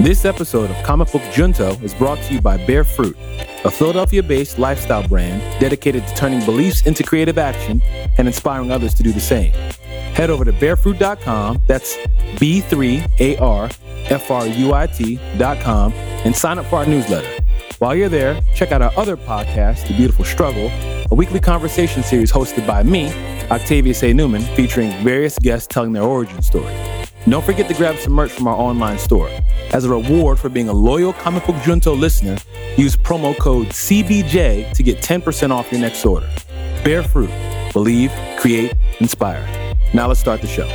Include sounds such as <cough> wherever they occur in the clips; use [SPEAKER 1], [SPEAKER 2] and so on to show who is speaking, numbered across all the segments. [SPEAKER 1] This episode of Comic Book Junto is brought to you by Bear Fruit, a Philadelphia based lifestyle brand dedicated to turning beliefs into creative action and inspiring others to do the same. Head over to barefruit.com, that's B 3 A R F R U I T.com, and sign up for our newsletter. While you're there, check out our other podcast, The Beautiful Struggle, a weekly conversation series hosted by me, Octavius A. Newman, featuring various guests telling their origin story. Don't forget to grab some merch from our online store. As a reward for being a loyal Comic Book Junto listener, use promo code CBJ to get 10% off your next order. Bear fruit, believe, create, inspire. Now let's start the show.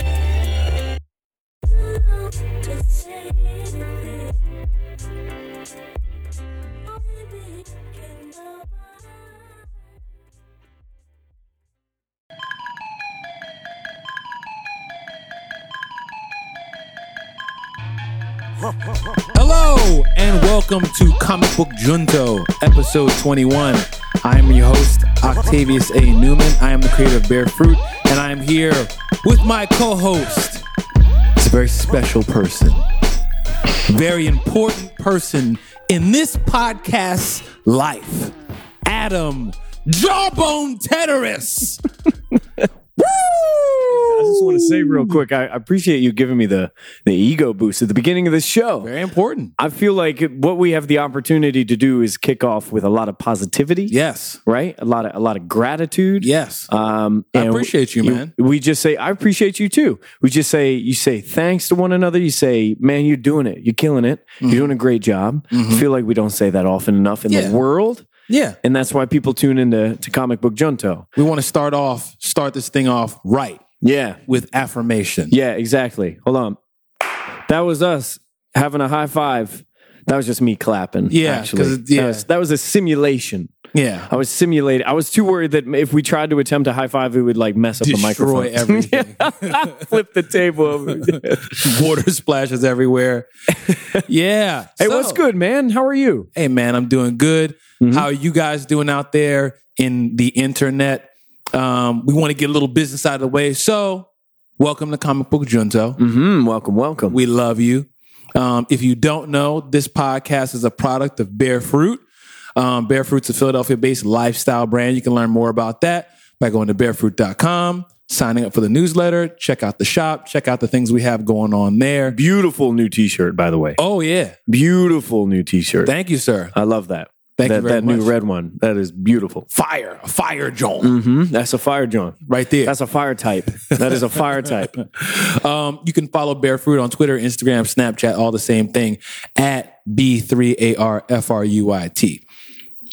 [SPEAKER 1] Hello and welcome to Comic Book Junto, episode 21. I am your host, Octavius A. Newman. I am the creator of Bear Fruit, and I am here with my co host. It's a very special person, very important person in this podcast's life, Adam Jawbone
[SPEAKER 2] <laughs>
[SPEAKER 1] Teteris.
[SPEAKER 2] I just want to say real quick, I I appreciate you giving me the the ego boost at the beginning of this show.
[SPEAKER 1] Very important.
[SPEAKER 2] I feel like what we have the opportunity to do is kick off with a lot of positivity,
[SPEAKER 1] Yes.
[SPEAKER 2] right? A lot of a lot of gratitude.
[SPEAKER 1] Yes.
[SPEAKER 2] Um,
[SPEAKER 1] I
[SPEAKER 2] and
[SPEAKER 1] appreciate you, man.
[SPEAKER 2] We just say, I appreciate you too. We just say, you say thanks to one another. You say, man, you're doing it. You're killing it. You're doing a great job. I feel like we don't say that often enough in
[SPEAKER 1] Mm-hmm. Yeah.
[SPEAKER 2] the world.
[SPEAKER 1] Yeah.
[SPEAKER 2] And that's why people tune into to Comic Book Junto.
[SPEAKER 1] We want to start off, start this thing off right
[SPEAKER 2] Yeah.
[SPEAKER 1] with affirmation.
[SPEAKER 2] Yeah, exactly. Hold on. That was us having a high five. That was just me clapping.
[SPEAKER 1] Yeah,
[SPEAKER 2] actually,
[SPEAKER 1] 'cause it- yeah.
[SPEAKER 2] That, was, that was a simulation.
[SPEAKER 1] Yeah.
[SPEAKER 2] I was simulating. I was too worried that if we tried to attempt a high five, it would like mess up
[SPEAKER 1] Destroy
[SPEAKER 2] the microphone. <laughs>
[SPEAKER 1] everything.
[SPEAKER 2] Flip the table
[SPEAKER 1] <laughs>
[SPEAKER 2] over.
[SPEAKER 1] Water splashes everywhere. <laughs> Yeah.
[SPEAKER 2] hey,
[SPEAKER 1] So-
[SPEAKER 2] what's good, Mm-hmm. man? How are you?
[SPEAKER 1] Hey, man, I'm doing good. How are you guys doing out there in the internet? Um, we want to get a little business out of the way. So, welcome to Comic Book Junto.
[SPEAKER 2] Mm-hmm. Welcome, welcome.
[SPEAKER 1] We love you. Um, if you don't know, this podcast is a product of Bear Fruit. Um, Bear Fruit's a Philadelphia based lifestyle brand. You can learn more about that by going to barefruit.com, signing up for the newsletter, check out the shop, check out the things we have going on there.
[SPEAKER 2] Beautiful new T-shirt, by the way.
[SPEAKER 1] Oh, yeah.
[SPEAKER 2] Beautiful new T-shirt.
[SPEAKER 1] Thank you, sir.
[SPEAKER 2] I love that.
[SPEAKER 1] Thank
[SPEAKER 2] that,
[SPEAKER 1] you very
[SPEAKER 2] that new
[SPEAKER 1] much.
[SPEAKER 2] red one. That is beautiful.
[SPEAKER 1] Fire, a fire, Joan,
[SPEAKER 2] Mm-hmm. That's a fire, John.
[SPEAKER 1] right there.
[SPEAKER 2] That's a fire type. That is a
[SPEAKER 1] <laughs>
[SPEAKER 2] fire type.
[SPEAKER 1] Um, you can follow Bear Fruit on Twitter, Instagram, Snapchat, all the same thing at B3ARFRUIT.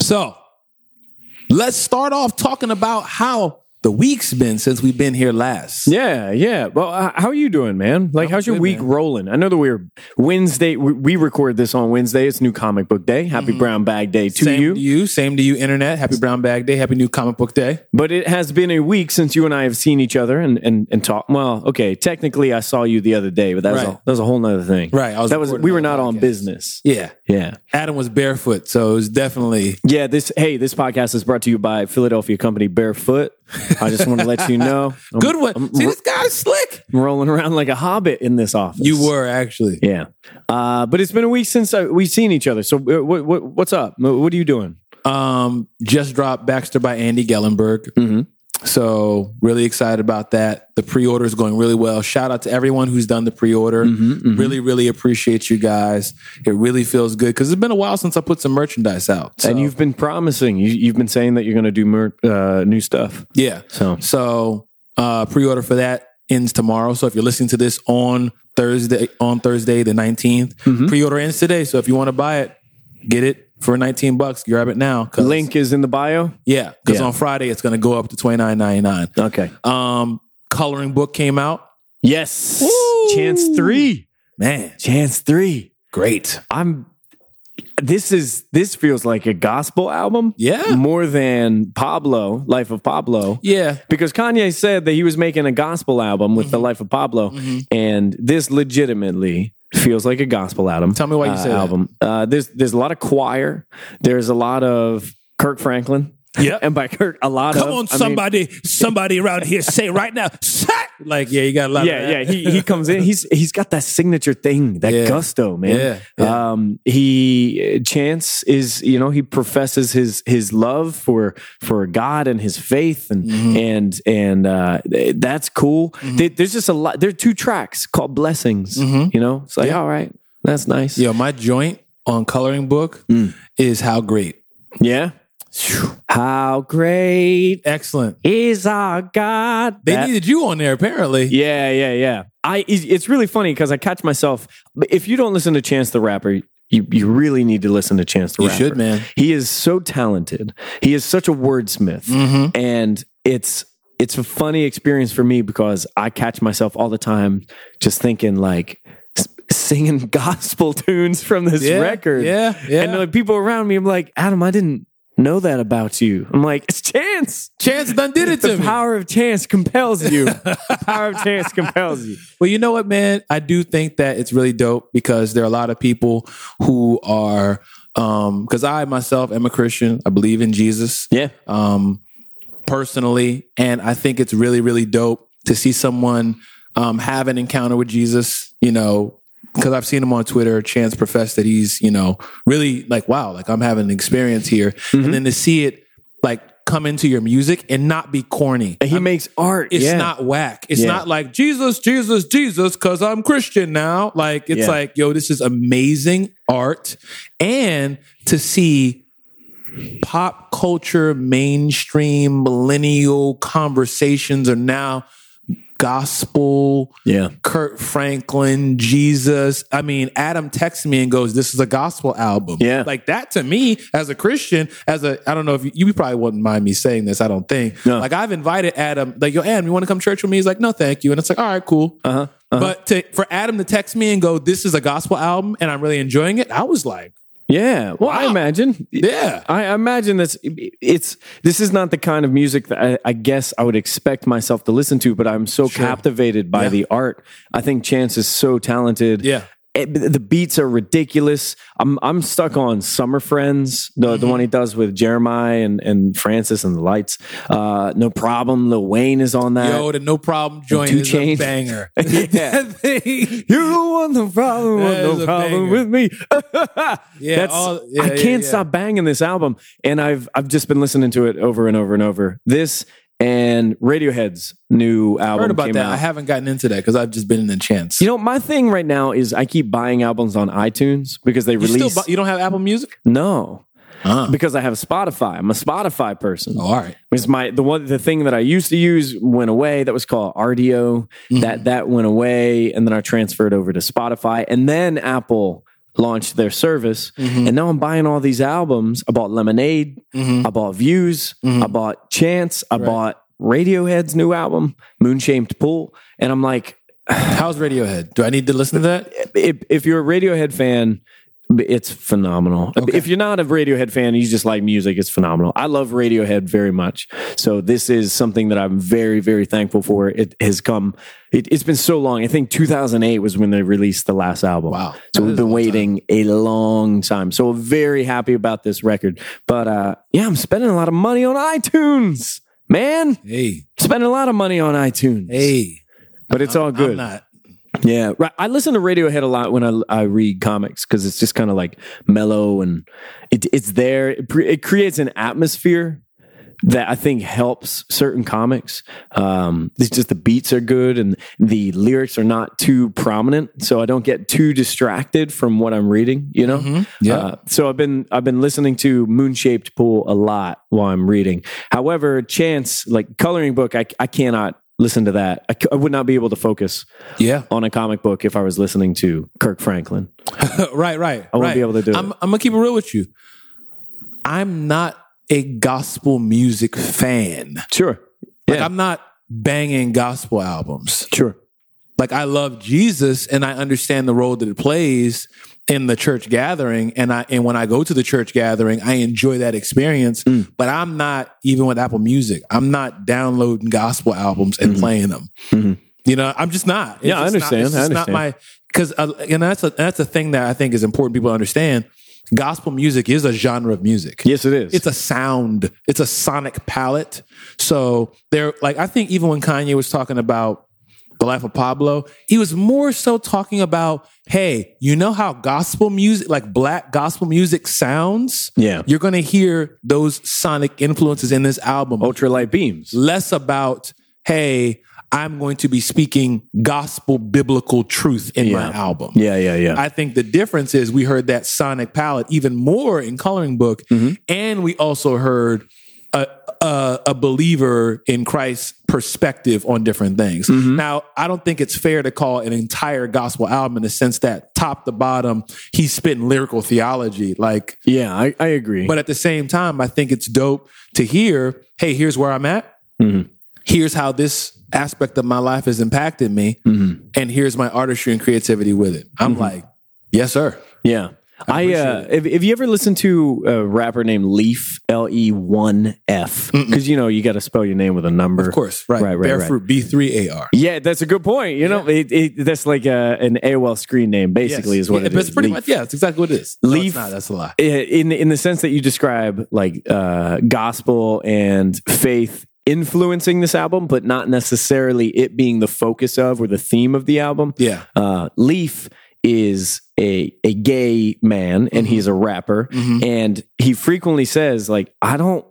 [SPEAKER 1] So let's start off talking about how the week's been since we've been here last.
[SPEAKER 2] Yeah, yeah. Well, h- how are you doing, man? Like, how's your
[SPEAKER 1] good,
[SPEAKER 2] week
[SPEAKER 1] man.
[SPEAKER 2] rolling? I know that we're Wednesday. We, we record this on Wednesday. It's New Comic Book Day. Happy Brown Bag Day to
[SPEAKER 1] Mm-hmm. Same
[SPEAKER 2] you.
[SPEAKER 1] to you, same to you, Internet. Happy Brown Bag Day. Happy New Comic Book Day.
[SPEAKER 2] But it has been a week since you and I have seen each other and and and talk. Well, okay, technically I saw you the other day, but that was a,
[SPEAKER 1] Right.
[SPEAKER 2] that was a whole nother thing.
[SPEAKER 1] Right, I was
[SPEAKER 2] that was
[SPEAKER 1] recording
[SPEAKER 2] we were
[SPEAKER 1] another
[SPEAKER 2] not on
[SPEAKER 1] podcast.
[SPEAKER 2] business.
[SPEAKER 1] Yeah.
[SPEAKER 2] Yeah.
[SPEAKER 1] Adam was barefoot, so it was definitely
[SPEAKER 2] Yeah, this hey, this podcast is brought to you by Philadelphia company Barefoot. I just want to let you know.
[SPEAKER 1] <laughs>
[SPEAKER 2] I'm,
[SPEAKER 1] good one. See, this guy's slick.
[SPEAKER 2] I'm rolling around like a hobbit in this office.
[SPEAKER 1] You were actually.
[SPEAKER 2] Yeah, uh, but it's been a week since uh, we've seen each other. So uh, what, what, what's up? Wh- What are you doing?
[SPEAKER 1] Um, just dropped Baxter by Andy Gellenberg.
[SPEAKER 2] Mm-hmm.
[SPEAKER 1] So really excited about that. The pre-order is going really well. Shout out to everyone who's done the pre-order.
[SPEAKER 2] Mm-hmm,
[SPEAKER 1] Really, really appreciate you guys. It really feels good because it's been a while since I put some merchandise out. So,
[SPEAKER 2] And you've been promising. You, you've been saying that you're going to do mer- uh, new stuff.
[SPEAKER 1] yeah.
[SPEAKER 2] So
[SPEAKER 1] So uh, pre-order for that ends tomorrow. So if you're listening to this on Thursday, on Thursday the 19th,
[SPEAKER 2] Mm-hmm.
[SPEAKER 1] pre-order ends today. So if you want to buy it, get it for 19 bucks. Grab it now. 'cause-
[SPEAKER 2] link is in the bio.
[SPEAKER 1] Yeah, because
[SPEAKER 2] Yeah.
[SPEAKER 1] on Friday it's going to go up to 29.99.
[SPEAKER 2] Okay.
[SPEAKER 1] Um, coloring book came out.
[SPEAKER 2] Yes.
[SPEAKER 1] Woo!
[SPEAKER 2] Chance three.
[SPEAKER 1] Man,
[SPEAKER 2] Chance three.
[SPEAKER 1] great.
[SPEAKER 2] I'm. This is this feels like a gospel album.
[SPEAKER 1] Yeah.
[SPEAKER 2] More than Pablo, Life of Pablo.
[SPEAKER 1] Yeah.
[SPEAKER 2] because Kanye said that he was making a gospel album with the
[SPEAKER 1] Mm-hmm.
[SPEAKER 2] life of Pablo, and this legitimately feels like a gospel album.
[SPEAKER 1] Tell me why you
[SPEAKER 2] uh,
[SPEAKER 1] say that.
[SPEAKER 2] album. Uh, there's there's a lot of choir. There's a lot of Kirk Franklin. <laughs>
[SPEAKER 1] Yep.
[SPEAKER 2] and by Kirk, a lot of.
[SPEAKER 1] Come on,
[SPEAKER 2] I mean-
[SPEAKER 1] somebody, somebody around here, say right now, "Sack!" Like, yeah, you got a lot. of
[SPEAKER 2] yeah, yeah.
[SPEAKER 1] that.
[SPEAKER 2] He
[SPEAKER 1] <laughs>
[SPEAKER 2] he comes in. He's he's got that signature thing, that
[SPEAKER 1] Yeah.
[SPEAKER 2] gusto, man.
[SPEAKER 1] Yeah, yeah.
[SPEAKER 2] Um, he Chance is you know he professes his his love for for God and his faith and
[SPEAKER 1] Mm-hmm.
[SPEAKER 2] and and uh, th- that's cool. There- there's just a lot. There are two tracks called Blessings.
[SPEAKER 1] Mm-hmm.
[SPEAKER 2] You know, it's like all right, that's nice.
[SPEAKER 1] Yo, my joint on coloring book
[SPEAKER 2] Mm.
[SPEAKER 1] is how great,
[SPEAKER 2] Yeah. How great
[SPEAKER 1] excellent.
[SPEAKER 2] is our God?
[SPEAKER 1] They
[SPEAKER 2] That-
[SPEAKER 1] needed you on there apparently.
[SPEAKER 2] Yeah, yeah, yeah. I it- it's really funny because I catch myself. If you don't listen to Chance the Rapper, you you really need to listen to Chance the
[SPEAKER 1] You
[SPEAKER 2] Rapper.
[SPEAKER 1] should, man.
[SPEAKER 2] He is so talented. He is such a wordsmith,
[SPEAKER 1] Mm-hmm.
[SPEAKER 2] and it's it's a funny experience for me because I catch myself all the time just thinking like s- singing <laughs> gospel tunes from this
[SPEAKER 1] Yeah,
[SPEAKER 2] record.
[SPEAKER 1] yeah, yeah.
[SPEAKER 2] And the people around me, I'm like, Adam, I didn't know that about you. I'm like, it's Chance.
[SPEAKER 1] Chance done did it to
[SPEAKER 2] The
[SPEAKER 1] me.
[SPEAKER 2] power of chance
[SPEAKER 1] <laughs>
[SPEAKER 2] compels you. the power of chance compels you.
[SPEAKER 1] Well, you know what, man? I do think that it's really dope because there are a lot of people who are, um, because I myself am a Christian. I believe in Jesus.
[SPEAKER 2] Yeah.
[SPEAKER 1] um, personally, and I think it's really, really dope to see someone um, have an encounter with Jesus. You know, because I've seen him on Twitter. Chance profess that he's, you know, really like, wow, like I'm having an experience here, and then to see it like come into your music and not be corny.
[SPEAKER 2] And he makes art.
[SPEAKER 1] It's
[SPEAKER 2] yeah.
[SPEAKER 1] not whack. It's
[SPEAKER 2] Yeah.
[SPEAKER 1] not like Jesus, Jesus, Jesus, because I'm Christian now. Like it's
[SPEAKER 2] Yeah.
[SPEAKER 1] like, yo, this is amazing art, and to see pop culture, mainstream, millennial conversations are now gospel.
[SPEAKER 2] Yeah.
[SPEAKER 1] Kurt Franklin, Jesus. I mean, Adam texts me and goes, "This is a gospel album."
[SPEAKER 2] Yeah.
[SPEAKER 1] like that to me as a Christian, as a I don't know if you, you probably wouldn't mind me saying this. I don't think.
[SPEAKER 2] No.
[SPEAKER 1] Like I've invited Adam, like yo, Adam, you want to come church with me? He's like, "No, thank you." And it's like, "All right, cool." Uh-huh, But to, for Adam to text me and go, "This is a gospel album," and I'm really enjoying it, I was like,
[SPEAKER 2] Yeah. Well, I
[SPEAKER 1] Wow.
[SPEAKER 2] imagine.
[SPEAKER 1] "Yeah."
[SPEAKER 2] I imagine that's it's this is not the kind of music that I, I guess I would expect myself to listen to, but I'm so captivated by
[SPEAKER 1] Yeah.
[SPEAKER 2] the art. I think Chance is so talented.
[SPEAKER 1] Yeah.
[SPEAKER 2] It- the beats are ridiculous. I'm I'm stuck on Summer Friends, the
[SPEAKER 1] Mm-hmm.
[SPEAKER 2] the one he does with Jeremiah and, and Francis and the Lights. Uh, no problem. Lil Wayne is on that.
[SPEAKER 1] Yo, the no problem joint
[SPEAKER 2] Uh, Two
[SPEAKER 1] is
[SPEAKER 2] Chainz.
[SPEAKER 1] a banger.
[SPEAKER 2] <laughs>
[SPEAKER 1] <laughs>
[SPEAKER 2] Yeah.
[SPEAKER 1] That thing-
[SPEAKER 2] You're the one, the problem,
[SPEAKER 1] That
[SPEAKER 2] one,
[SPEAKER 1] is
[SPEAKER 2] no
[SPEAKER 1] a
[SPEAKER 2] problem
[SPEAKER 1] banger.
[SPEAKER 2] with
[SPEAKER 1] <laughs>
[SPEAKER 2] me. <laughs>
[SPEAKER 1] Yeah,
[SPEAKER 2] That's,
[SPEAKER 1] all- yeah,
[SPEAKER 2] I
[SPEAKER 1] yeah,
[SPEAKER 2] can't
[SPEAKER 1] yeah.
[SPEAKER 2] stop banging this album, and I've I've just been listening to it over and over and over. This and Radiohead's new album
[SPEAKER 1] Heard about
[SPEAKER 2] came
[SPEAKER 1] that?
[SPEAKER 2] out.
[SPEAKER 1] I haven't gotten into that because I've just been in the chance.
[SPEAKER 2] you know, my thing right now is I keep buying albums on iTunes because they
[SPEAKER 1] You still
[SPEAKER 2] release.
[SPEAKER 1] bu- you don't have Apple Music?
[SPEAKER 2] no,
[SPEAKER 1] Uh-huh.
[SPEAKER 2] because I have Spotify. I'm a Spotify person.
[SPEAKER 1] all right.
[SPEAKER 2] It's my the one the thing that I used to use went away. That was called RDO. That that went away, and then I transferred over to Spotify, and then Apple launched their service. And now I'm buying all these albums. I bought Lemonade. I bought Views. I bought Chance. I bought Radiohead's new album, Moon Shaped Pool. And I'm like,
[SPEAKER 1] How's Radiohead? Do I need to listen to that?
[SPEAKER 2] if, if you're a Radiohead fan, it's phenomenal. If you're not a Radiohead fan, and you just like music, it's phenomenal. I love Radiohead very much. So this is something that I'm very, very thankful for. It has come. It, it's been so long. I think 2008 was when they released the last album.
[SPEAKER 1] Wow. That
[SPEAKER 2] So we've
[SPEAKER 1] is a
[SPEAKER 2] been
[SPEAKER 1] long
[SPEAKER 2] waiting a long time. So very happy about this record. But uh, yeah, I'm spending a lot of money on iTunes, man.
[SPEAKER 1] Hey,
[SPEAKER 2] Spending a lot of money on iTunes.
[SPEAKER 1] hey.
[SPEAKER 2] but it's all good.
[SPEAKER 1] I'm not.
[SPEAKER 2] Yeah, right. I listen to Radiohead a lot when I, I read comics because it's just kind of like mellow and it, it's there. It, pre- it creates an atmosphere that I think helps certain comics. Um, it's just the beats are good and the lyrics are not too prominent, so I don't get too distracted from what I'm reading. You know,
[SPEAKER 1] Mm-hmm. Yeah.
[SPEAKER 2] Uh, so I've been I've been listening to Moon Shaped Pool a lot while I'm reading. However, Chance like coloring book, I I cannot listen to that. I c I I would not be able to focus
[SPEAKER 1] Yeah.
[SPEAKER 2] on a comic book if I was listening to Kirk Franklin.
[SPEAKER 1] <laughs> right, right. I
[SPEAKER 2] won't
[SPEAKER 1] right.
[SPEAKER 2] be able to do it.
[SPEAKER 1] I'm, I'm going to keep it real with you. I'm not a gospel music fan.
[SPEAKER 2] Sure.
[SPEAKER 1] Like,
[SPEAKER 2] Yeah.
[SPEAKER 1] I'm not banging gospel albums.
[SPEAKER 2] Sure.
[SPEAKER 1] like I love Jesus and I understand the role that it plays in the church gathering and I and when I go to the church gathering I enjoy that experience
[SPEAKER 2] Mm.
[SPEAKER 1] but I'm not even with Apple Music I'm not downloading gospel albums and playing them you know I'm just not It's
[SPEAKER 2] Mm-hmm. Yeah, I
[SPEAKER 1] just not- uh,
[SPEAKER 2] understand.
[SPEAKER 1] it's
[SPEAKER 2] I
[SPEAKER 1] just not
[SPEAKER 2] understand.
[SPEAKER 1] my because and that's a that's a thing that I think is important people to understand gospel music is a genre of music.
[SPEAKER 2] Yes, it is.
[SPEAKER 1] It's a sound. It's a sonic palette. So there, like I think even when Kanye was talking about the life of Pablo, he was more so talking about, hey, you know how gospel music, like black gospel music sounds?
[SPEAKER 2] Yeah.
[SPEAKER 1] You're gonna hear those sonic influences in this album.
[SPEAKER 2] ultralight beams.
[SPEAKER 1] Less about, hey, I'm going to be speaking gospel biblical truth in my
[SPEAKER 2] Yeah.
[SPEAKER 1] album.
[SPEAKER 2] Yeah, yeah, yeah.
[SPEAKER 1] I think the difference is we heard that sonic palette even more in Coloring Book, and we also heard a, a, a believer in Christ's perspective on different things. Now, I don't think it's fair to call an entire gospel album in the sense that top to bottom, he's spitting lyrical theology. Like,
[SPEAKER 2] yeah, I, I agree.
[SPEAKER 1] but at the same time, I think it's dope to hear, hey, here's where I'm at.
[SPEAKER 2] Mm-hmm.
[SPEAKER 1] Here's how this aspect of my life has impacted me.
[SPEAKER 2] Mm-hmm.
[SPEAKER 1] And here's my artistry and creativity with it. I'm like, yes, sir.
[SPEAKER 2] yeah. I, uh, if, if you ever listen to a rapper named Leaf, L E 1 F, because you know, you got to spell your name with a number.
[SPEAKER 1] Of course. Right.
[SPEAKER 2] Right, right, right.
[SPEAKER 1] Barefruit B3AR.
[SPEAKER 2] Yeah, that's a good point. You know, it, it, that's like a, an AOL screen name, basically,
[SPEAKER 1] Yes.
[SPEAKER 2] is what
[SPEAKER 1] yeah,
[SPEAKER 2] it
[SPEAKER 1] that's
[SPEAKER 2] is.
[SPEAKER 1] pretty
[SPEAKER 2] Leaf.
[SPEAKER 1] much, yeah, that's exactly what it is. No, it's
[SPEAKER 2] Leaf-
[SPEAKER 1] not, that's a lie.
[SPEAKER 2] in in the sense that you describe like uh, gospel and faith influencing this album, but not necessarily it being the focus of or the theme of the album.
[SPEAKER 1] Yeah.
[SPEAKER 2] Uh, Leaf is a a gay man
[SPEAKER 1] Mm-hmm.
[SPEAKER 2] and he's a rapper, and he frequently says like I don't.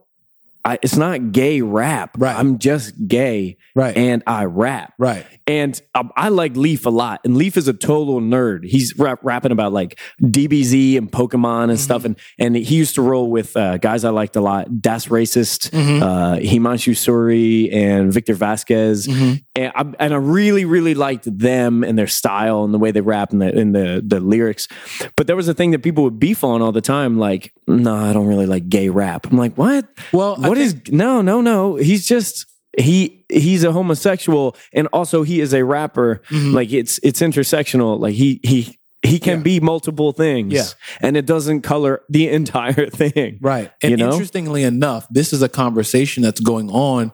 [SPEAKER 2] I, it's not gay rap.
[SPEAKER 1] Right.
[SPEAKER 2] I'm just gay,
[SPEAKER 1] Right.
[SPEAKER 2] and I rap.
[SPEAKER 1] Right.
[SPEAKER 2] And um, I like Leaf a lot. And Leaf is a total nerd. He's rap- rapping about like DBZ and Pokemon and stuff. And and he used to roll with uh, guys I liked a lot. Das Racist, uh, Himanshu Suri, and Victor Vasquez. And, I, and I really, really liked them and their style and the way they rap and the, and the the lyrics. But there was a thing that people would beef on all the time. Like, no, I don't really like gay rap. I'm like, what?
[SPEAKER 1] Well, I
[SPEAKER 2] what is no, no, no. He's just he he's a homosexual and also he is a rapper.
[SPEAKER 1] Mm-hmm.
[SPEAKER 2] Like it's it's intersectional. Like he he he can be multiple things.
[SPEAKER 1] Yeah.
[SPEAKER 2] And it doesn't color the <laughs> entire thing.
[SPEAKER 1] Right. And
[SPEAKER 2] you know?
[SPEAKER 1] interestingly enough, this is a conversation that's going on.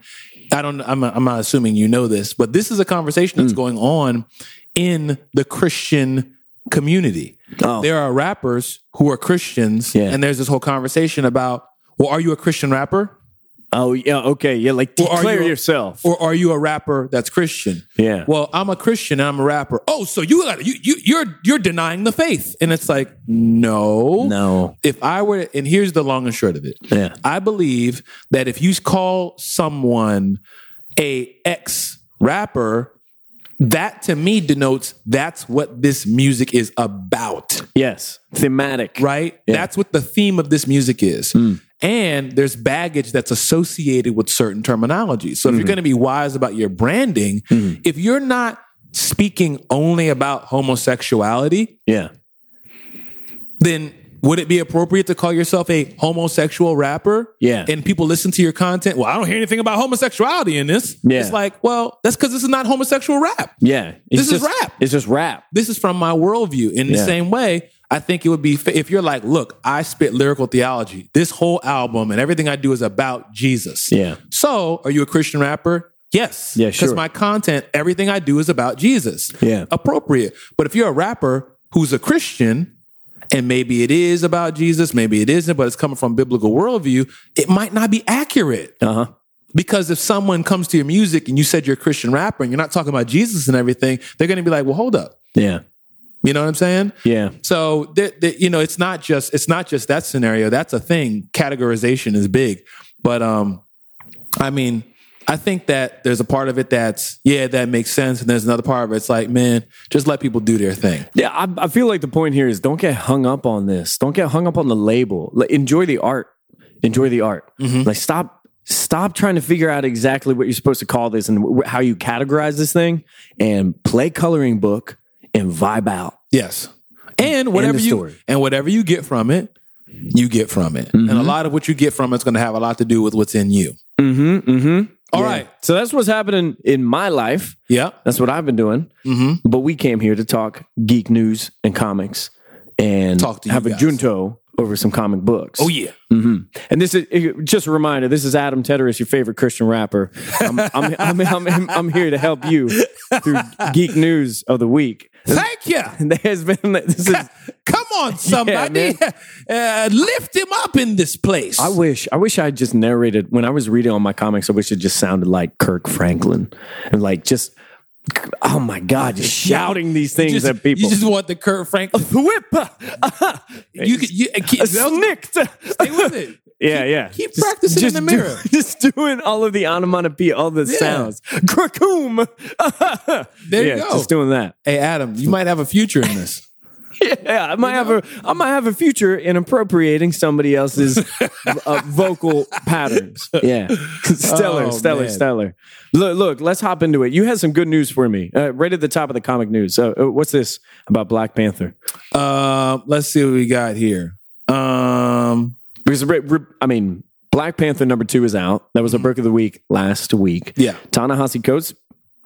[SPEAKER 1] I don't I'm I'm not assuming you know this, but this is a conversation
[SPEAKER 2] Hmm.
[SPEAKER 1] that's going on in the Christian community.
[SPEAKER 2] Oh.
[SPEAKER 1] There are rappers who are Christians
[SPEAKER 2] Yeah.
[SPEAKER 1] and there's this whole conversation about, well, are you a Christian rapper
[SPEAKER 2] Oh yeah, okay. Yeah, like
[SPEAKER 1] Or are
[SPEAKER 2] declare
[SPEAKER 1] you-
[SPEAKER 2] yourself.
[SPEAKER 1] or are you a rapper that's Christian?
[SPEAKER 2] Yeah.
[SPEAKER 1] Well, I'm a Christian and I'm a rapper. Oh, so you got you you you're you're denying the faith. And it's like, no.
[SPEAKER 2] no.
[SPEAKER 1] if I were, and here's the long and short of it.
[SPEAKER 2] Yeah.
[SPEAKER 1] I believe that if you call someone a ex rapper, that to me denotes that's what this music is about,
[SPEAKER 2] Yes. Thematic.
[SPEAKER 1] right? That's what the theme of this music is.
[SPEAKER 2] Hmm.
[SPEAKER 1] And there's baggage that's associated with certain terminology. So if you're going
[SPEAKER 2] Hmm.
[SPEAKER 1] to be wise about your branding, if you're not speaking only about homosexuality,
[SPEAKER 2] Yeah.
[SPEAKER 1] then would it be appropriate to call yourself a homosexual rapper?
[SPEAKER 2] Yeah.
[SPEAKER 1] And people listen to your content. Well, I don't hear anything about homosexuality in this.
[SPEAKER 2] Yeah.
[SPEAKER 1] It's like, well, that's because this is not homosexual rap.
[SPEAKER 2] Yeah.
[SPEAKER 1] This is
[SPEAKER 2] just,
[SPEAKER 1] rap.
[SPEAKER 2] It's just rap.
[SPEAKER 1] This is from my worldview. In the
[SPEAKER 2] Yeah.
[SPEAKER 1] same way, I think it would be fa- if you're like, look, I spit lyrical theology. This whole album and everything I do is about Jesus.
[SPEAKER 2] Yeah.
[SPEAKER 1] So, are you a Christian rapper? Yes.
[SPEAKER 2] Yeah,
[SPEAKER 1] Because
[SPEAKER 2] sure.
[SPEAKER 1] my content, everything I do is about Jesus.
[SPEAKER 2] Yeah.
[SPEAKER 1] Appropriate. But if you're a rapper who's a Christian, and maybe it is about Jesus, maybe it isn't, but it's coming from biblical worldview, it might not be accurate.
[SPEAKER 2] Uh huh.
[SPEAKER 1] Because if someone comes to your music and you said you're a Christian rapper and you're not talking about Jesus and everything, they're going to be like, well, hold up.
[SPEAKER 2] Yeah.
[SPEAKER 1] You know what I'm saying?
[SPEAKER 2] Yeah.
[SPEAKER 1] So that that- you know, it's not just it's not just that scenario. That's a thing. Categorization is big, but um, I mean, I think that there's a part of it that's yeah, that makes sense, and there's another part of it. It's like, man, just let people do their thing.
[SPEAKER 2] Yeah, I, I feel like the point here is don't get hung up on this. Don't get hung up on the label. Like, enjoy the art. Enjoy the art. Like stop stop trying to figure out exactly what you're supposed to call this and wh- how you categorize this thing and play coloring book and vibe out.
[SPEAKER 1] Yes, and whatever
[SPEAKER 2] the
[SPEAKER 1] you
[SPEAKER 2] story.
[SPEAKER 1] and whatever you get from it, you get from it, and a lot of what you get from it's going to have a lot to do with what's in you.
[SPEAKER 2] Mm-hmm. Mm-hmm.
[SPEAKER 1] All right.
[SPEAKER 2] So that's what's happening in my life. Mm-hmm.
[SPEAKER 1] Yeah.
[SPEAKER 2] That's what I've been doing. But we came here to talk geek news and comics and
[SPEAKER 1] Talk to you
[SPEAKER 2] have a
[SPEAKER 1] guys.
[SPEAKER 2] junto over some comic books.
[SPEAKER 1] Oh yeah.
[SPEAKER 2] hmm And this is just a reminder. This is Adam Tederis, your favorite Christian rapper. I'm, I'm, I'm, I'm, I'm, I'm here to help you through geek news of the week.
[SPEAKER 1] Thank you. <laughs>
[SPEAKER 2] There's been this is.
[SPEAKER 1] Come on, somebody. <laughs> uh, lift him up in this place.
[SPEAKER 2] I wish I wish I had just narrated when I was reading all my comics. I wish it just sounded like Kirk Franklin and like just oh my god, just shouting these things
[SPEAKER 1] just,
[SPEAKER 2] at people.
[SPEAKER 1] You just want the Kurt <laughs> Franklin.
[SPEAKER 2] whip, <laughs>
[SPEAKER 1] You could <laughs> you, uh, keep, stay
[SPEAKER 2] snicked. Stay
[SPEAKER 1] with it.
[SPEAKER 2] Yeah, yeah.
[SPEAKER 1] keep practicing in the
[SPEAKER 2] do-
[SPEAKER 1] mirror.
[SPEAKER 2] <laughs> just doing all of the onomatopoeia, all the sounds. Krakoom. <laughs>
[SPEAKER 1] There you
[SPEAKER 2] yeah,
[SPEAKER 1] go.
[SPEAKER 2] Just doing that. <laughs>
[SPEAKER 1] Hey Adam, you might have a future in this.
[SPEAKER 2] Yeah, I might have a I might have a future in appropriating
[SPEAKER 1] <laughs>
[SPEAKER 2] somebody else's uh, vocal patterns. Yeah, stellar,
[SPEAKER 1] Oh,
[SPEAKER 2] stellar,
[SPEAKER 1] man.
[SPEAKER 2] stellar. Look, look, let's hop into it. You had some good news for me, uh, right at the top of the comic news. Uh, uh, what's this about Black Panther?
[SPEAKER 1] Um, let's see what we got here. Um,
[SPEAKER 2] Because re- re- I mean, Black Panther number two is out. That was a break of the week last week.
[SPEAKER 1] Mm-hmm. Yeah. Mm-hmm.
[SPEAKER 2] Ta-Nehisi Coates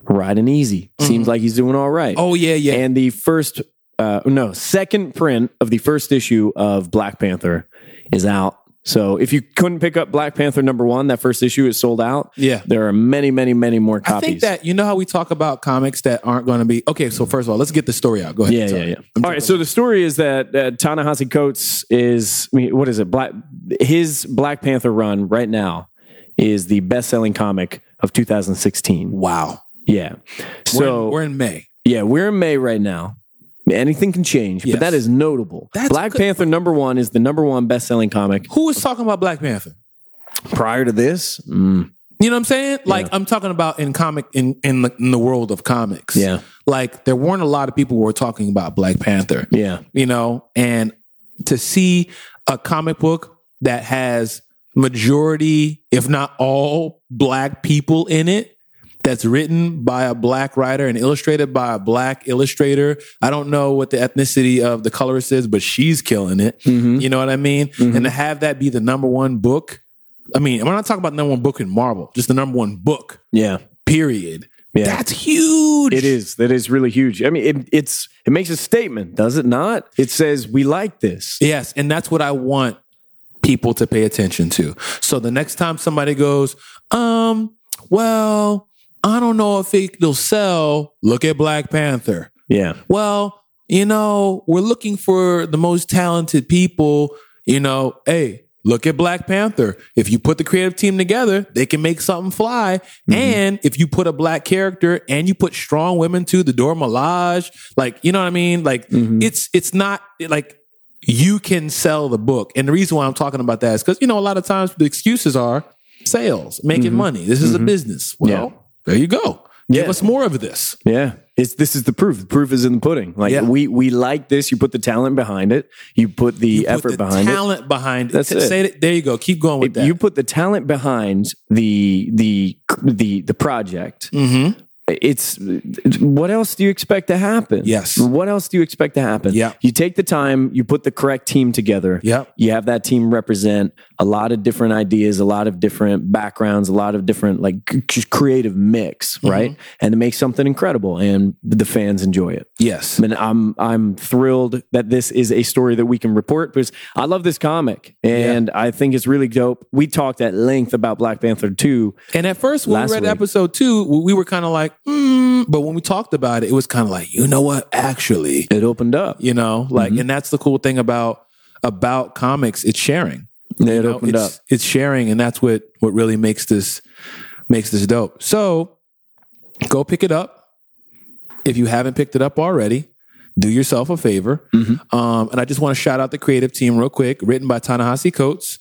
[SPEAKER 2] riding easy. Seems like he's doing all right.
[SPEAKER 1] oh yeah, yeah.
[SPEAKER 2] and the first uh no second print of the first issue of black panther is out so if you couldn't pick up black panther number one that first issue is sold out
[SPEAKER 1] Yeah.
[SPEAKER 2] there are many many many more
[SPEAKER 1] I
[SPEAKER 2] copies
[SPEAKER 1] think that you know how we talk about comics that aren't going to be okay. So first of all, let's get the story out. Go ahead.
[SPEAKER 2] yeah, yeah,
[SPEAKER 1] Sorry.
[SPEAKER 2] yeah. All right. So the story is that uh, Ta-Nehisi Coates is I mean, what is it? Black his Black Panther run right now is the best-selling comic of 2016.
[SPEAKER 1] Wow.
[SPEAKER 2] Yeah.
[SPEAKER 1] We're in-
[SPEAKER 2] So
[SPEAKER 1] we're in May.
[SPEAKER 2] Yeah, we're in May right now. Anything can change,
[SPEAKER 1] Yes.
[SPEAKER 2] but that is notable.
[SPEAKER 1] That's
[SPEAKER 2] Black
[SPEAKER 1] good.
[SPEAKER 2] Panther number one is the number one best-selling comic.
[SPEAKER 1] Who was talking about Black Panther?
[SPEAKER 2] Prior to this,
[SPEAKER 1] You know what I'm saying? Like I'm talking about in comic in in the, in the world of comics.
[SPEAKER 2] Yeah.
[SPEAKER 1] Like there weren't a lot of people who were talking about Black Panther.
[SPEAKER 2] yeah,
[SPEAKER 1] You know, and to see a comic book that has majority, if not all, black people in it. That's written by a black writer and illustrated by a black illustrator. I don't know what the ethnicity of the colorist is, but she's killing it.
[SPEAKER 2] Mm-hmm.
[SPEAKER 1] You know what I mean? And to have that be the number one book, I mean, and we're not talking about number one book in Marvel, just the number one book,
[SPEAKER 2] yeah,
[SPEAKER 1] period.
[SPEAKER 2] yeah.
[SPEAKER 1] That's huge.
[SPEAKER 2] it is. That is really huge. I mean, it, it's it makes a statement, does it not? It says we like this.
[SPEAKER 1] Yes, and that's what I want people to pay attention to. So the next time somebody goes, um, well, I don't know if it- it'll sell, look at Black Panther.
[SPEAKER 2] Yeah,
[SPEAKER 1] Well, you know, we're looking for the most talented people, you know, hey, look at Black Panther. If you put the creative team together, they can make something fly.
[SPEAKER 2] Mm-hmm.
[SPEAKER 1] And if you put a black character and you put strong women too, the Dora Milaje, like, you know what I mean? Like
[SPEAKER 2] Mm-hmm.
[SPEAKER 1] it's it's not like you can sell the book. And the reason why I'm talking about that is because, you know, a lot of times the excuses are sales, making money. This is a business. Well,
[SPEAKER 2] Mm-hmm. Yeah.
[SPEAKER 1] there you go. Give
[SPEAKER 2] Yeah.
[SPEAKER 1] us more of this.
[SPEAKER 2] yeah. It's this is the proof. The proof is in the pudding. Like
[SPEAKER 1] Yeah.
[SPEAKER 2] we we like this. You put the talent behind it. You put the effort
[SPEAKER 1] put the
[SPEAKER 2] behind it.
[SPEAKER 1] talent behind it.
[SPEAKER 2] That's
[SPEAKER 1] Say
[SPEAKER 2] it.
[SPEAKER 1] Say that. There you go. Keep going with
[SPEAKER 2] If
[SPEAKER 1] that.
[SPEAKER 2] you put the talent behind the the the the project
[SPEAKER 1] Mm-hmm.
[SPEAKER 2] it's what else do you expect to happen
[SPEAKER 1] Yes.
[SPEAKER 2] what else do you expect to happen
[SPEAKER 1] Yeah.
[SPEAKER 2] you take the time you put the correct team together
[SPEAKER 1] Yeah.
[SPEAKER 2] you have that team represent a lot of different ideas a lot of different backgrounds a lot of different like c- c- creative mix
[SPEAKER 1] Mm-hmm.
[SPEAKER 2] right and to make something incredible and the fans enjoy it
[SPEAKER 1] yes.
[SPEAKER 2] and I'm I'm thrilled that this is a story that we can report because I love this comic and I think it's really dope. We talked at length about Black Panther 2.
[SPEAKER 1] And at first, when
[SPEAKER 2] Last
[SPEAKER 1] we read
[SPEAKER 2] week.
[SPEAKER 1] episode two, we- we were kind of like, mm, but when we talked about it, it was kind of like, you know what? Actually,
[SPEAKER 2] It opened up.
[SPEAKER 1] you know, like,
[SPEAKER 2] Mm-hmm.
[SPEAKER 1] and that's the cool thing about about comics. It's sharing.
[SPEAKER 2] it
[SPEAKER 1] You know,
[SPEAKER 2] opened up.
[SPEAKER 1] it's, It's sharing, and that's what what really makes this makes this dope. So go pick it up if you haven't picked it up already. Do yourself a favor,
[SPEAKER 2] Mm-hmm.
[SPEAKER 1] um, and I just want to shout out the creative team real quick. Written by Ta-Nehisi Coates,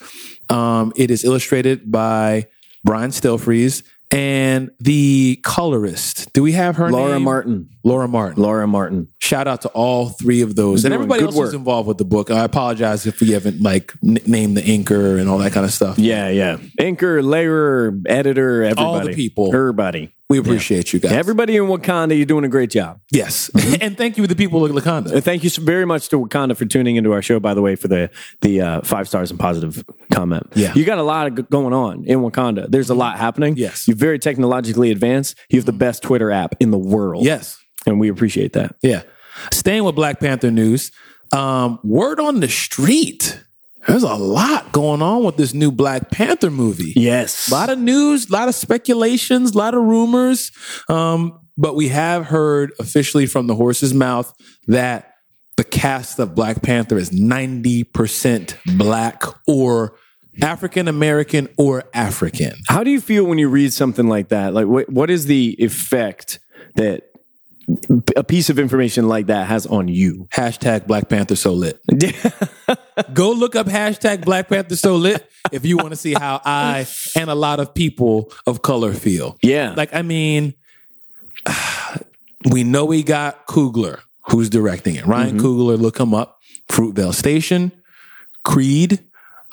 [SPEAKER 1] um, it is illustrated by Brian Stilfries and the colorist. Do we have her
[SPEAKER 2] Laura
[SPEAKER 1] name?
[SPEAKER 2] Martin.
[SPEAKER 1] Laura Martin.
[SPEAKER 2] Laura Martin.
[SPEAKER 1] Shout out to all three of those and
[SPEAKER 2] Doing
[SPEAKER 1] everybody
[SPEAKER 2] good
[SPEAKER 1] else
[SPEAKER 2] work.
[SPEAKER 1] who's involved with the book. I apologize if we haven't like n- named the inker and all that kind of stuff.
[SPEAKER 2] Yeah, yeah. Anchor, layer, editor, everybody.
[SPEAKER 1] All the people.
[SPEAKER 2] Everybody.
[SPEAKER 1] We appreciate you guys.
[SPEAKER 2] Everybody in Wakanda, you're doing a great job.
[SPEAKER 1] yes, <laughs> and thank you to the people of Lakanda.
[SPEAKER 2] And Uh, thank you so very much to Wakanda for tuning into our show. By the way, for the the uh, five stars and positive comment.
[SPEAKER 1] Yeah.
[SPEAKER 2] you got a lot of g- going on in Wakanda. There's a lot happening.
[SPEAKER 1] Yes.
[SPEAKER 2] you're very technologically advanced. You have the best Twitter app in the world.
[SPEAKER 1] Yes,
[SPEAKER 2] and we appreciate that.
[SPEAKER 1] yeah. Staying with Black Panther news. Um, word on the street There's a lot going on with this new Black Panther movie.
[SPEAKER 2] Yes.
[SPEAKER 1] A lot of news, a lot of speculations, a lot of rumors. Um, but we have heard officially from the horse's mouth that the cast of Black Panther is 90% black or African American or African.
[SPEAKER 2] How do you feel when you read something like that? Like, what, what is the effect that a piece of information like that has on you?
[SPEAKER 1] Hashtag Black Panther so lit. Go look up hashtag Black Panther so lit if you want to see how I and a lot of people of color feel.
[SPEAKER 2] yeah.
[SPEAKER 1] Uh. Like, I mean, <sighs> we know we got Kugler, who's directing it. Ryan
[SPEAKER 2] Mm-hmm.
[SPEAKER 1] Coogler, look him up. Fruitvale Station, Creed.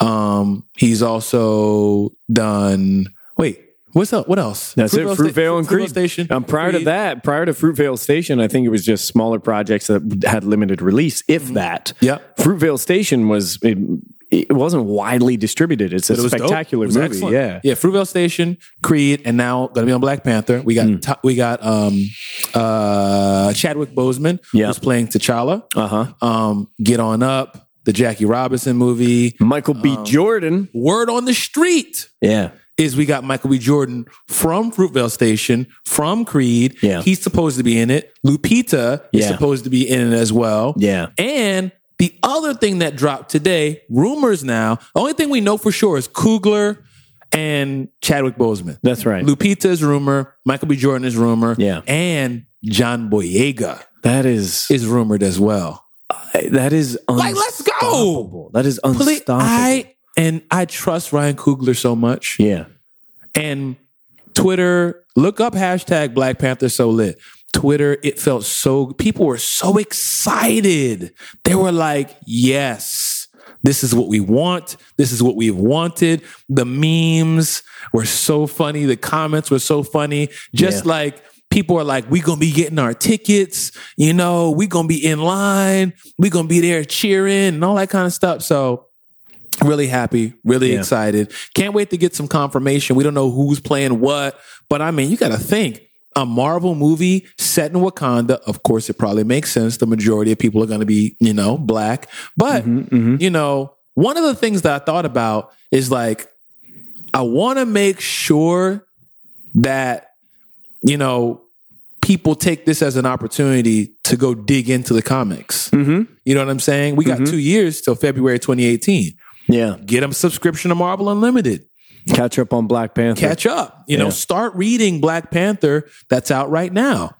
[SPEAKER 1] Um, he's also done. Wait, what's up? What else?
[SPEAKER 2] That's it.
[SPEAKER 1] Sta-
[SPEAKER 2] Fruitvale and Creed
[SPEAKER 1] Station.
[SPEAKER 2] Um, prior to
[SPEAKER 1] Creed.
[SPEAKER 2] that, prior to Fruitvale Station, I think it was just smaller projects that had limited release, if
[SPEAKER 1] Mm-hmm.
[SPEAKER 2] that.
[SPEAKER 1] Yep.
[SPEAKER 2] Fruitvale Station was it, it wasn't widely distributed. It's a
[SPEAKER 1] But it was dope.
[SPEAKER 2] spectacular
[SPEAKER 1] It was
[SPEAKER 2] movie.
[SPEAKER 1] excellent.
[SPEAKER 2] Yeah.
[SPEAKER 1] yeah. Fruitvale Station, Creed, and now gonna be on Black Panther. We got
[SPEAKER 2] Hmm.
[SPEAKER 1] Ta- we got um uh Chadwick Boseman
[SPEAKER 2] Yeah.
[SPEAKER 1] who's playing T'Challa.
[SPEAKER 2] Uh huh.
[SPEAKER 1] Um, Get on up, the Jackie Robinson movie.
[SPEAKER 2] Michael B.
[SPEAKER 1] Um,
[SPEAKER 2] Jordan.
[SPEAKER 1] Word on the street
[SPEAKER 2] Yeah.
[SPEAKER 1] is we got Michael B. Jordan from Fruitvale Station, from Creed.
[SPEAKER 2] Yeah.
[SPEAKER 1] He's supposed to be in it. Lupita is
[SPEAKER 2] Yeah.
[SPEAKER 1] supposed to be in it as well.
[SPEAKER 2] Yeah.
[SPEAKER 1] And the other thing that dropped today, rumors now, the only thing we know for sure is Kugler and Chadwick Boseman.
[SPEAKER 2] That's right.
[SPEAKER 1] Lupita is rumor, Michael B. Jordan is rumor,
[SPEAKER 2] Yeah.
[SPEAKER 1] and John Boyega
[SPEAKER 2] That is
[SPEAKER 1] is rumored as well.
[SPEAKER 2] that is
[SPEAKER 1] Like, let's go!
[SPEAKER 2] unstoppable. That is
[SPEAKER 1] Please,
[SPEAKER 2] unstoppable.
[SPEAKER 1] I and I trust Ryan Kugler so much.
[SPEAKER 2] yeah.
[SPEAKER 1] and Twitter, look up hashtag Black Panther so lit. Twitter, it felt so, people were so excited. They were like, yes, this is what we want. This is what we've wanted. The memes were so funny. The comments were so funny. Just
[SPEAKER 2] Yeah.
[SPEAKER 1] like people are like, we going to be getting our tickets. You know, we going to be in line. we going to be there cheering and all that kind of stuff. So Really happy, really
[SPEAKER 2] Yeah.
[SPEAKER 1] excited. Can't wait to get some confirmation. We don't know who's playing what, but I mean, you got to think a Marvel movie set in Wakanda. Of course, it probably makes sense. The majority of people are going to be, you know, black. But,
[SPEAKER 2] Mm-hmm,
[SPEAKER 1] you know, one of the things that I thought about is like, I want to make sure that, you know, people take this as an opportunity to go dig into the comics.
[SPEAKER 2] Mm-hmm.
[SPEAKER 1] You know what I'm saying? We got two years till February 2018
[SPEAKER 2] Yeah.
[SPEAKER 1] get a subscription to Marvel Unlimited.
[SPEAKER 2] Catch up on Black Panther.
[SPEAKER 1] Catch up. You know,
[SPEAKER 2] Yeah.
[SPEAKER 1] start reading Black Panther that's out right now.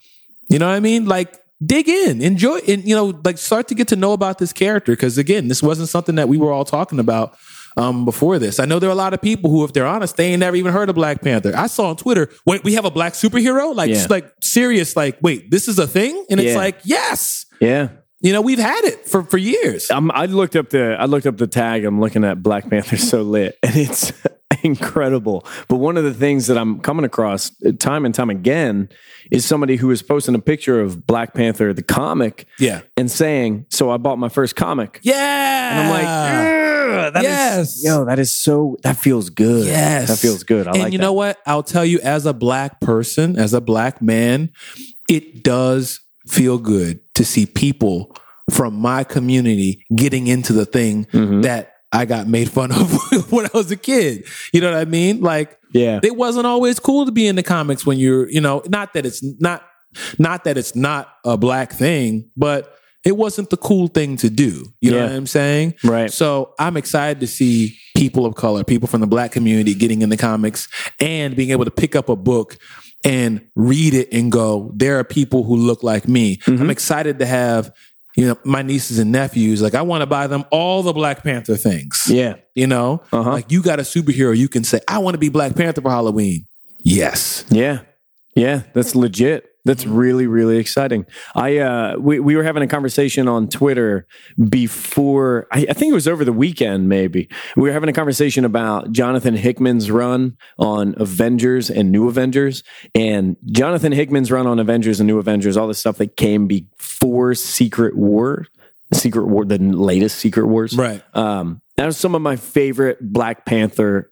[SPEAKER 1] You know what I mean? Like dig in, enjoy and you know, like start to get to know about this character cuz again, this wasn't something that we were all talking about um, before this. I know there are a lot of people who if they're honest, they ain't never even heard of Black Panther. I saw on Twitter, "Wait, we have a black superhero?" Like
[SPEAKER 2] Yeah.
[SPEAKER 1] like serious like, "Wait, this is a thing?" And it's
[SPEAKER 2] Yeah.
[SPEAKER 1] like, "Yes."
[SPEAKER 2] Yeah.
[SPEAKER 1] You know, we've had it for for years.
[SPEAKER 2] I'm, I looked up the I looked up the tag. I'm looking at Black Panther so lit, and it's <laughs> incredible. But one of the things that I'm coming across uh, time and time again is somebody who is posting a picture of Black Panther the comic,
[SPEAKER 1] Yeah.
[SPEAKER 2] and saying, "So I bought my first comic."
[SPEAKER 1] Yeah.
[SPEAKER 2] And I'm like, "Ugh, that is-
[SPEAKER 1] Yes.
[SPEAKER 2] yo, that is so. That feels good.
[SPEAKER 1] Yes.
[SPEAKER 2] that feels good. I
[SPEAKER 1] and
[SPEAKER 2] like
[SPEAKER 1] you
[SPEAKER 2] that.
[SPEAKER 1] know what? I'll tell you, as a black person, as a black man, it does feel good to see people from my community getting into the thing
[SPEAKER 2] Mm-hmm.
[SPEAKER 1] that I got made fun of <laughs> when I was a kid. You know what I mean? Like,
[SPEAKER 2] Yeah.
[SPEAKER 1] it wasn't always cool to be in the comics when you're, you know, not that it's not, not that it's not a black thing, but it wasn't the cool thing to do. You know
[SPEAKER 2] Yeah.
[SPEAKER 1] what I'm saying?
[SPEAKER 2] Right.
[SPEAKER 1] So I'm excited to see people of color, people from the black community getting in the comics and being able to pick up a book and read it and go, there are people who look like me.
[SPEAKER 2] Mm-hmm.
[SPEAKER 1] I'm excited to have, you know, my nieces and nephews. Like I want to buy them all the Black Panther things.
[SPEAKER 2] Yeah,
[SPEAKER 1] You know?
[SPEAKER 2] Uh-huh.
[SPEAKER 1] Like you got a superhero, you can say, I want to be Black Panther for Halloween. Yes.
[SPEAKER 2] Yeah. Yeah. That's legit. That's really, really exciting. I uh we, we were having a conversation on Twitter before I, I think it was over the weekend, maybe. We were having a conversation about Jonathan Hickman's run on Avengers and New Avengers. And Jonathan Hickman's run on Avengers and New Avengers, all the stuff that came before Secret War. Secret War, the latest Secret Wars.
[SPEAKER 1] Right.
[SPEAKER 2] Um, that was some of my favorite Black Panther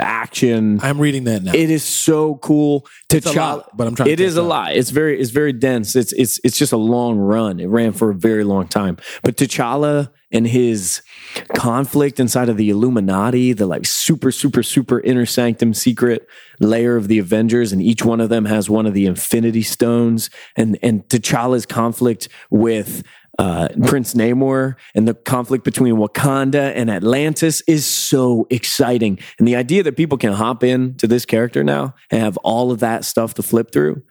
[SPEAKER 2] action.
[SPEAKER 1] I'm reading that now.
[SPEAKER 2] It is so cool.
[SPEAKER 1] It's a
[SPEAKER 2] T'Challa,
[SPEAKER 1] lot, but I'm trying to
[SPEAKER 2] It
[SPEAKER 1] catch
[SPEAKER 2] is a
[SPEAKER 1] up.
[SPEAKER 2] lot. It's very, it's very dense. It's, it's, it's just a long run. It ran for a very long time. But T'Challa and his conflict inside of the Illuminati, the like super, super, super inner sanctum secret layer of the Avengers, and each one of them has one of the Infinity Stones, and and T'Challa's conflict with. Uh, Prince Namor and the conflict between Wakanda and Atlantis is so exciting. And the idea that people can hop in to this character now and have all of that stuff to flip through,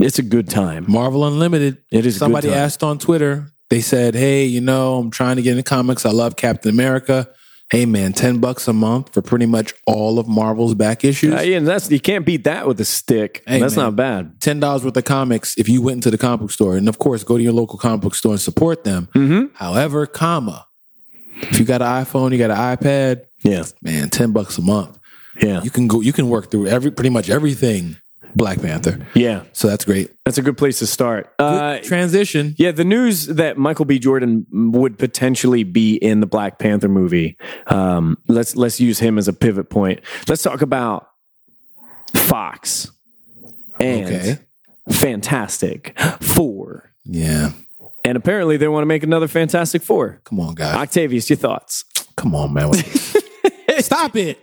[SPEAKER 2] it's a good time.
[SPEAKER 1] Marvel Unlimited.
[SPEAKER 2] It is a good
[SPEAKER 1] Somebody
[SPEAKER 2] time.
[SPEAKER 1] asked on Twitter. They said, "Hey, you know, I'm trying to get into comics. I love Captain America. Hey, man, ten bucks a month for pretty much all of Marvel's back issues.
[SPEAKER 2] Uh, yeah, and that's you can't beat that with a stick.
[SPEAKER 1] Hey,
[SPEAKER 2] that's
[SPEAKER 1] man.
[SPEAKER 2] not bad.
[SPEAKER 1] ten dollars worth of comics if you went into the comic book store. And of course, go to your local comic book store and support them.
[SPEAKER 2] Mm-hmm.
[SPEAKER 1] However, comma, if you got an iPhone, you got an iPad,
[SPEAKER 2] Yeah,
[SPEAKER 1] man, ten bucks a month.
[SPEAKER 2] yeah,
[SPEAKER 1] You can go. You can work through every pretty much everything Black Panther.
[SPEAKER 2] yeah.
[SPEAKER 1] So that's great.
[SPEAKER 2] That's a good place to start. Uh,
[SPEAKER 1] Transition.
[SPEAKER 2] Yeah, the news that Michael B. Jordan would potentially be in the Black Panther movie. Um, let's let's use him as a pivot point. Let's talk about Fox and
[SPEAKER 1] Okay.
[SPEAKER 2] Fantastic Four.
[SPEAKER 1] Yeah.
[SPEAKER 2] And apparently, they want to make another Fantastic Four.
[SPEAKER 1] Come on, guys.
[SPEAKER 2] Octavius, your thoughts?
[SPEAKER 1] Come on,
[SPEAKER 2] <laughs>
[SPEAKER 1] man. Stop it.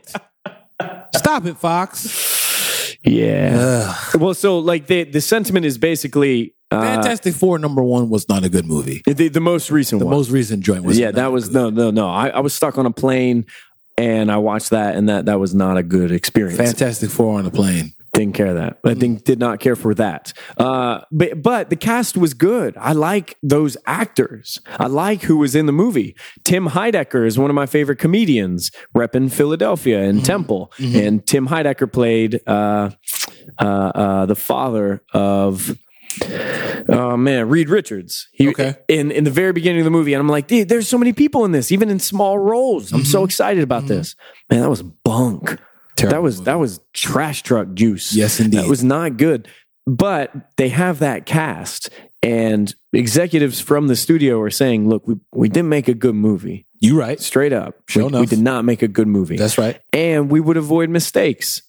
[SPEAKER 1] Stop it, Fox.
[SPEAKER 2] Yeah. Well, so like the the sentiment is basically uh,
[SPEAKER 1] Fantastic Four number one was not a good movie.
[SPEAKER 2] the the most recent one.
[SPEAKER 1] Most recent joint was
[SPEAKER 2] yeah, that was no, no, no. I, I was stuck on a plane and I watched that, and that that was not a good experience.
[SPEAKER 1] Fantastic Four on a plane.
[SPEAKER 2] Didn't care that. I think did not care for that. Uh, but but the cast was good. I like those actors. I like who was in the movie. Tim Heidecker is one of my favorite comedians, repping Philadelphia and Temple. And Tim Heidecker played uh, uh, uh, the father of Oh man, Reed Richards. He,
[SPEAKER 1] Okay.
[SPEAKER 2] In in the very beginning of the movie, and I'm like, dude, there's so many people in this, even in small roles. I'm so excited about this. Man, that was bunk.
[SPEAKER 1] Terrible
[SPEAKER 2] that was
[SPEAKER 1] movie.
[SPEAKER 2] that was trash truck juice.
[SPEAKER 1] Yes, indeed.
[SPEAKER 2] That was not good. But they have that cast, and executives from the studio are saying, look, we, we didn't make a good movie.
[SPEAKER 1] You right.
[SPEAKER 2] Straight up.
[SPEAKER 1] Sure
[SPEAKER 2] we,
[SPEAKER 1] enough.
[SPEAKER 2] we did not make a good movie.
[SPEAKER 1] That's right.
[SPEAKER 2] and we would avoid mistakes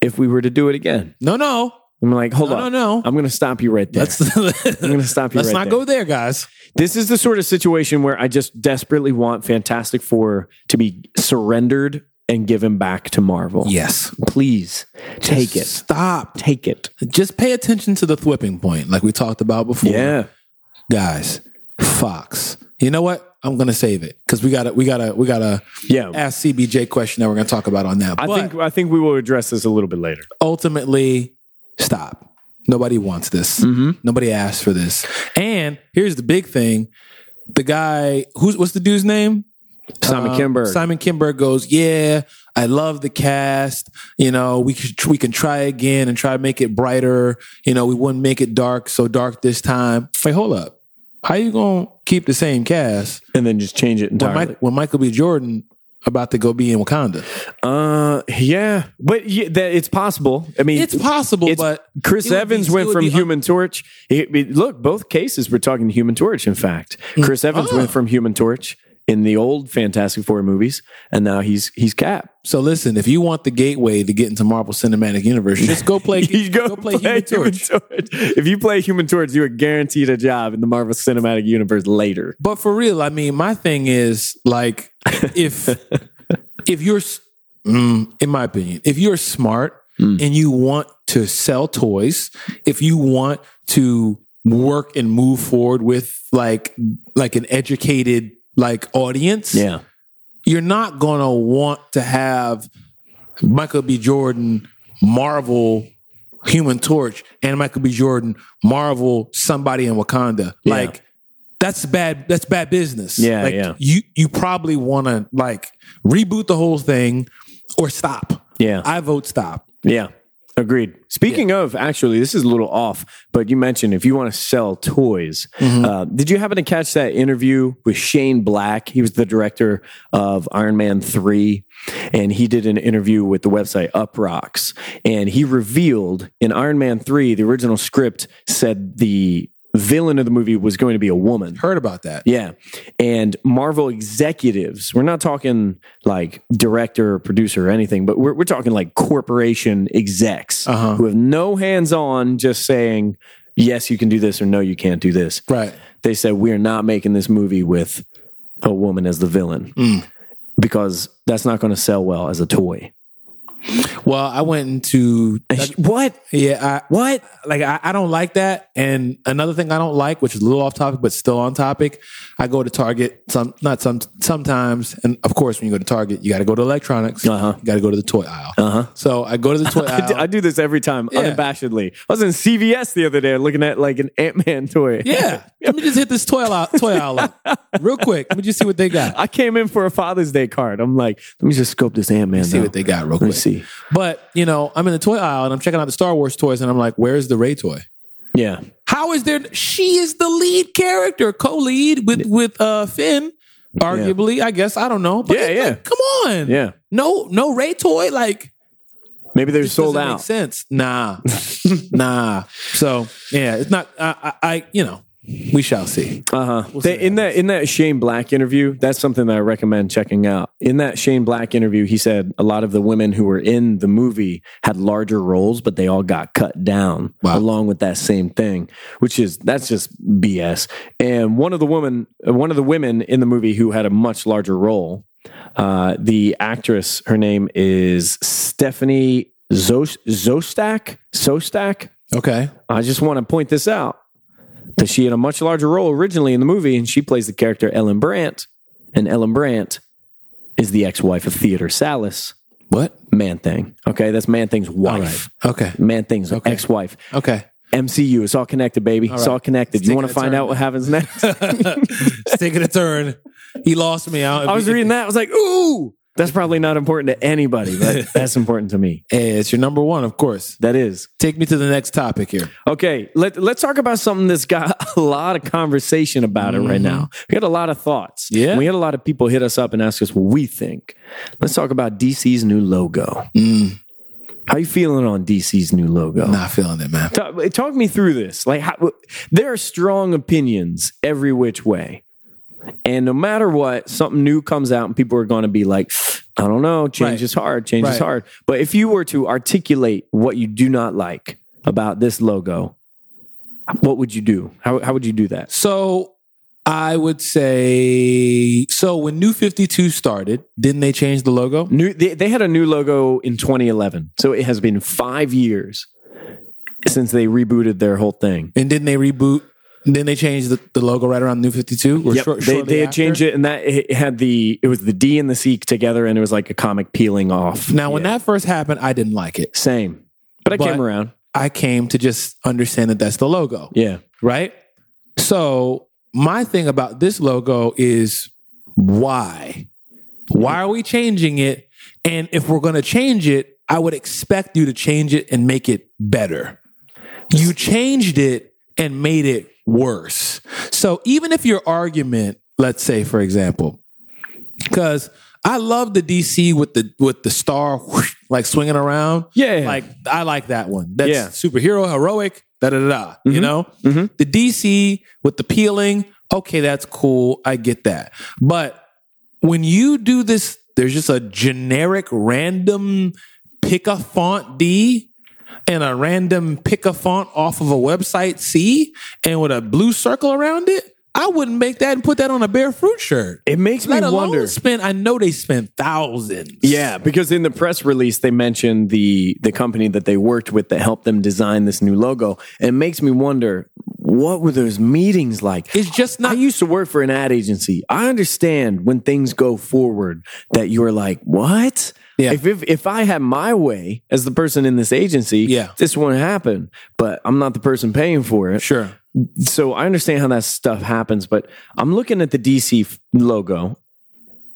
[SPEAKER 2] if we were to do it again.
[SPEAKER 1] No, no.
[SPEAKER 2] I'm like, hold
[SPEAKER 1] No,
[SPEAKER 2] on.
[SPEAKER 1] no, no.
[SPEAKER 2] I'm gonna stop you right there.
[SPEAKER 1] Let's <laughs> I'm
[SPEAKER 2] gonna stop you
[SPEAKER 1] Let's
[SPEAKER 2] right
[SPEAKER 1] not
[SPEAKER 2] there.
[SPEAKER 1] go there, guys.
[SPEAKER 2] This is the sort of situation where I just desperately want Fantastic Four to be surrendered and given back to Marvel.
[SPEAKER 1] Yes.
[SPEAKER 2] Please take it.
[SPEAKER 1] Stop.
[SPEAKER 2] Take it.
[SPEAKER 1] Just pay attention to the flipping point, like we talked about before.
[SPEAKER 2] Yeah.
[SPEAKER 1] Guys, Fox. You know what? I'm gonna save it. Because we gotta we gotta we gotta
[SPEAKER 2] Yeah.
[SPEAKER 1] ask CBJ question that we're gonna talk about on that.
[SPEAKER 2] I
[SPEAKER 1] But-
[SPEAKER 2] think I think we will address this a little bit later.
[SPEAKER 1] ultimately stop. Nobody wants this.
[SPEAKER 2] Mm-hmm.
[SPEAKER 1] Nobody asked for this. And here's the big thing: the guy who's what's the dude's name?
[SPEAKER 2] Simon
[SPEAKER 1] Um,
[SPEAKER 2] Kimber.
[SPEAKER 1] Simon Kimber goes, "Yeah, I love the cast. You know, we could, we can try again and try to make it brighter. You know, we wouldn't make it dark so dark this time. Wait, hold up. How you gonna keep the same cast
[SPEAKER 2] and then just change
[SPEAKER 1] when,
[SPEAKER 2] it entirely.
[SPEAKER 1] Mike, when Michael B. Jordan about to go be in Wakanda?
[SPEAKER 2] uh yeah. But yeah, that it's possible. I mean
[SPEAKER 1] It's possible,
[SPEAKER 2] it's-
[SPEAKER 1] but
[SPEAKER 2] Chris
[SPEAKER 1] it would be-
[SPEAKER 2] Evans
[SPEAKER 1] it
[SPEAKER 2] went
[SPEAKER 1] would
[SPEAKER 2] from
[SPEAKER 1] be un-
[SPEAKER 2] Human Torch. It- it- look, both cases we're talking Human Torch. In fact,
[SPEAKER 1] Mm.
[SPEAKER 2] Chris Evans went
[SPEAKER 1] Oh.
[SPEAKER 2] from Human Torch in the old Fantastic Four movies, and now he's he's Cap.
[SPEAKER 1] <laughs> So listen, if you want the gateway to get into Marvel Cinematic Universe, just go
[SPEAKER 2] <laughs>
[SPEAKER 1] play
[SPEAKER 2] You go, play, Human, Torch. If you play Human Torch, you are guaranteed a job in the Marvel Cinematic Universe later.
[SPEAKER 1] But for real, I mean, my thing is like if
[SPEAKER 2] <laughs>
[SPEAKER 1] if you're s- mm, in my opinion, if you're smart
[SPEAKER 2] Hmm.
[SPEAKER 1] and you want to sell toys, if you want to work and move forward with like like an educated like audience,
[SPEAKER 2] Yeah,
[SPEAKER 1] you're not going to want to have Michael B. Jordan, Marvel, Human Torch, and Michael B. Jordan, Marvel, somebody in Wakanda.
[SPEAKER 2] Yeah.
[SPEAKER 1] Like that's bad. That's bad business.
[SPEAKER 2] Yeah,
[SPEAKER 1] like,
[SPEAKER 2] yeah.
[SPEAKER 1] You you probably want to like reboot the whole thing or stop.
[SPEAKER 2] yeah,
[SPEAKER 1] I vote stop.
[SPEAKER 2] yeah. Agreed. Speaking of, actually, this is a little off, but you mentioned if you want to sell toys, uh, did you happen to catch that interview with Shane Black? He was the director of Iron Man 3, and he did an interview with the website UpRocks. And he revealed in Iron Man 3, the original script said the villain of the movie was going to be a woman.
[SPEAKER 1] Heard about that.
[SPEAKER 2] Yeah. And Marvel executives, we're not talking like director or producer or anything, but we're, we're talking like corporation execs
[SPEAKER 1] Uh-huh.
[SPEAKER 2] who have no hands on, just saying, yes, you can do this or no, you can't do this.
[SPEAKER 1] Right.
[SPEAKER 2] They said, we're not making this movie with a woman as the villain because that's not going to sell well as a toy.
[SPEAKER 1] Well, I went into
[SPEAKER 2] And she- what?
[SPEAKER 1] yeah, I
[SPEAKER 2] What?
[SPEAKER 1] like I, I don't like that. And another thing I don't like, which is a little off topic but still on topic, I go to Target some not some sometimes, and of course when you go to Target, you got to go to electronics,
[SPEAKER 2] Uh-huh.
[SPEAKER 1] you got to go to the toy aisle. Uh-huh. So I go to the toy
[SPEAKER 2] <laughs> <laughs> I do,
[SPEAKER 1] aisle.
[SPEAKER 2] I do this every time,
[SPEAKER 1] Yeah.
[SPEAKER 2] unabashedly. I was in CVS the other day looking at like an Ant Man toy. <laughs>
[SPEAKER 1] yeah, let me just hit this toy aisle, toy aisle up real quick. Let me just see what they got.
[SPEAKER 2] I came in for a Father's Day card. I'm like, let me just scope this Ant Man.
[SPEAKER 1] see what they got real
[SPEAKER 2] Let me
[SPEAKER 1] quick.
[SPEAKER 2] see.
[SPEAKER 1] But you know, I'm in the toy aisle and I'm checking out the Star Wars toys, and I'm like, "Where's the Ray toy?
[SPEAKER 2] Yeah,
[SPEAKER 1] How is there? She is the lead character, co-lead with with uh Finn, arguably. I guess I don't know. But
[SPEAKER 2] Yeah,
[SPEAKER 1] it's
[SPEAKER 2] yeah.
[SPEAKER 1] like, come on.
[SPEAKER 2] yeah.
[SPEAKER 1] No, no Ray toy. Like
[SPEAKER 2] Maybe they're
[SPEAKER 1] this
[SPEAKER 2] sold
[SPEAKER 1] doesn't
[SPEAKER 2] out.
[SPEAKER 1] Make sense.
[SPEAKER 2] <laughs>
[SPEAKER 1] Nah, nah. So yeah, it's not. I, I, I you know, we shall see.
[SPEAKER 2] Uh huh. in that in that Shane Black interview, that's something that I recommend checking out. In that Shane Black interview, he said a lot of the women who were in the movie had larger roles, but they all got cut down
[SPEAKER 1] Wow.
[SPEAKER 2] along with that same thing, which is that's just BS. And one of the woman, one of the women in the movie who had a much larger role, uh, the actress, her name is Stephanie Zos- Zostak. Zostak.
[SPEAKER 1] Okay.
[SPEAKER 2] I just want to point this out that she had a much larger role originally in the movie, and she plays the character Ellen Brandt, and Ellen Brandt is the ex-wife of Theodore Salas,
[SPEAKER 1] What?
[SPEAKER 2] Man Thing. Okay, that's Man Thing's
[SPEAKER 1] All
[SPEAKER 2] wife.
[SPEAKER 1] right. Okay.
[SPEAKER 2] Man Thing's ex-wife. <laughs>
[SPEAKER 1] Okay.
[SPEAKER 2] MCU, it's all connected, baby. It's all connected. you
[SPEAKER 1] taking
[SPEAKER 2] want
[SPEAKER 1] a
[SPEAKER 2] to find
[SPEAKER 1] turn.
[SPEAKER 2] out what
[SPEAKER 1] <laughs>
[SPEAKER 2] happens next?
[SPEAKER 1] it's taking a turn. He lost me out.
[SPEAKER 2] I was reading that. I was like, ooh, that's probably not important to anybody, but
[SPEAKER 1] <laughs>
[SPEAKER 2] that's important to me.
[SPEAKER 1] Hey, it's your number one, of course.
[SPEAKER 2] That is.
[SPEAKER 1] Take me to the next topic here.
[SPEAKER 2] Okay, let, let's talk about something that's got <laughs> a lot of conversation about it right now. We had a lot of thoughts.
[SPEAKER 1] Yeah.
[SPEAKER 2] We had a lot of people hit us up and ask us what we think. Let's talk about DC's new logo. How you feeling on DC's new logo?
[SPEAKER 1] Not feeling it, man.
[SPEAKER 2] Talk, talk me through this. Like, how, there are strong opinions every which way. And no matter what, something new comes out and people are going to be like, I don't know, change
[SPEAKER 1] Right.
[SPEAKER 2] is hard, change
[SPEAKER 1] Right.
[SPEAKER 2] is hard. But if you were to articulate what you do not like about this logo, what would you do? How, how would you do that?
[SPEAKER 1] So I would say so when New 52 started, didn't they change the logo?
[SPEAKER 2] New, they, they had a new logo in 2011. So it has been five years since they rebooted their whole thing.
[SPEAKER 1] And didn't they reboot? And then they changed the, the logo right around New 52 or
[SPEAKER 2] Yep.
[SPEAKER 1] short,
[SPEAKER 2] they, they had changed it, and that it had the it was the D and the C together, and it was like a comic peeling off.
[SPEAKER 1] Now, when that first happened, I didn't like it.
[SPEAKER 2] Same, but I
[SPEAKER 1] But-
[SPEAKER 2] came around.
[SPEAKER 1] I came to just understand that that's the logo,
[SPEAKER 2] Yeah,
[SPEAKER 1] right? So, my thing about this logo is why? Why are we changing it? And if we're going to change it, I would expect you to change it and make it better. You changed it and made it worse. So even if your argument, let's say for example, because I love the DC with the with the star whoosh, like swinging around.
[SPEAKER 2] Yeah.
[SPEAKER 1] like I like that one. That's
[SPEAKER 2] Yeah.
[SPEAKER 1] superhero heroic. Da da da da. You know
[SPEAKER 2] Mhm.
[SPEAKER 1] the DC with the peeling. Okay, that's cool. I get that. But when you do this, there's just a generic random pick a font D and a random pick a font off of a website C and with a blue circle around it. I wouldn't make that and put that on a bare fruit shirt.
[SPEAKER 2] it makes me
[SPEAKER 1] Let alone
[SPEAKER 2] wonder.
[SPEAKER 1] spend. I know they spend thousands.
[SPEAKER 2] Yeah, because in the press release they mentioned the the company that they worked with that helped them design this new logo, and it makes me wonder what were those meetings like?
[SPEAKER 1] it's just
[SPEAKER 2] I
[SPEAKER 1] not.
[SPEAKER 2] used to work for an ad agency. I understand when things go forward that you are like, what?
[SPEAKER 1] Yeah.
[SPEAKER 2] If, if if I had my way as the person in this agency,
[SPEAKER 1] Yeah.
[SPEAKER 2] this wouldn't happen. But I'm not the person paying for it.
[SPEAKER 1] sure.
[SPEAKER 2] So I understand how that stuff happens, but I'm looking at the DC f- logo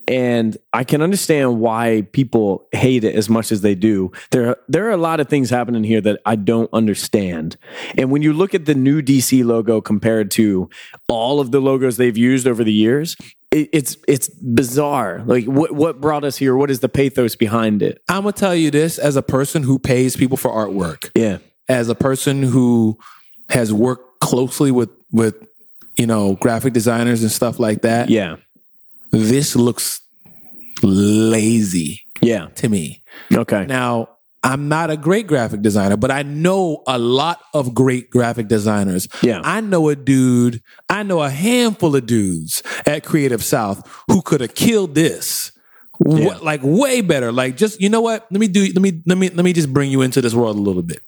[SPEAKER 2] and I can understand why people hate it as much as they do. There, there are a lot of things happening here that I don't understand. And when you look at the new DC logo compared to all of the logos they've used over the years, it, it's it's bizarre. Like what what brought us here? What is the pathos behind it?
[SPEAKER 1] I'm gonna tell you this as a person who pays people for artwork.
[SPEAKER 2] Yeah,
[SPEAKER 1] as a person who has worked closely with with you know graphic designers and stuff like that.
[SPEAKER 2] Yeah.
[SPEAKER 1] This looks lazy
[SPEAKER 2] Yeah.
[SPEAKER 1] to me.
[SPEAKER 2] Okay.
[SPEAKER 1] Now, I'm not a great graphic designer, but I know a lot of great graphic designers.
[SPEAKER 2] Yeah.
[SPEAKER 1] I know a dude, I know a handful of dudes at Creative South who could have killed this. Wh-
[SPEAKER 2] Yeah.
[SPEAKER 1] like way better. Like just you know what? Let me do let me let me let me just bring you into this world a little bit.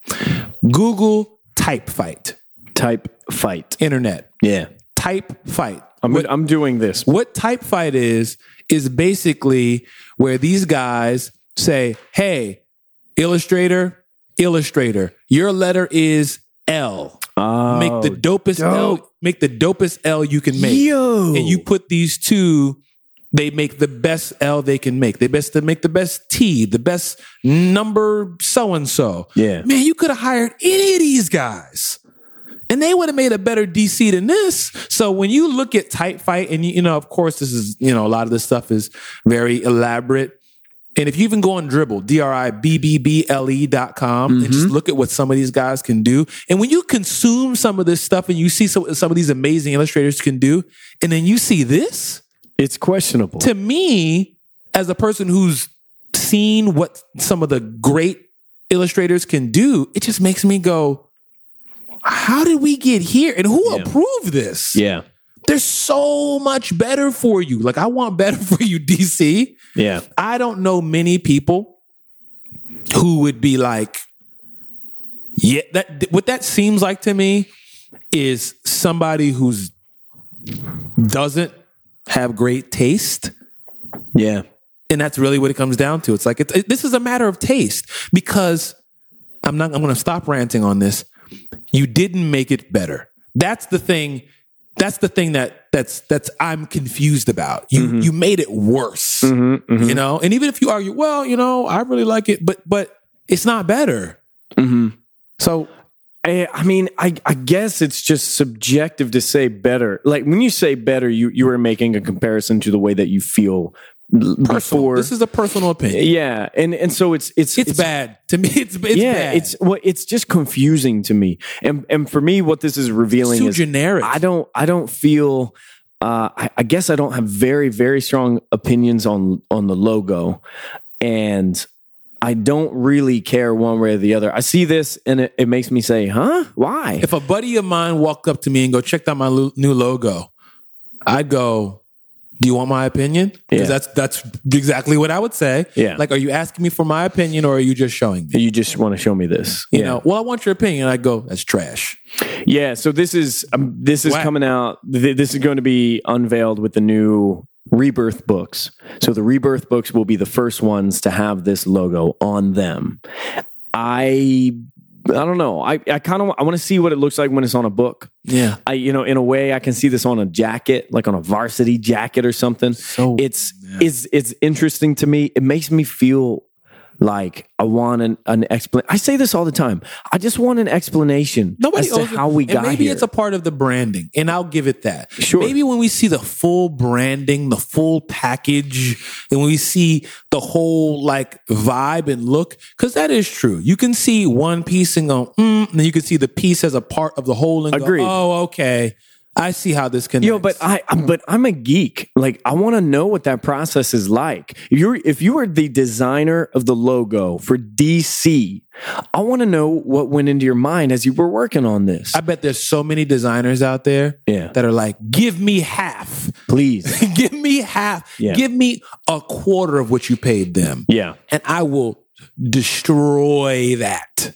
[SPEAKER 1] Google type fight.
[SPEAKER 2] Type fight.
[SPEAKER 1] Internet.
[SPEAKER 2] Yeah.
[SPEAKER 1] Type fight.
[SPEAKER 2] I'm, I'm doing this.
[SPEAKER 1] What type fight is is basically where these guys say, "Hey, illustrator, illustrator, your letter is L.
[SPEAKER 2] Oh,
[SPEAKER 1] Make the dopest L.
[SPEAKER 2] dope.
[SPEAKER 1] Make the dopest L you can make."
[SPEAKER 2] Yo.
[SPEAKER 1] And you put these two. They make the best L they can make. They best they make the best T, the best number so and so.
[SPEAKER 2] Yeah.
[SPEAKER 1] man, you could have hired any of these guys and they would have made a better DC than this. So when you look at Type Fight, and you, you know, of course, this is you know a lot of this stuff is very elaborate. And if you even go on Dribble, D R I B B B L E dot com, and just look at what some of these guys can do. And when you consume some of this stuff and you see some, some of these amazing illustrators can do, and then you see this,
[SPEAKER 2] it's questionable.
[SPEAKER 1] to me, as a person who's seen what some of the great illustrators can do, it just makes me go, how did we get here? And who
[SPEAKER 2] Yeah.
[SPEAKER 1] approved this?
[SPEAKER 2] yeah.
[SPEAKER 1] There's so much better for you. Like, I want better <laughs> for you, DC.
[SPEAKER 2] Yeah.
[SPEAKER 1] I don't know many people who would be like, yeah, that th- what that seems like to me is somebody who's doesn't have great taste
[SPEAKER 2] Yeah.
[SPEAKER 1] and that's really what it comes down to. It's like it's it, this is a matter of taste because I'm not. I'm going to stop ranting on this. You didn't make it better. That's the thing. That's the thing that that's that's I'm confused about. You
[SPEAKER 2] Mm-hmm.
[SPEAKER 1] you made it worse. You know, and even if you argue, well, you know, I really like it, but but it's not better.
[SPEAKER 2] Mm-hmm.
[SPEAKER 1] So
[SPEAKER 2] Eh, I, I mean, I, I guess it's just subjective to say better. Like when you say better, you you are making a comparison to the way that you feel l-
[SPEAKER 1] personal.
[SPEAKER 2] before.
[SPEAKER 1] this is a personal opinion.
[SPEAKER 2] yeah, and and so it's it's
[SPEAKER 1] It's, bad to me. It's it's
[SPEAKER 2] yeah,
[SPEAKER 1] bad.
[SPEAKER 2] it's well, it's just confusing to me, and and for me, what this is revealing
[SPEAKER 1] too
[SPEAKER 2] is
[SPEAKER 1] generic.
[SPEAKER 2] I don't I don't feel uh, I, I guess I don't have very very strong opinions on on the logo, and I don't really care one way or the other. I see this and it, it makes me say, huh? Why?
[SPEAKER 1] if a buddy of mine walked up to me and go check out my lo- new logo i'd go do you want my opinion
[SPEAKER 2] Yeah.
[SPEAKER 1] because that's that's exactly what i would say
[SPEAKER 2] Yeah.
[SPEAKER 1] like are you asking me for my opinion or are you just showing me
[SPEAKER 2] you just want to show me this,
[SPEAKER 1] you
[SPEAKER 2] yeah.
[SPEAKER 1] know well i want your opinion i'd go that's trash
[SPEAKER 2] Yeah. So this is um, this is
[SPEAKER 1] Wow.
[SPEAKER 2] coming out. Th- this is going to be unveiled with the new Rebirth books. So the Rebirth books will be the first ones to have this logo on them. I I don't know. I I kind of I want to see what it looks like when it's on a book.
[SPEAKER 1] yeah
[SPEAKER 2] I you know in a way I can see this on a jacket, like on a varsity jacket or something.
[SPEAKER 1] so
[SPEAKER 2] It's it's it's interesting to me. It makes me feel like I want an, an explanation. I say this all the time. I just want an explanation
[SPEAKER 1] Nobody
[SPEAKER 2] as to
[SPEAKER 1] owes it-
[SPEAKER 2] how we
[SPEAKER 1] and
[SPEAKER 2] got
[SPEAKER 1] maybe
[SPEAKER 2] here.
[SPEAKER 1] it's a part of the branding, and I'll give it that.
[SPEAKER 2] Sure.
[SPEAKER 1] Maybe when we see the full branding, the full package, and we see the whole like vibe and look, because that is true. You can see one piece and go, mm, and then you can see the piece as a part of the whole and
[SPEAKER 2] Agreed.
[SPEAKER 1] go, oh, okay, I see how this connects.
[SPEAKER 2] Yo, but I I'm- but I'm a geek. Like I want to know what that process is like. If you're if you were the designer of the logo for DC, I want to know what went into your mind as you were working on this.
[SPEAKER 1] I bet there's so many designers out there
[SPEAKER 2] Yeah.
[SPEAKER 1] that are like, give me half, <laughs>
[SPEAKER 2] Please.
[SPEAKER 1] give me half,
[SPEAKER 2] Yeah.
[SPEAKER 1] give me a quarter of what you paid them.
[SPEAKER 2] Yeah.
[SPEAKER 1] and I will destroy that.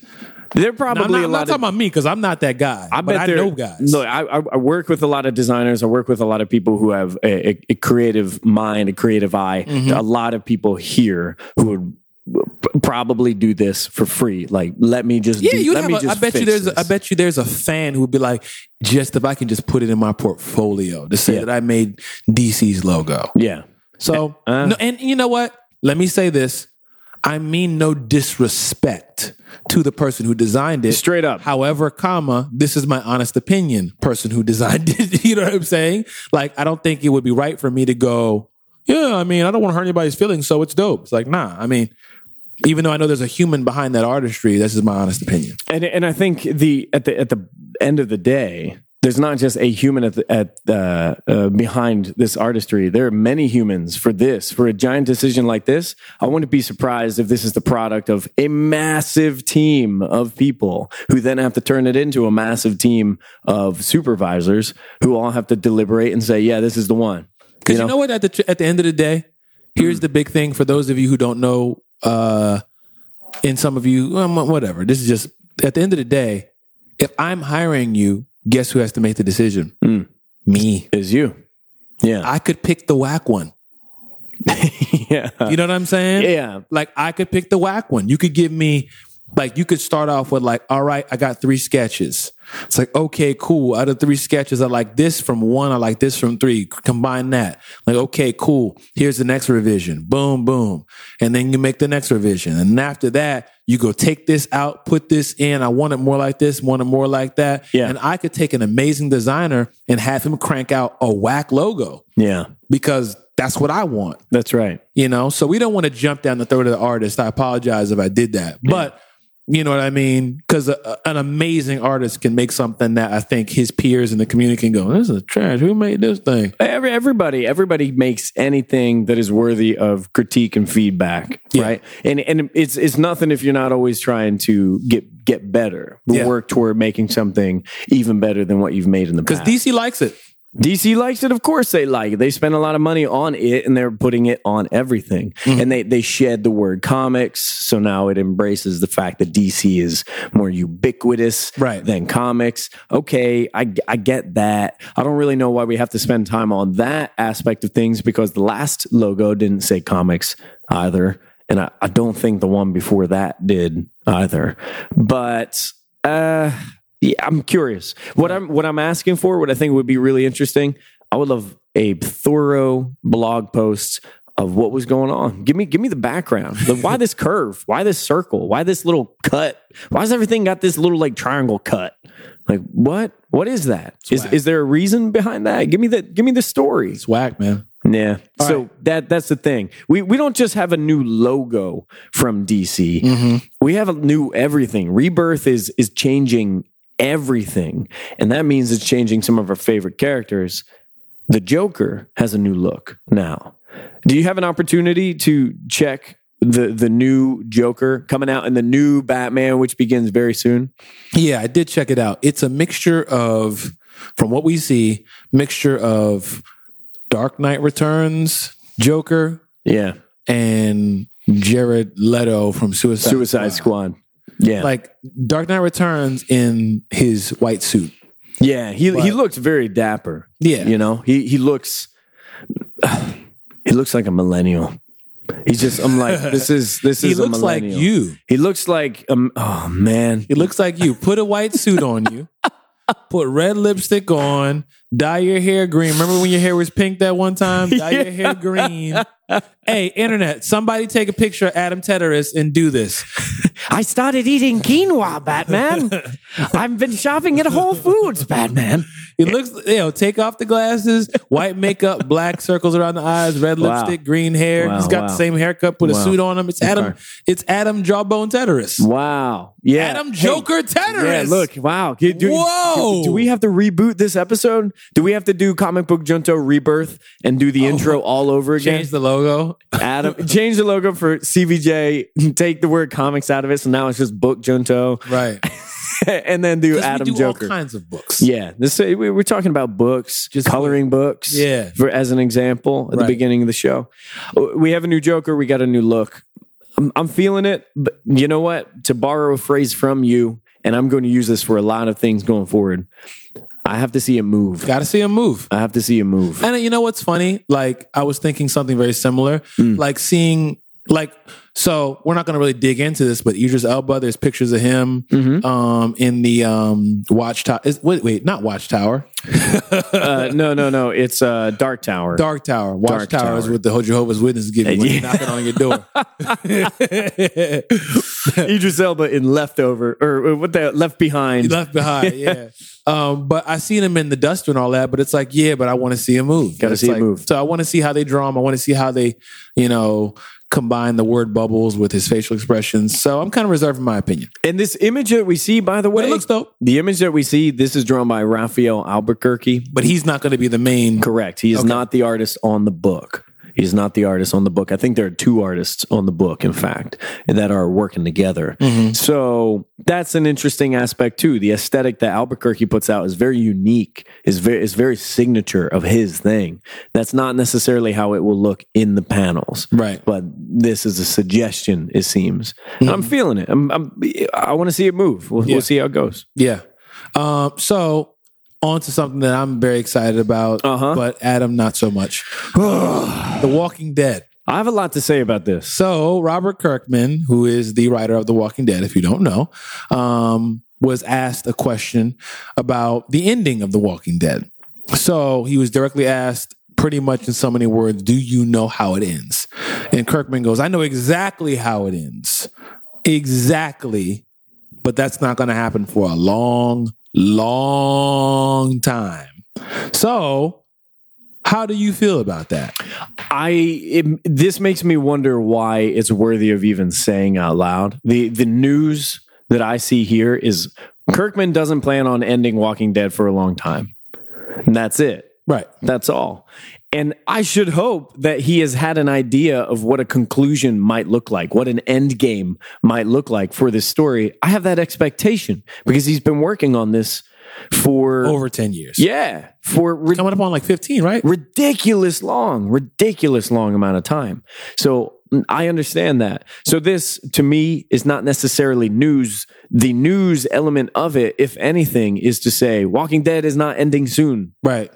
[SPEAKER 2] They're
[SPEAKER 1] Now, I'm not, I'm
[SPEAKER 2] probably a
[SPEAKER 1] not
[SPEAKER 2] lot
[SPEAKER 1] talking
[SPEAKER 2] of
[SPEAKER 1] about me because I'm not that guy. I but I
[SPEAKER 2] there-
[SPEAKER 1] know guys.
[SPEAKER 2] Look, I, I I work with a lot of designers. I work with a lot of people who have a, a- a creative mind, a creative eye.
[SPEAKER 1] Mm-hmm.
[SPEAKER 2] A lot of people here who would p- probably do this for free. Like, let me just
[SPEAKER 1] yeah,
[SPEAKER 2] do,
[SPEAKER 1] you
[SPEAKER 2] let
[SPEAKER 1] have.
[SPEAKER 2] me
[SPEAKER 1] A, I
[SPEAKER 2] just
[SPEAKER 1] bet you
[SPEAKER 2] fix
[SPEAKER 1] there's. I
[SPEAKER 2] this.
[SPEAKER 1] bet you there's a fan who would be like, just if I can just put it in my portfolio to say
[SPEAKER 2] Yeah.
[SPEAKER 1] that I made DC's logo.
[SPEAKER 2] yeah.
[SPEAKER 1] So,
[SPEAKER 2] Uh.
[SPEAKER 1] no, and you know what? Let me say this. I mean no disrespect to the person who designed it.
[SPEAKER 2] Straight up.
[SPEAKER 1] However, comma, this is my honest opinion, person who designed <laughs> it. You know what I'm saying? Like, I don't think it would be right for me to go, yeah, I mean, I don't want to hurt anybody's feelings, so it's dope. It's like, nah, I mean, Even though I know there's a human behind that artistry, this is my honest opinion.
[SPEAKER 2] And and I think the at the at the end of the day, there's not just a human at the, at the, uh, behind this artistry. There are many humans for this for a giant decision like this. I wouldn't be surprised if this is the product of a massive team of people who then have to turn it into a massive team of supervisors who all have to deliberate and say, "Yeah, this is the one."
[SPEAKER 1] Because you, know? Hmm. what? At the at the end of the day, here's the big thing for those of you who don't know. Uh, and some of you, um, whatever. This is just at the end of the day. If I'm hiring you, guess who has to make the decision?
[SPEAKER 2] Mm.
[SPEAKER 1] Me.
[SPEAKER 2] is you. Yeah,
[SPEAKER 1] I could pick the whack one.
[SPEAKER 2] yeah,
[SPEAKER 1] You know what I'm saying?
[SPEAKER 2] <laughs> yeah.
[SPEAKER 1] Like I could pick the whack one. You could give me like you could start off with like, all right, I got three sketches. It's like, okay, cool. Out of three sketches, I like this from one, I like this from three. Combine that. Like, okay, cool. Here's the next revision. Boom, boom. And then you make the next revision. And after that, you go take this out, put this in. I want it more like this, want it more like that.
[SPEAKER 2] Yeah.
[SPEAKER 1] And I could take an amazing designer and have him crank out a whack logo
[SPEAKER 2] Yeah,
[SPEAKER 1] because that's what I want
[SPEAKER 2] that's right.
[SPEAKER 1] you know so we don't want to jump down the throat of the artist i apologize if i did that but you know what i mean because an amazing artist can make something that i think his peers in the community can go this is trash who made this thing
[SPEAKER 2] Every, everybody, everybody makes anything that is worthy of critique and feedback,
[SPEAKER 1] Yeah.
[SPEAKER 2] right? And and it's it's nothing if you're not always trying to get get better,
[SPEAKER 1] Yeah.
[SPEAKER 2] work toward making something even better than what you've made in the
[SPEAKER 1] because
[SPEAKER 2] past.
[SPEAKER 1] dc likes it
[SPEAKER 2] DC likes it, of course they like it. They spend a lot of money on it, and they're putting it on everything. And they they shed the word comics, so now it embraces the fact that DC is more ubiquitous
[SPEAKER 1] Right.
[SPEAKER 2] than comics. Okay, I I get that. I don't really know why we have to spend time on that aspect of things because the last logo didn't say comics either, and I, I don't think the one before that did either. But uh, yeah, I'm curious. What I'm what I'm asking for, what I think would be really interesting, I would love a thorough blog post of what was going on. Give me give me the background. The, why this curve? Why this circle? Why this little cut? Why has everything got this little like triangle cut? Like what? What is that? Is
[SPEAKER 1] whack.
[SPEAKER 2] is there a reason behind that? Give me the give me the story.
[SPEAKER 1] it's whack man
[SPEAKER 2] Yeah. so that that's the thing. We we don't just have a new logo from DC. We have a new everything. Rebirth is is changing everything, and that means it's changing some of our favorite characters. The Joker has a new look now. Do you have an opportunity to check the the new Joker coming out and the new Batman, which begins very soon?
[SPEAKER 1] yeah i did check it out it's a mixture of from what we see mixture of dark knight returns joker
[SPEAKER 2] Yeah,
[SPEAKER 1] and jared leto from suicide
[SPEAKER 2] Suicide Squad. Yeah,
[SPEAKER 1] like dark knight returns in his white suit
[SPEAKER 2] yeah. He he
[SPEAKER 1] But-
[SPEAKER 2] looked very dapper.
[SPEAKER 1] yeah
[SPEAKER 2] You know, he he looks <sighs> he looks like a millennial. He's just
[SPEAKER 1] <laughs>
[SPEAKER 2] I'm like this is this
[SPEAKER 1] he
[SPEAKER 2] is
[SPEAKER 1] looks
[SPEAKER 2] a
[SPEAKER 1] like
[SPEAKER 2] millennial.
[SPEAKER 1] you
[SPEAKER 2] He looks like um oh man.
[SPEAKER 1] It looks like you. Put a white suit on
[SPEAKER 2] <laughs>
[SPEAKER 1] you. Put red lipstick on. Dye your hair green. Remember when your hair was pink that one time? Dye
[SPEAKER 2] <laughs>
[SPEAKER 1] your hair green. hey, internet, somebody take a picture of Adam Teteris and do this.
[SPEAKER 2] I started eating quinoa,
[SPEAKER 1] <laughs>
[SPEAKER 2] Batman. I've been shopping at Whole Foods, Batman.
[SPEAKER 1] It looks, you know, take off the glasses, white makeup, black circles around the eyes, red
[SPEAKER 2] Wow.
[SPEAKER 1] lipstick, green hair.
[SPEAKER 2] Wow,
[SPEAKER 1] He's got
[SPEAKER 2] wow.
[SPEAKER 1] the same haircut, put
[SPEAKER 2] Wow.
[SPEAKER 1] a suit on him. It's Adam,
[SPEAKER 2] Okay.
[SPEAKER 1] it's Adam Jawbone Teteris.
[SPEAKER 2] Wow. Yeah.
[SPEAKER 1] Adam
[SPEAKER 2] Hey,
[SPEAKER 1] Joker
[SPEAKER 2] Yeah,
[SPEAKER 1] Teteris.
[SPEAKER 2] look, wow. Do- do-
[SPEAKER 1] Whoa.
[SPEAKER 2] Do, do we have to reboot this episode? Do we have to do Comic Book Junto Rebirth and do
[SPEAKER 1] Oh.
[SPEAKER 2] the intro all over again?
[SPEAKER 1] Change the logo.
[SPEAKER 2] Adam, change the logo for CVJ, take the word comics out of it. So now it's just Book Junto, <laughs>
[SPEAKER 1] Right.
[SPEAKER 2] and then do
[SPEAKER 1] 'Cause
[SPEAKER 2] Adam
[SPEAKER 1] we do
[SPEAKER 2] Joker.
[SPEAKER 1] all kinds of books.
[SPEAKER 2] yeah, this we- we're talking about books, just
[SPEAKER 1] Just-
[SPEAKER 2] coloring books.
[SPEAKER 1] Yeah.
[SPEAKER 2] for, as an example, at the
[SPEAKER 1] Right.
[SPEAKER 2] beginning of the show, Oh, we have a new Joker. We got a new look. I'm, I'm feeling it, but you know what? To borrow a phrase from you, and I'm going to use this for a lot of things going forward. I have to see a move.
[SPEAKER 1] Got to see him move.
[SPEAKER 2] I have to see
[SPEAKER 1] <laughs>
[SPEAKER 2] a move.
[SPEAKER 1] And you know what's funny? Like I was thinking something very similar. Like seeing like so we're not going to really dig into this, but Idris Elba, there's pictures of him um, in the um, Watchtower. Is, wait, wait, not Watchtower,
[SPEAKER 2] Uh, no, no, no. It's uh, Dark Tower.
[SPEAKER 1] Dark Tower. Watchtower
[SPEAKER 2] Tower.
[SPEAKER 1] is what the Jehovah's Witnesses give you when
[SPEAKER 2] Yeah.
[SPEAKER 1] you're knocking on your door. <laughs>
[SPEAKER 2] Idris Elba in Leftover or, or what the Left Behind.
[SPEAKER 1] Left behind, yeah. <laughs> Um, but I seen him in the dust and all that, but it's like, yeah, but I want to see him move.
[SPEAKER 2] Gotta
[SPEAKER 1] It's
[SPEAKER 2] see it
[SPEAKER 1] like-
[SPEAKER 2] move.
[SPEAKER 1] So I want to see how they draw him. I want to see how they, you know, combine the word bubbles with his facial expressions. So I'm kind of reserving my opinion.
[SPEAKER 2] And this image that we see, by the
[SPEAKER 1] But
[SPEAKER 2] way,
[SPEAKER 1] it looks dope.
[SPEAKER 2] the image that we see, this is drawn by Raphael Albuquerque.
[SPEAKER 1] But he's not going to be the main.
[SPEAKER 2] Correct. He is
[SPEAKER 1] Okay.
[SPEAKER 2] not the artist on the book. He's not the artist on the book. I think there are two artists on the book, in fact, that are working together.
[SPEAKER 1] Mm-hmm.
[SPEAKER 2] So that's an interesting aspect too. The aesthetic that Albuquerque puts out is very unique. is very is very signature of his thing. That's not necessarily how it will look in the panels,
[SPEAKER 1] Right.
[SPEAKER 2] but this is a suggestion. It seems. And I'm feeling it. I'm, I'm, I want to see it move. We'll,
[SPEAKER 1] Mm-hmm. Yeah.
[SPEAKER 2] we'll see how it goes.
[SPEAKER 1] Yeah. Um, so on to something that I'm very excited about,
[SPEAKER 2] Uh-huh.
[SPEAKER 1] but Adam, not so
[SPEAKER 2] <sighs>
[SPEAKER 1] much. the Walking Dead.
[SPEAKER 2] I have a lot to say about this.
[SPEAKER 1] So Robert Kirkman, who is the writer of The Walking Dead, if you don't know, um, was asked a question about the ending of The Walking Dead. So he was directly asked, pretty much in so many words, "Do you know how it ends?" And Kirkman goes, "I know exactly how it ends, exactly, but that's not going to happen for a long, long time." So, how do you feel about that?
[SPEAKER 2] I it, this makes me wonder why it's worthy of even saying out loud. The the news that I see here is Kirkman doesn't plan on ending Walking Dead for a long time. And that's it.
[SPEAKER 1] Right.
[SPEAKER 2] That's all. And I should hope that he has had an idea of what a conclusion might look like, what an end game might look like for this story. I have that expectation because he's been working on this for
[SPEAKER 1] Over ten years.
[SPEAKER 2] yeah, for
[SPEAKER 1] coming up on like 15, right?
[SPEAKER 2] ridiculous long, ridiculous long amount of time. So mm, I understand that. So this to me is not necessarily news. The news element of it, if anything, is to say Walking Dead is not ending soon.
[SPEAKER 1] Right.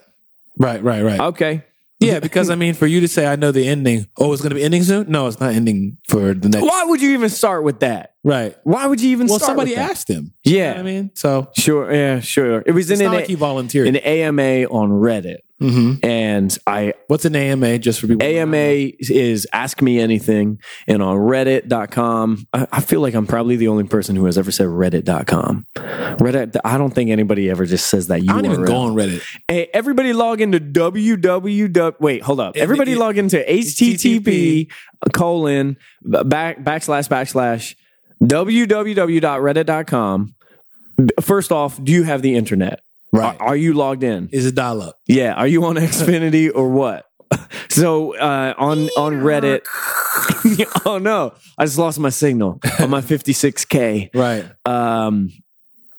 [SPEAKER 1] Right, right, right.
[SPEAKER 2] Okay.
[SPEAKER 1] yeah, because I mean, for you to say, I know the ending, oh, it's going to be ending soon? No, it's not ending for the next.
[SPEAKER 2] Why would you even start with that?
[SPEAKER 1] Right.
[SPEAKER 2] Why would you even
[SPEAKER 1] Well,
[SPEAKER 2] start
[SPEAKER 1] somebody
[SPEAKER 2] with that?
[SPEAKER 1] asked him.
[SPEAKER 2] Yeah.
[SPEAKER 1] You know what I mean, so
[SPEAKER 2] Sure, yeah, sure. It was
[SPEAKER 1] it's
[SPEAKER 2] in
[SPEAKER 1] not
[SPEAKER 2] an,
[SPEAKER 1] like he volunteered.
[SPEAKER 2] an AMA on Reddit.
[SPEAKER 1] Mhm.
[SPEAKER 2] And I
[SPEAKER 1] What's an AMA just for people?
[SPEAKER 2] AMA is Ask Me Anything. And on reddit.com, I, I feel like I'm probably the only person who has ever said reddit.com. Reddit, I don't think anybody ever just says that.
[SPEAKER 1] I don't even go on Reddit.
[SPEAKER 2] Hey, everybody log into www. Wait, hold up.
[SPEAKER 1] It-
[SPEAKER 2] Everybody
[SPEAKER 1] it-
[SPEAKER 2] log into http uh, colon back backslash backslash www.reddit.com. First off, do you have the internet?
[SPEAKER 1] Right.
[SPEAKER 2] Are, are you logged in?
[SPEAKER 1] Is it dial up?
[SPEAKER 2] Yeah, are you on Xfinity or what? <laughs> So uh, on on Reddit. <laughs> oh no, I just lost my signal on my 56k.
[SPEAKER 1] Right.
[SPEAKER 2] Um,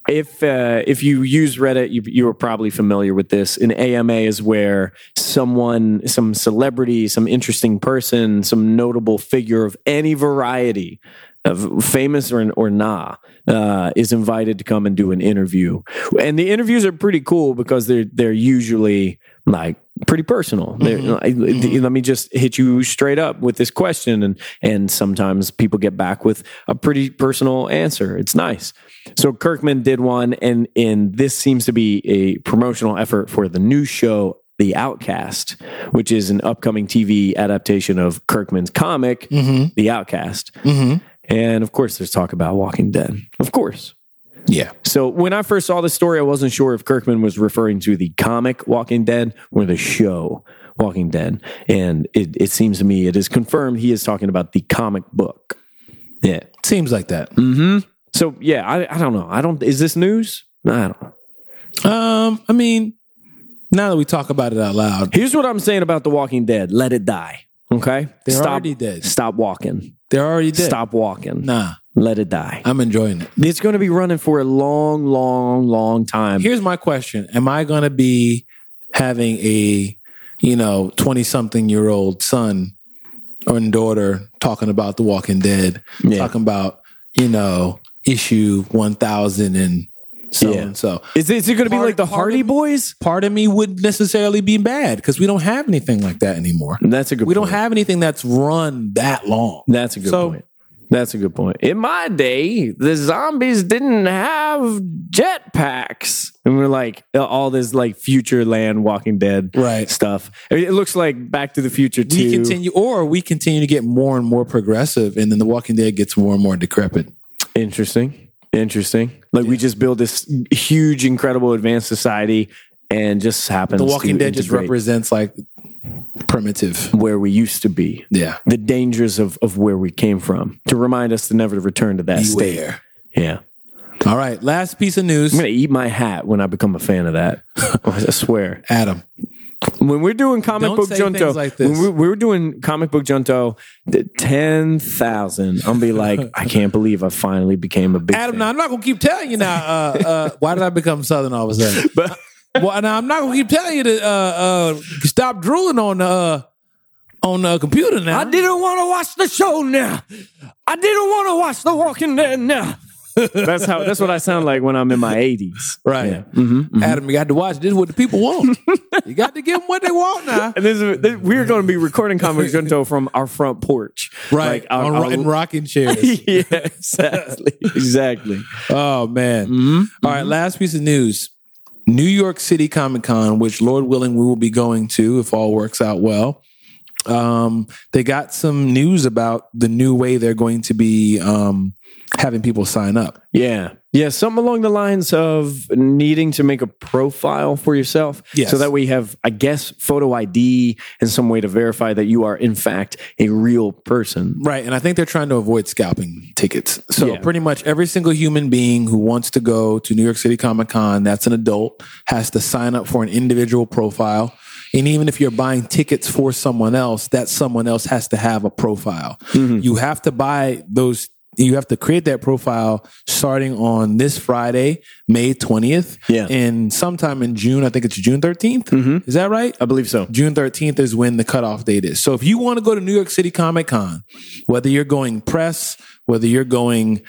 [SPEAKER 2] if uh, if you use Reddit, you you are probably familiar with this. An AMA is where someone, some celebrity, some interesting person, some notable figure of any variety, of famous or or nah, uh, is invited to come and do an interview. And the interviews are pretty cool because they're they're usually like pretty personal. They're- I- Let me just hit you straight up with this question, and and sometimes people get back with a pretty personal answer. It's nice. So Kirkman did one, and and this seems to be a promotional effort for the new show. The Outcast, which is an upcoming TV adaptation of Kirkman's comic, The Outcast.
[SPEAKER 1] Mm-hmm.
[SPEAKER 2] And of course, there's talk about Walking Dead. Of course.
[SPEAKER 1] Yeah.
[SPEAKER 2] So when I first saw the story, I wasn't sure if Kirkman was referring to the comic Walking Dead or the show Walking Dead. And it, it seems to me it is confirmed he is talking about the comic book. Yeah.
[SPEAKER 1] Seems like that.
[SPEAKER 2] So yeah, I, I don't know. I don't. Is this news? I don't. know.
[SPEAKER 1] Um, I mean, now that we talk about it out loud,
[SPEAKER 2] Here's what I'm saying about the Walking Dead. Let it die. Okay.
[SPEAKER 1] They're
[SPEAKER 2] stop.
[SPEAKER 1] already dead.
[SPEAKER 2] Stop walking.
[SPEAKER 1] they're already dead. Uh,
[SPEAKER 2] Stop walking.
[SPEAKER 1] Nah,
[SPEAKER 2] Let it die.
[SPEAKER 1] I'm enjoying it.
[SPEAKER 2] it's going to be running for a long, long, long time.
[SPEAKER 1] Here's my question: Am I going to be having a, you know, twenty something year old son or daughter talking about The Walking Dead,
[SPEAKER 2] Yeah.
[SPEAKER 1] talking about you know issue one thousand and so
[SPEAKER 2] Yeah.
[SPEAKER 1] and so?
[SPEAKER 2] Is it, is it going to be
[SPEAKER 1] Part-
[SPEAKER 2] like the
[SPEAKER 1] part of
[SPEAKER 2] Hardy
[SPEAKER 1] me-
[SPEAKER 2] Boys?
[SPEAKER 1] Part of me would necessarily be mad because we don't have anything like that anymore.
[SPEAKER 2] That's a good.
[SPEAKER 1] We don't
[SPEAKER 2] point.
[SPEAKER 1] have anything that's run that long.
[SPEAKER 2] That's a good
[SPEAKER 1] So-
[SPEAKER 2] point. That's a good point. In my day, the zombies didn't have jetpacks. And we're like, uh, all this like future land Walking Dead
[SPEAKER 1] Right.
[SPEAKER 2] stuff. I mean, it looks like Back to the Future
[SPEAKER 1] We
[SPEAKER 2] 2.
[SPEAKER 1] continue, or we continue to get more and more progressive, and then The Walking Dead gets more and more decrepit.
[SPEAKER 2] Interesting. Interesting. Like we just build this huge, incredible advanced society and just happens
[SPEAKER 1] The
[SPEAKER 2] to
[SPEAKER 1] Walking Dead just
[SPEAKER 2] integrate
[SPEAKER 1] represents like primitive.
[SPEAKER 2] where we used to be.
[SPEAKER 1] Yeah.
[SPEAKER 2] The dangers of, of where we came from to remind us to never return to that state.
[SPEAKER 1] Beware.
[SPEAKER 2] Yeah.
[SPEAKER 1] All right. Last piece of news.
[SPEAKER 2] I'm gonna eat my hat when I become a fan
[SPEAKER 1] <laughs>
[SPEAKER 2] of that. I swear.
[SPEAKER 1] Adam.
[SPEAKER 2] When we're doing comic
[SPEAKER 1] Don't
[SPEAKER 2] book
[SPEAKER 1] say
[SPEAKER 2] junto,
[SPEAKER 1] things like this.
[SPEAKER 2] when we, we were doing comic book junto, the ten thousand, I'm
[SPEAKER 1] <laughs>
[SPEAKER 2] be like, I can't believe I finally became a big
[SPEAKER 1] Adam,
[SPEAKER 2] fan.
[SPEAKER 1] now I'm not gonna keep telling you now. Uh, uh, why did I become Southern all of a <laughs> sudden?
[SPEAKER 2] But-
[SPEAKER 1] well, now I'm not gonna keep telling you to uh, uh, stop drooling on the uh, on the computer now.
[SPEAKER 2] I didn't want to watch the show now. I didn't want to watch The Walking
[SPEAKER 1] <laughs>
[SPEAKER 2] Dead now. that's how. That's what I sound like when I'm in my 80s.
[SPEAKER 1] Right, Adam, you got to watch. This is what the people <laughs> want. you got to give them what they want now.
[SPEAKER 2] And this is this, we're going to be recording Comic Junto from our front porch,
[SPEAKER 1] Right,
[SPEAKER 2] Like, I'll-
[SPEAKER 1] on,
[SPEAKER 2] I'll-
[SPEAKER 1] in rocking chairs.
[SPEAKER 2] <laughs> yeah,
[SPEAKER 1] <laughs>
[SPEAKER 2] exactly, exactly.
[SPEAKER 1] Oh man! All right, last piece of news: New York City Comic Con, which Lord willing we will be going to if all works out well. Um, they got some news about the new way they're going to be um, having people sign up.
[SPEAKER 2] Yeah. Yeah. Something along the lines of needing to make a profile for yourself.
[SPEAKER 1] Yes.
[SPEAKER 2] So that we have, I guess, photo ID and some way to verify that you are, in fact, a real person.
[SPEAKER 1] Right, and I think they're trying to avoid scalping tickets. So
[SPEAKER 2] Yeah.
[SPEAKER 1] pretty much every single human being who wants to go to New York City Comic Con, that's an adult, has to sign up for an individual profile. And even if you're buying tickets for someone else, that someone else has to have a profile.
[SPEAKER 2] Mm-hmm.
[SPEAKER 1] You have to buy those you have to create that profile starting on this Friday, May 20th.
[SPEAKER 2] Yeah. Mm-hmm.
[SPEAKER 1] And sometime in June, I think it's June 13th. Is that right?
[SPEAKER 2] I believe so.
[SPEAKER 1] June 13th is when the cutoff date is. So if you want to go to New York City Comic Con, whether you're going press, whether you're going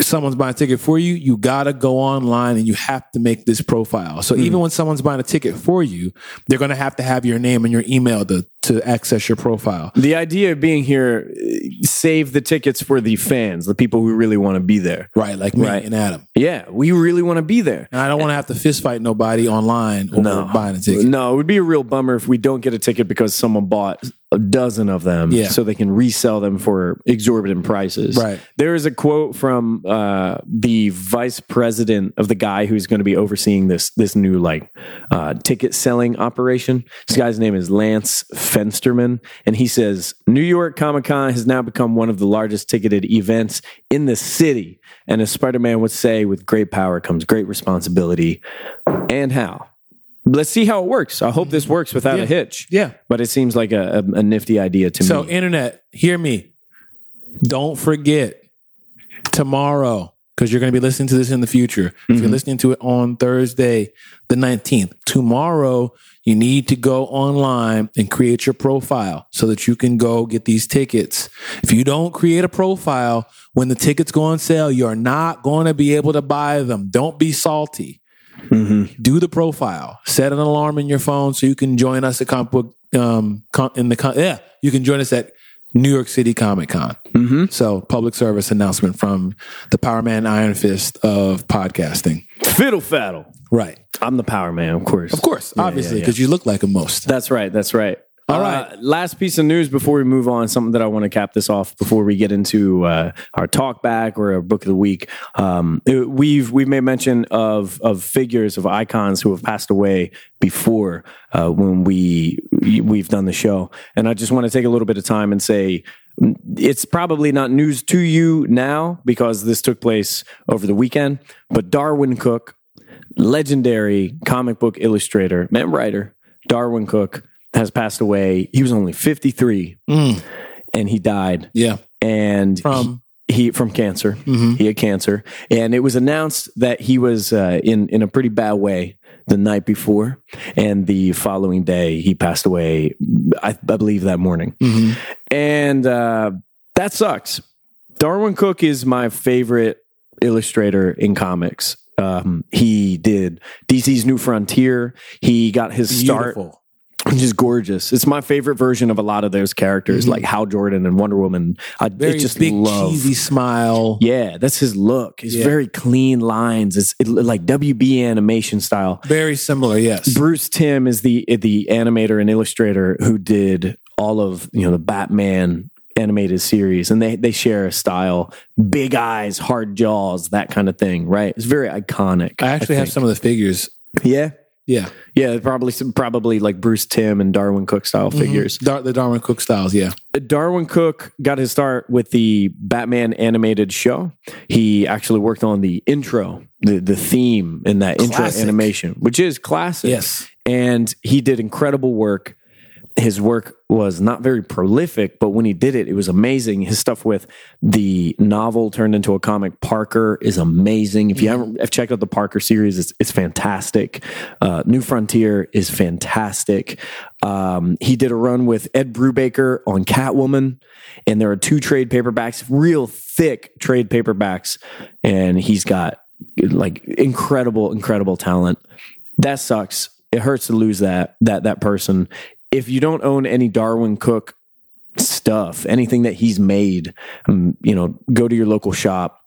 [SPEAKER 1] someone's buying a ticket for you, you got to go online and you have to make this profile. So even when someone's buying a ticket for you, they're going to have to have your name and your email to to access your profile.
[SPEAKER 2] The idea of being here, eh, save the tickets for the fans, the people who really want to be there.
[SPEAKER 1] Right, like me
[SPEAKER 2] Right.
[SPEAKER 1] and Adam.
[SPEAKER 2] Yeah. We really want to be there.
[SPEAKER 1] And I don't want to have to fist fight nobody online over buying a ticket.
[SPEAKER 2] No, it would be a real bummer if we don't get a ticket because someone bought a dozen of them
[SPEAKER 1] Yeah.
[SPEAKER 2] so they can resell them for exorbitant prices.
[SPEAKER 1] Right.
[SPEAKER 2] There is a quote from uh, the vice president of the guy who's going to be overseeing this this new like uh, ticket selling operation. This guy's name is Lance Fensterman, and he says New York Comic Con has now become one of the largest ticketed events in the city. And as Spider Man would say, with great power comes great responsibility. And how? Let's see how it works. I hope this works without a hitch.
[SPEAKER 1] Mm-hmm. Yeah.
[SPEAKER 2] But it seems like a, a, a nifty idea to
[SPEAKER 1] So
[SPEAKER 2] me.
[SPEAKER 1] internet, hear me. Don't forget tomorrow because you're going to be listening to this in the future. If
[SPEAKER 2] Mm-hmm.
[SPEAKER 1] you're listening to it on Thursday, the 19th, tomorrow you need to go online and create your profile so that you can go get these tickets. If you don't create a profile when the tickets go on sale, you're not going to be able to buy them. Don't be salty do the profile, set an alarm in your phone so you can join us at comic book um com- in the con- yeah you can join us at New York City Comic Con. Mm-hmm. So public service announcement from the Power Man Iron Fist of podcasting.
[SPEAKER 2] Fiddle faddle.
[SPEAKER 1] Right,
[SPEAKER 2] I'm the power man, of course.
[SPEAKER 1] of course, obviously, because you look like him most.
[SPEAKER 2] That's right. That's right. All right.
[SPEAKER 1] right.
[SPEAKER 2] Last piece of news before we move on. Something that I want to cap this off before we get into uh, our talk back or our book of the week. Um, it- we've we've made mention of of figures of icons who have passed away before uh, when we we've done the show, and I just want to take a little bit of time and say it's probably not news to you now because this took place over the weekend. But Darwin Cook, legendary comic book illustrator and writer, Darwin Cook, has passed away. He was only 53
[SPEAKER 1] Mm,
[SPEAKER 2] and he died.
[SPEAKER 1] yeah, Mm-hmm.
[SPEAKER 2] And
[SPEAKER 1] from
[SPEAKER 2] he from cancer. He had cancer, and it was announced that he was uh, in in a pretty bad way the night before, and the following day he passed away. I, I believe that morning,
[SPEAKER 1] Mm-hmm.
[SPEAKER 2] and uh, that sucks. Darwin Cook is my favorite illustrator in comics. Um, he did DC's New Frontier. He got his start
[SPEAKER 1] beautiful.
[SPEAKER 2] which is gorgeous. It's my favorite version of a lot of those characters, like Hal Jordan and Wonder Woman. I
[SPEAKER 1] Mm-hmm. Very
[SPEAKER 2] it's just
[SPEAKER 1] big
[SPEAKER 2] love.
[SPEAKER 1] cheesy smile.
[SPEAKER 2] Yeah, that's his look. It's
[SPEAKER 1] Yeah.
[SPEAKER 2] very clean lines. It's it, like WB animation style.
[SPEAKER 1] Very similar, yes.
[SPEAKER 2] Bruce Tim is the the animator and illustrator who did all of you know the Batman animated series, and they they share a style: big eyes, hard jaws, that kind of thing. Right? It's very iconic.
[SPEAKER 1] I actually have
[SPEAKER 2] think.
[SPEAKER 1] some of the figures.
[SPEAKER 2] Yeah,
[SPEAKER 1] Yeah.
[SPEAKER 2] yeah, probably some, probably like Bruce Tim and Darwin Cook style
[SPEAKER 1] Mm-hmm.
[SPEAKER 2] figures.
[SPEAKER 1] Dar- the Darwin Cook styles, yeah.
[SPEAKER 2] Darwin Cook got his start with the Batman animated show. He actually worked on the intro, the, the theme in that
[SPEAKER 1] Classic.
[SPEAKER 2] intro animation, which is classic.
[SPEAKER 1] Yes.
[SPEAKER 2] And he did incredible work. His work was not very prolific, but when he did it, it was amazing. His stuff with the novel turned into a comic, Parker, is amazing. If you haven't if checked out the Parker series, it's, it's fantastic. Uh, New Frontier is fantastic. Um, he did a run with Ed Brubaker on Catwoman, and there are two trade paperbacks, real thick trade paperbacks, and he's got like incredible, incredible talent. That sucks. It hurts to lose that that that person. If you don't own any Darwin Cook stuff, anything that he's made, um, you know, go to your local shop,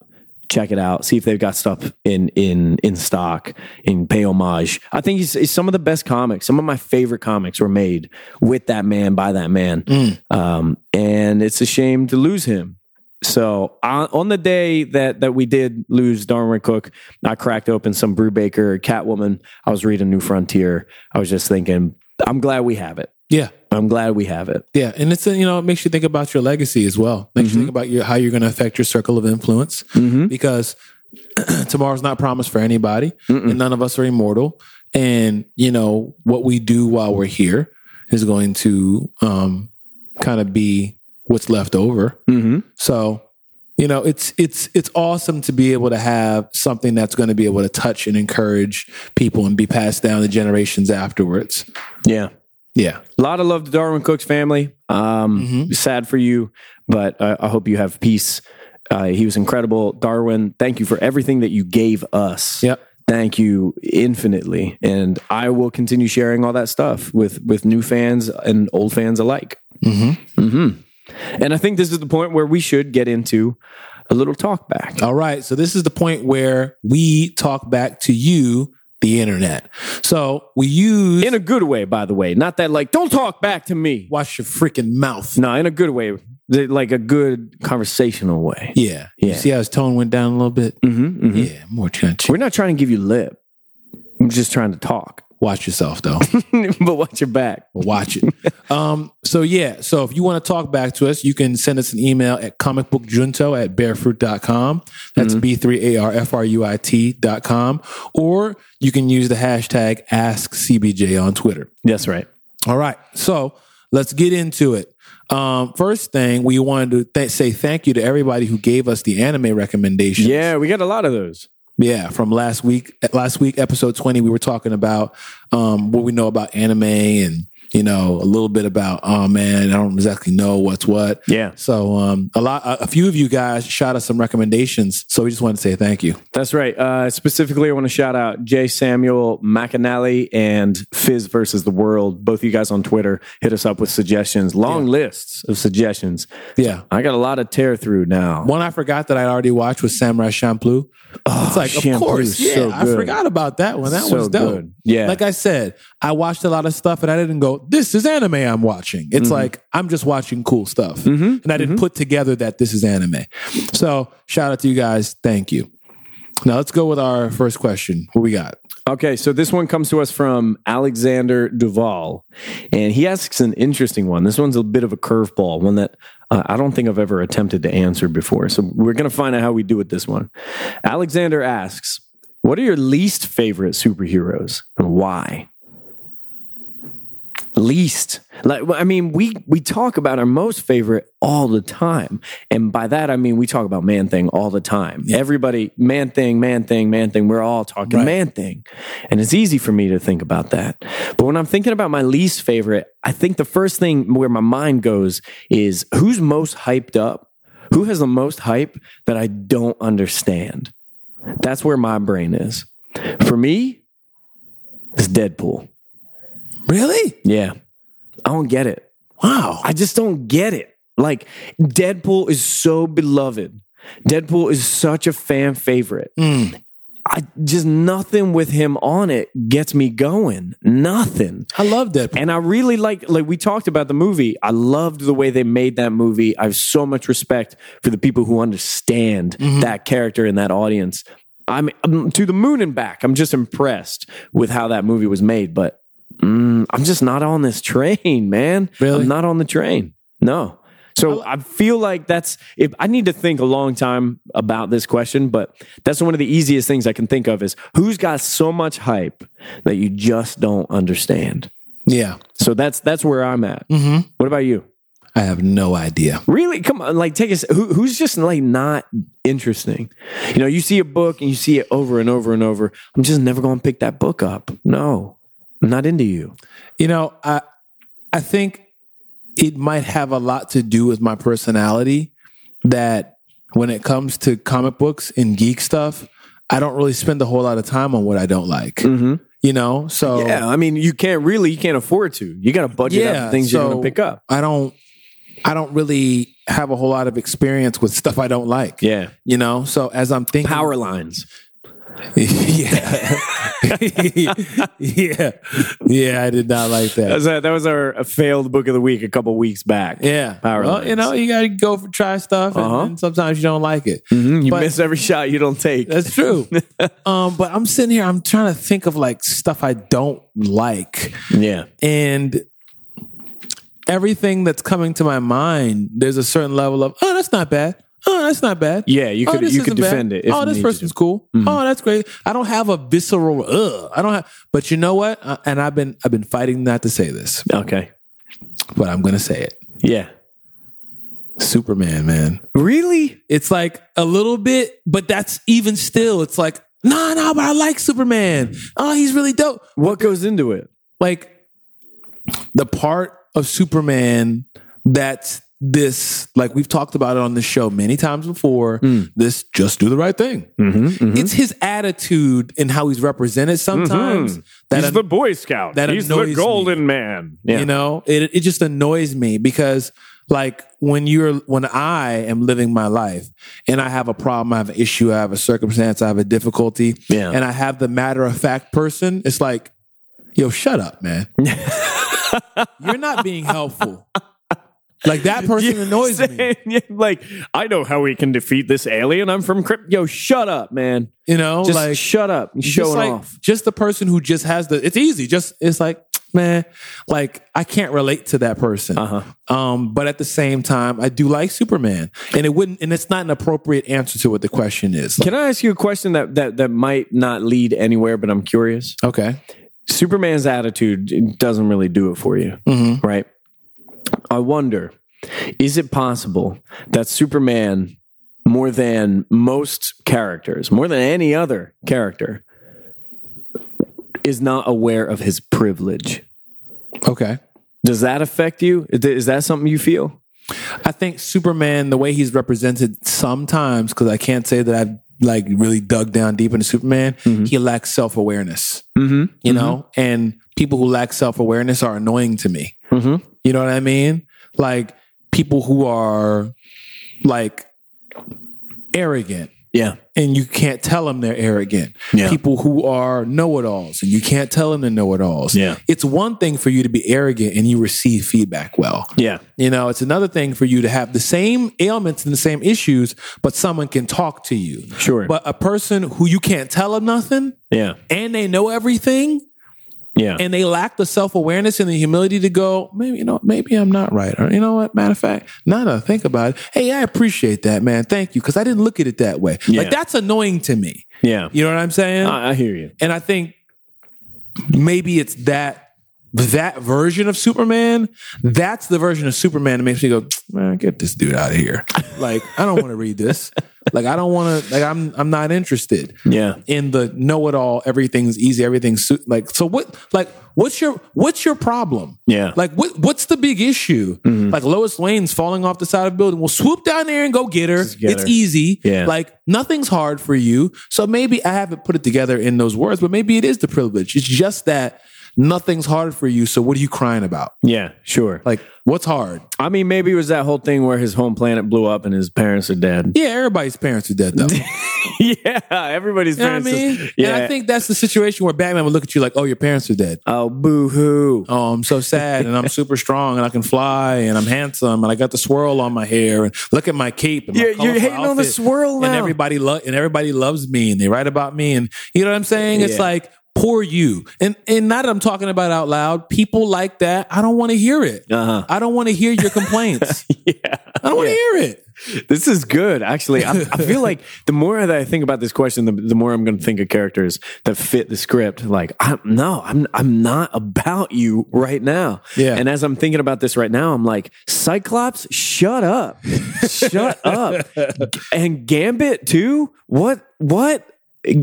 [SPEAKER 2] check it out, see if they've got stuff in in in stock, and pay homage. I think he's, he's some of the best comics. Some of my favorite comics were made with that man by that man, um, and it's a shame to lose him. So on, on the day that that we did lose Darwin Cook, I cracked open some Brubaker Catwoman. I was reading New Frontier. I was just thinking, I'm glad we have it.
[SPEAKER 1] Yeah.
[SPEAKER 2] I'm glad we have it.
[SPEAKER 1] Yeah, and it's a, you know it makes you think about your legacy as well. Makes you think about your how you're going to affect your circle of influence because <clears throat> tomorrow's not promised for anybody, and none of us are immortal. And you know what we do while we're here is going to um, kind of be what's left over.
[SPEAKER 2] Mm-hmm.
[SPEAKER 1] So you know it's it's it's awesome to be able to have something that's going to be able to touch and encourage people and be passed down to generations afterwards.
[SPEAKER 2] Yeah.
[SPEAKER 1] Yeah,
[SPEAKER 2] A lot of love to Darwin Cook's family. Um, Sad for you, but I, I hope you have peace. Uh, he was incredible. Darwin, thank you for everything that you gave us.
[SPEAKER 1] Yep.
[SPEAKER 2] Thank you infinitely. And I will continue sharing all that stuff with, with new fans and old fans alike. Mm-hmm. Mm-hmm. And I think this is the point where we should get into a little talk back.
[SPEAKER 1] All right. So this is the point where we talk back to you, the internet. So we use
[SPEAKER 2] In a good way, by the way. Not that, like, don't talk back to me.
[SPEAKER 1] wash your freaking mouth.
[SPEAKER 2] No, in a good way, like a good conversational way.
[SPEAKER 1] Yeah. You
[SPEAKER 2] Yeah.
[SPEAKER 1] see how his tone went down a little bit?
[SPEAKER 2] Mm-hmm, mm-hmm.
[SPEAKER 1] Yeah. More trench.
[SPEAKER 2] We're not trying to give you lip. I'm just trying to talk. <laughs>
[SPEAKER 1] Watch yourself though.
[SPEAKER 2] but watch your back.
[SPEAKER 1] But watch it. um, so yeah. So if you want to talk back to us, you can send us an email at comicbookjunto at barefruit.com. That's
[SPEAKER 2] Mm-hmm.
[SPEAKER 1] B-3-A-R-F-R-U-I-T dot com. Or you can use the hashtag AskCBJ on Twitter.
[SPEAKER 2] That's right.
[SPEAKER 1] All right. So let's get into it. Um, first thing, we wanted to th- say thank you to everybody who gave us the anime recommendations.
[SPEAKER 2] Yeah, we got a lot of those.
[SPEAKER 1] Yeah, From last week, last week, episode 20, we were talking about um, what we know about anime and, you know, a little bit about, oh man, I don't exactly know what's what.
[SPEAKER 2] Yeah.
[SPEAKER 1] So um, a lot, a, a few of you guys shot us some recommendations. So we just wanted to say thank you.
[SPEAKER 2] That's right. Uh, specifically, I want to shout out Jay Samuel McAnally and Fizz versus the World. Both of you guys on Twitter hit us up with suggestions, long lists of suggestions.
[SPEAKER 1] Yeah.
[SPEAKER 2] I got a lot of tear through now.
[SPEAKER 1] One I forgot that I already watched was Samurai Champloo. it's like,
[SPEAKER 2] Oh, Champloo
[SPEAKER 1] of course,
[SPEAKER 2] is
[SPEAKER 1] yeah,
[SPEAKER 2] so
[SPEAKER 1] I
[SPEAKER 2] good.
[SPEAKER 1] forgot about that one. That
[SPEAKER 2] So
[SPEAKER 1] was dope.
[SPEAKER 2] good. Yeah.
[SPEAKER 1] like I said, I watched a lot of stuff and I didn't go, "This is anime." I'm watching.
[SPEAKER 2] Mm-hmm.
[SPEAKER 1] It's like I'm just watching cool stuff, and I didn't put together that this is anime. So, shout out to you guys. Thank you. Now let's go with our first question. What we got?
[SPEAKER 2] Okay, so this one comes to us from Alexander Duval, and he asks an interesting one. This one's a bit of a curveball, one that uh, I don't think I've ever attempted to answer before. So we're going to find out how we do with this one. Alexander asks, "What are your least favorite superheroes and why?" Least, like well, I mean, we we talk about our most favorite all the time, and by that I mean we talk about Man Thing all the time. Everybody, Man Thing, Man Thing, Man Thing. We're all talking
[SPEAKER 1] Right.
[SPEAKER 2] Man Thing. And it's easy for me to think about that. But when I'm thinking about my least favorite, I think the first thing where my mind goes is who's most hyped up? Who has the most hype that I don't understand? That's where my brain is. For me, it's Deadpool.
[SPEAKER 1] Really?
[SPEAKER 2] Yeah. I don't get it.
[SPEAKER 1] Wow.
[SPEAKER 2] I just don't get it. Like Deadpool is so beloved. Deadpool is such a fan favorite.
[SPEAKER 1] Mm.
[SPEAKER 2] I just nothing with him on it gets me going. Nothing.
[SPEAKER 1] I love Deadpool.
[SPEAKER 2] And I really like like we talked about the movie. I loved the way they made that movie. I have so much respect for the people who understand that character and that audience. I'm, I'm to the moon and back. I'm just impressed with how that movie was made, but mm, I'm just not on this train, man.
[SPEAKER 1] Really?
[SPEAKER 2] I'm not on the train. No. So I feel like that's if I need to think a long time about this question, but that's one of the easiest things I can think of is who's got so much hype that you just don't understand.
[SPEAKER 1] yeah.
[SPEAKER 2] So that's that's where I'm at. Mm-hmm. What about you?
[SPEAKER 1] I have no idea.
[SPEAKER 2] Really? Come on, like take us. Who, who's just like not interesting? You know, you see a book and you see it over and over and over. I'm just never going to pick that book up. No, I'm not into you.
[SPEAKER 1] You know, I I think it might have a lot to do with my personality that when it comes to comic books and geek stuff, I don't really spend a whole lot of time on what I don't like. You know? So
[SPEAKER 2] Mm-hmm. Yeah, I mean, you can't really, you can't afford to. You got to budget up the things you're
[SPEAKER 1] so
[SPEAKER 2] going to pick up.
[SPEAKER 1] I don't I don't really have a whole lot of experience with stuff I don't like.
[SPEAKER 2] Yeah,
[SPEAKER 1] You know, so as I'm thinking
[SPEAKER 2] power lines.
[SPEAKER 1] <laughs>
[SPEAKER 2] <laughs>
[SPEAKER 1] yeah. <laughs> yeah. Yeah, I did not like
[SPEAKER 2] That
[SPEAKER 1] that.
[SPEAKER 2] was, a, that was our a failed book of the week a couple weeks back.
[SPEAKER 1] Yeah.
[SPEAKER 2] Power
[SPEAKER 1] well,
[SPEAKER 2] lines.
[SPEAKER 1] you know, you gotta go for try stuff and,
[SPEAKER 2] Uh-huh. Mm-hmm.
[SPEAKER 1] and sometimes you don't like it.
[SPEAKER 2] you
[SPEAKER 1] but-
[SPEAKER 2] miss every shot you don't take.
[SPEAKER 1] That's
[SPEAKER 2] <laughs>
[SPEAKER 1] true. um, but I'm sitting here, I'm trying to think of like stuff I don't like.
[SPEAKER 2] Yeah,
[SPEAKER 1] And everything that's coming to my mind, there's a certain level of, oh, that's not bad. Oh, that's not bad.
[SPEAKER 2] Yeah, you
[SPEAKER 1] Oh,
[SPEAKER 2] could-
[SPEAKER 1] this
[SPEAKER 2] you could
[SPEAKER 1] isn't bad.
[SPEAKER 2] defend it if
[SPEAKER 1] Oh,
[SPEAKER 2] you
[SPEAKER 1] this
[SPEAKER 2] needed Mm-hmm.
[SPEAKER 1] person's cool. Oh, that's great. I don't have a visceral. Ugh. I don't have. But you know what? Uh, and I've been I've been fighting not to say this,
[SPEAKER 2] okay,
[SPEAKER 1] but I'm gonna say it.
[SPEAKER 2] yeah.
[SPEAKER 1] Superman, man.
[SPEAKER 2] Really?
[SPEAKER 1] It's like a little bit, but that's even still. It's like no, no, but I like Superman. Oh, he's really dope.
[SPEAKER 2] What goes into it?
[SPEAKER 1] like the part of Superman that's this like we've talked about it on the show many times before
[SPEAKER 2] Mm.
[SPEAKER 1] this just do the right thing
[SPEAKER 2] Mm-hmm,
[SPEAKER 1] it's his attitude and how he's represented sometimes that
[SPEAKER 2] Mm-hmm. He's the Boy Scout.
[SPEAKER 1] that
[SPEAKER 2] He's the
[SPEAKER 1] annoys me.
[SPEAKER 2] Golden Man. Yeah.
[SPEAKER 1] you know it, it just annoys me because like when you're when i am living my life and i have a problem i have an issue i have a circumstance i have a difficulty
[SPEAKER 2] Yeah.
[SPEAKER 1] and i have the matter of fact person it's like yo shut up
[SPEAKER 2] <laughs>
[SPEAKER 1] man you're not being helpful like that person
[SPEAKER 2] <laughs>
[SPEAKER 1] annoys me
[SPEAKER 2] Yeah, like I know how we can defeat this alien. I'm from Crypt. Yo, shut up, man.
[SPEAKER 1] you know
[SPEAKER 2] Just
[SPEAKER 1] like
[SPEAKER 2] shut up. You're
[SPEAKER 1] just
[SPEAKER 2] showing
[SPEAKER 1] like
[SPEAKER 2] off.
[SPEAKER 1] just the person who just has the it's easy just it's like man like i can't relate to that person um but at the same time i do like superman and it wouldn't and it's not an appropriate answer to what the question is
[SPEAKER 2] Can I ask you a question that that that might not lead anywhere, but I'm curious.
[SPEAKER 1] okay
[SPEAKER 2] Superman's attitude doesn't really do it for you, right? I wonder, is it possible that Superman, more than most characters, more than any other character, is not aware of his privilege?
[SPEAKER 1] okay
[SPEAKER 2] Does that affect you? Is th- is that something you feel?
[SPEAKER 1] i think superman the way he's represented sometimes because i can't say that i've like really dug down deep into superman he lacks self-awareness
[SPEAKER 2] Mm-hmm.
[SPEAKER 1] you know and people who lack self-awareness are annoying to me
[SPEAKER 2] Mm-hmm.
[SPEAKER 1] You know what I mean? Like people who are like arrogant
[SPEAKER 2] Yeah.
[SPEAKER 1] and you can't tell them they're arrogant.
[SPEAKER 2] Yeah.
[SPEAKER 1] People who are know-it-alls and you can't tell them they're know-it-alls.
[SPEAKER 2] Yeah.
[SPEAKER 1] It's one thing for you to be arrogant and you receive feedback well.
[SPEAKER 2] Yeah.
[SPEAKER 1] You know, it's another thing for you to have the same ailments and the same issues, but someone can talk to you.
[SPEAKER 2] Sure.
[SPEAKER 1] But a person who you can't tell them nothing
[SPEAKER 2] Yeah.
[SPEAKER 1] and they know everything,
[SPEAKER 2] Yeah.
[SPEAKER 1] and they lack the self awareness and the humility to go, maybe you know, maybe I'm not right, or you know what? Matter of fact, now that I think about it, hey, I appreciate that, man. Thank you, because I didn't look at it that way.
[SPEAKER 2] Yeah.
[SPEAKER 1] Like that's annoying to me.
[SPEAKER 2] yeah.
[SPEAKER 1] You know what I'm saying?
[SPEAKER 2] I, I hear you.
[SPEAKER 1] and I think maybe it's that that version of Superman. That's the version of Superman that makes me go, man, get this dude out of here. Like I don't want to read this. Like I don't want to. Like I'm I'm not interested
[SPEAKER 2] Yeah.
[SPEAKER 1] in the know it all, everything's easy, everything's su- like so what like what's your what's your problem?
[SPEAKER 2] Yeah. Mm-hmm.
[SPEAKER 1] Like what what's the big issue? Like Lois Lane's falling off the side of a building. Well, swoop down there and go get her.
[SPEAKER 2] get
[SPEAKER 1] it's
[SPEAKER 2] her.
[SPEAKER 1] easy.
[SPEAKER 2] Yeah.
[SPEAKER 1] Like nothing's hard for you. So maybe I haven't put it together in those words, but maybe it is the privilege. It's just that nothing's hard for you. So what are you crying about?
[SPEAKER 2] Yeah, sure.
[SPEAKER 1] Like, what's hard?
[SPEAKER 2] I mean, maybe it was that whole thing where his home planet blew up and his parents are dead.
[SPEAKER 1] Yeah, everybody's parents are dead <laughs> though. you
[SPEAKER 2] <laughs> yeah, everybody's
[SPEAKER 1] know what I
[SPEAKER 2] parents. is-
[SPEAKER 1] mean?
[SPEAKER 2] yeah.
[SPEAKER 1] And I think that's the situation where Batman would look at you like, oh, your parents are dead.
[SPEAKER 2] oh, boo hoo.
[SPEAKER 1] Oh, I'm so sad and I'm super strong and I can fly and I'm handsome and I got the swirl on my hair and look at my cape. And my
[SPEAKER 2] Yeah, you're
[SPEAKER 1] colorful
[SPEAKER 2] hating on the
[SPEAKER 1] outfit.
[SPEAKER 2] swirl
[SPEAKER 1] And
[SPEAKER 2] now.
[SPEAKER 1] everybody lo- and everybody loves me and they write about me and you know what I'm saying? It's
[SPEAKER 2] Yeah.
[SPEAKER 1] like poor you. And and now that I'm talking about out loud, people like that, I don't want to hear it.
[SPEAKER 2] Uh-huh.
[SPEAKER 1] I don't want to hear your complaints.
[SPEAKER 2] <laughs> Yeah.
[SPEAKER 1] I don't want to hear it.
[SPEAKER 2] This is good, actually. I, I feel like the more that I think about this question, the, the more I'm going to think of characters that fit the script. Like, I'm, no, I'm I'm not about you right now.
[SPEAKER 1] Yeah.
[SPEAKER 2] And as I'm thinking about this right now, I'm like, Cyclops, shut up,
[SPEAKER 1] <laughs>
[SPEAKER 2] shut up, and Gambit too. What what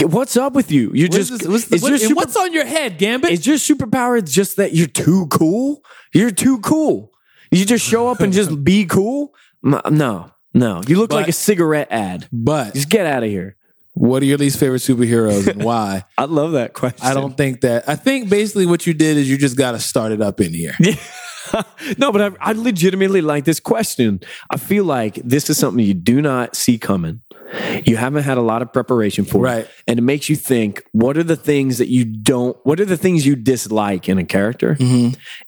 [SPEAKER 2] what's up with you? You're
[SPEAKER 1] What is
[SPEAKER 2] just
[SPEAKER 1] this- what's, the-
[SPEAKER 2] is
[SPEAKER 1] what-
[SPEAKER 2] your
[SPEAKER 1] and
[SPEAKER 2] super-
[SPEAKER 1] what's on your head, Gambit?
[SPEAKER 2] <laughs> Is your superpower it's just that you're too cool? You're too cool. You just show up and just be cool? M- No, no. You look
[SPEAKER 1] But-
[SPEAKER 2] like a cigarette ad.
[SPEAKER 1] but
[SPEAKER 2] Just get out of here.
[SPEAKER 1] what are your least favorite superheroes and why?
[SPEAKER 2] <laughs> I love that question.
[SPEAKER 1] I don't think that. I think basically what you did is you just got to start it up in here.
[SPEAKER 2] no, but I, I legitimately like this question. I feel like this is something you do not see coming. You haven't had a lot of preparation for
[SPEAKER 1] Right.
[SPEAKER 2] it. And it makes you think what are the things that you don't, what are the things you dislike in a character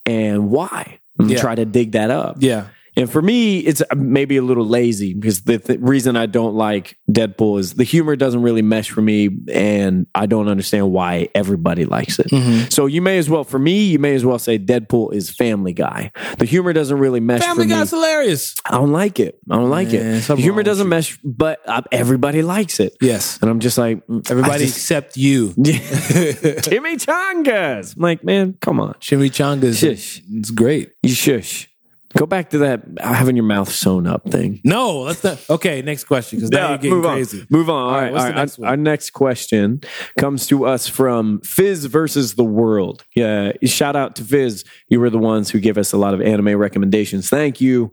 [SPEAKER 2] and why? And
[SPEAKER 1] Yeah.
[SPEAKER 2] Try to dig that up.
[SPEAKER 1] Yeah.
[SPEAKER 2] And for me, it's uh, maybe a little lazy because the th- reason I don't like Deadpool is the humor doesn't really mesh for me, and I don't understand why everybody likes it.
[SPEAKER 1] Mm-hmm.
[SPEAKER 2] So you may as well, for me, you may as well say Deadpool is Family Guy. The humor doesn't really mesh.
[SPEAKER 1] Family
[SPEAKER 2] for me.
[SPEAKER 1] Guy's hilarious.
[SPEAKER 2] I don't like it. I don't like
[SPEAKER 1] Man,
[SPEAKER 2] it. The
[SPEAKER 1] something wrong
[SPEAKER 2] humor
[SPEAKER 1] with
[SPEAKER 2] doesn't mesh, but uh, everybody likes it.
[SPEAKER 1] Yes.
[SPEAKER 2] and I'm just like mm, I
[SPEAKER 1] Everybody
[SPEAKER 2] just- <laughs>
[SPEAKER 1] except <laughs> you.
[SPEAKER 2] Timmy Chongas. I'm like, man, come on,
[SPEAKER 1] Chimichangas.
[SPEAKER 2] Shush.
[SPEAKER 1] It's great.
[SPEAKER 2] you shush. Go back to that uh, having your mouth sewn up thing.
[SPEAKER 1] No, let's not. Okay, next question because now
[SPEAKER 2] Yeah,
[SPEAKER 1] you're getting
[SPEAKER 2] move
[SPEAKER 1] crazy.
[SPEAKER 2] on. Move on. All
[SPEAKER 1] right,
[SPEAKER 2] right.
[SPEAKER 1] what's
[SPEAKER 2] all
[SPEAKER 1] the
[SPEAKER 2] right.
[SPEAKER 1] next
[SPEAKER 2] our,
[SPEAKER 1] one?
[SPEAKER 2] our next question comes to us from Fizz versus the world. Yeah. Shout out to Fizz. You were the ones who gave us a lot of anime recommendations. Thank you.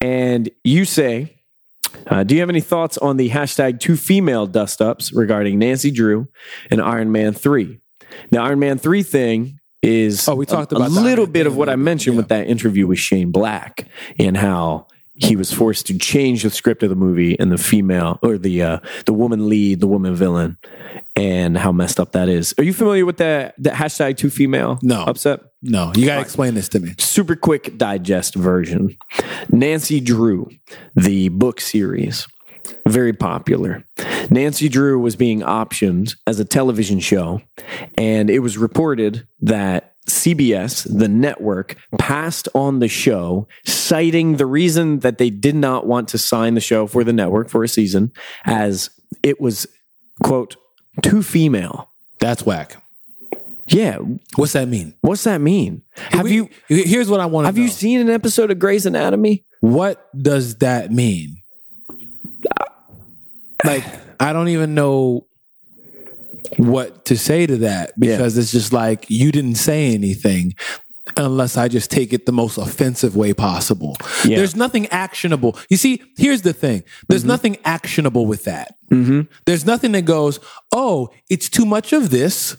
[SPEAKER 2] And you say, uh, do you have any thoughts on the hashtag two female dust ups regarding Nancy Drew and Iron Man 3? The Iron Man 3 thing is
[SPEAKER 1] Oh, we talked
[SPEAKER 2] a,
[SPEAKER 1] about
[SPEAKER 2] a
[SPEAKER 1] the Iron
[SPEAKER 2] little
[SPEAKER 1] Man
[SPEAKER 2] bit
[SPEAKER 1] thing
[SPEAKER 2] of
[SPEAKER 1] a
[SPEAKER 2] what I
[SPEAKER 1] little bit,
[SPEAKER 2] mentioned
[SPEAKER 1] yeah.
[SPEAKER 2] with that interview with Shane Black and how he was forced to change the script of the movie and the female or the uh, the woman lead, the woman villain, and how messed up that is. Are you familiar with that that hashtag two female
[SPEAKER 1] No.
[SPEAKER 2] upset?
[SPEAKER 1] No, you got to explain this to me.
[SPEAKER 2] super quick digest version. Nancy Drew, the book series, very popular. Nancy Drew was being optioned as a television show, and it was reported that CBS, the network, passed on the show, citing the reason that they did not want to sign the show for the network for a season as it was, quote, too female.
[SPEAKER 1] That's whack.
[SPEAKER 2] Yeah,
[SPEAKER 1] What's that mean?
[SPEAKER 2] what's that mean? Have
[SPEAKER 1] We-
[SPEAKER 2] you
[SPEAKER 1] Here's what I want to
[SPEAKER 2] have you seen an episode of Grey's Anatomy?
[SPEAKER 1] what does that mean? Like, I don't even know what to say to that because it's just like you didn't say anything unless I just take it the most offensive way possible.
[SPEAKER 2] Yeah.
[SPEAKER 1] There's nothing actionable. You see, here's the thing there's nothing actionable with that. There's nothing that goes, oh, it's too much of this.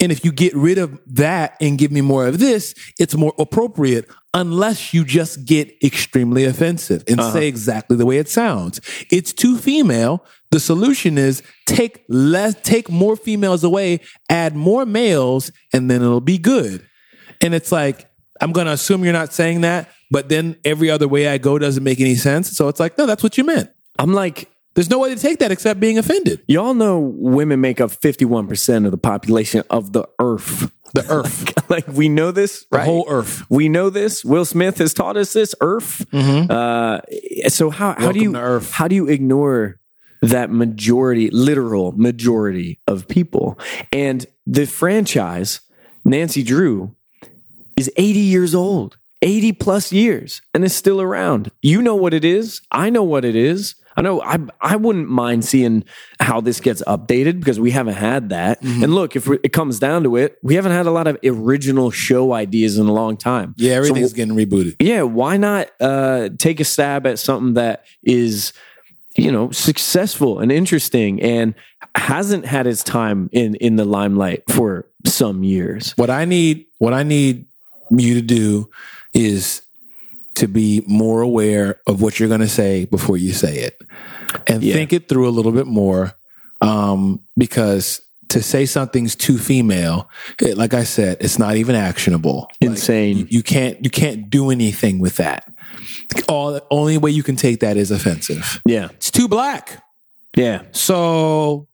[SPEAKER 1] And if you get rid of that and give me more of this, it's more appropriate unless you just get extremely offensive and say exactly the way it sounds. It's too female. The solution is take less, take more females away, add more males, and then it'll be good. And it's like, I'm going to assume you're not saying that, but then every other way I go doesn't make any sense. So it's like, no, that's what you meant.
[SPEAKER 2] I'm like,
[SPEAKER 1] There's no way to take that except being offended.
[SPEAKER 2] y'all know women make up 51% of the population of the earth. <laughs>
[SPEAKER 1] The <laughs> earth,
[SPEAKER 2] like, we know this,
[SPEAKER 1] the
[SPEAKER 2] right?
[SPEAKER 1] whole earth.
[SPEAKER 2] We know this. Will Smith has taught us this, earth. Uh, so how, how
[SPEAKER 1] Mm-hmm.
[SPEAKER 2] do
[SPEAKER 1] Welcome
[SPEAKER 2] you,
[SPEAKER 1] to earth.
[SPEAKER 2] how do you ignore that majority, literal majority of people? And the franchise, Nancy Drew, is 80 years old, 80 plus years, and is still around. You know what it is. I know what it is. I know I, I wouldn't mind seeing how this gets updated because we haven't had that.
[SPEAKER 1] Mm-hmm.
[SPEAKER 2] And look, if we, it comes down to it, we haven't had a lot of original show ideas in a long time.
[SPEAKER 1] Yeah,
[SPEAKER 2] So
[SPEAKER 1] everything's getting rebooted.
[SPEAKER 2] yeah, why not uh, take a stab at something that is, you know, successful and interesting and hasn't had its time in in the limelight for some years.
[SPEAKER 1] What I need, what I need you to do is to be more aware of what you're going to say before you say it and
[SPEAKER 2] Yeah.
[SPEAKER 1] think it through a little bit more. Um, because to say something's too female, it, like I said, it's not even actionable. Like,
[SPEAKER 2] Insane.
[SPEAKER 1] you, you can't, you can't do anything with that. All only way you can take that is offensive.
[SPEAKER 2] yeah.
[SPEAKER 1] It's too black.
[SPEAKER 2] Yeah.
[SPEAKER 1] So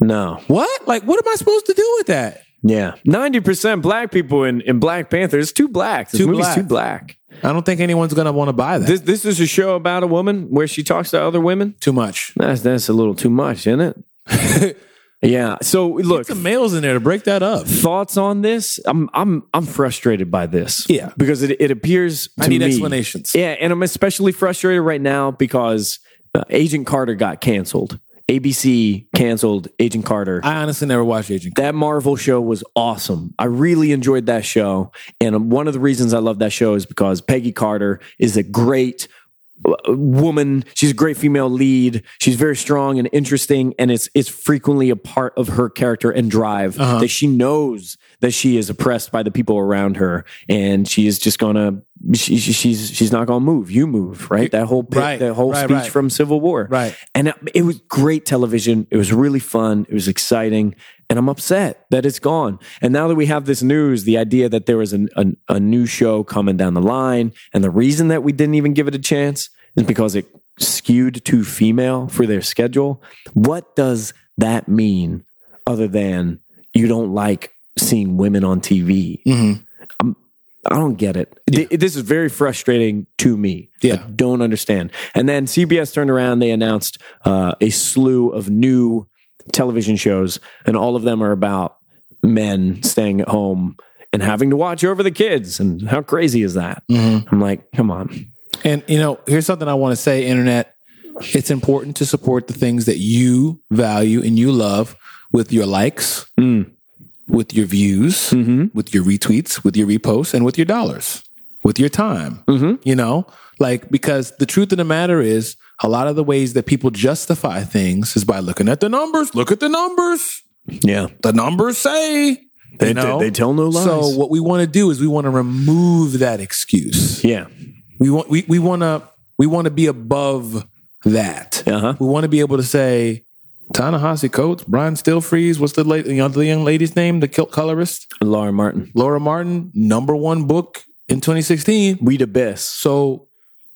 [SPEAKER 2] No.
[SPEAKER 1] what? Like, what am I supposed to do with that?
[SPEAKER 2] Yeah. 90% black people in, in Black Panther is too black. This
[SPEAKER 1] Too
[SPEAKER 2] movie's
[SPEAKER 1] black.
[SPEAKER 2] too black.
[SPEAKER 1] I don't think anyone's going to want to buy that.
[SPEAKER 2] This, this is a show about a woman where she talks to other women.
[SPEAKER 1] too much.
[SPEAKER 2] That's, that's a little too much, isn't it? <laughs> yeah. So look,
[SPEAKER 1] Some males in there to break that up.
[SPEAKER 2] thoughts on this? I'm I'm I'm frustrated by this.
[SPEAKER 1] Yeah.
[SPEAKER 2] because it, it appears to
[SPEAKER 1] I need
[SPEAKER 2] me-
[SPEAKER 1] explanations.
[SPEAKER 2] Yeah, and I'm especially frustrated right now because uh, Agent Carter got canceled. ABC canceled Agent Carter.
[SPEAKER 1] I honestly never watched Agent.
[SPEAKER 2] that Marvel show was awesome. I really enjoyed that show, and one of the reasons I love that show is because Peggy Carter is a great w- woman. She's a great female lead. She's very strong and interesting, and it's it's frequently a part of her character and drive
[SPEAKER 1] Uh-huh.
[SPEAKER 2] that she knows that she is oppressed by the people around her, and she is just gonna she, she- she's she's not gonna move. You move, right? That whole bit,
[SPEAKER 1] Right,
[SPEAKER 2] that whole
[SPEAKER 1] right,
[SPEAKER 2] speech
[SPEAKER 1] right.
[SPEAKER 2] from Civil War,
[SPEAKER 1] Right.
[SPEAKER 2] and it, it was great television. It was really fun. It was exciting. And I'm upset that it's gone. And now that we have this news, the idea that there was an, an, a new show coming down the line, and the reason that we didn't even give it a chance is because it skewed to female for their schedule. What does that mean other than you don't like seeing women on TV?
[SPEAKER 1] Mhm.
[SPEAKER 2] I'm- I don't get it. Th- This is very frustrating to me.
[SPEAKER 1] Yeah.
[SPEAKER 2] I don't understand. And then CBS turned around. They announced uh, a slew of new television shows, and all of them are about men staying at home and having to watch over the kids. And how crazy is that?
[SPEAKER 1] Mm-hmm.
[SPEAKER 2] I'm like, come on.
[SPEAKER 1] And you know, here's something I want to say, internet. It's important to support the things that you value and you love with your likes,
[SPEAKER 2] Mm.
[SPEAKER 1] with your views,
[SPEAKER 2] Mm-hmm.
[SPEAKER 1] with your retweets, with your reposts, and with your dollars, with your time.
[SPEAKER 2] Mm-hmm.
[SPEAKER 1] You know, like because the truth of the matter is, a lot of the ways that people justify things is by looking at the numbers. Look at the numbers.
[SPEAKER 2] Yeah.
[SPEAKER 1] The numbers say.
[SPEAKER 2] They
[SPEAKER 1] you
[SPEAKER 2] t-
[SPEAKER 1] know?
[SPEAKER 2] they tell no lies.
[SPEAKER 1] So what we want to do is we want to remove that excuse.
[SPEAKER 2] Yeah.
[SPEAKER 1] We want we we want to we want to be above that.
[SPEAKER 2] Uh-huh.
[SPEAKER 1] We want to be able to say Ta-Nehisi Coates, Brian Stillfreeze, what's the late, you know, the young lady's name, the col- colorist,
[SPEAKER 2] Laura Martin.
[SPEAKER 1] Laura Martin, number one book in 2016.
[SPEAKER 2] We the best.
[SPEAKER 1] So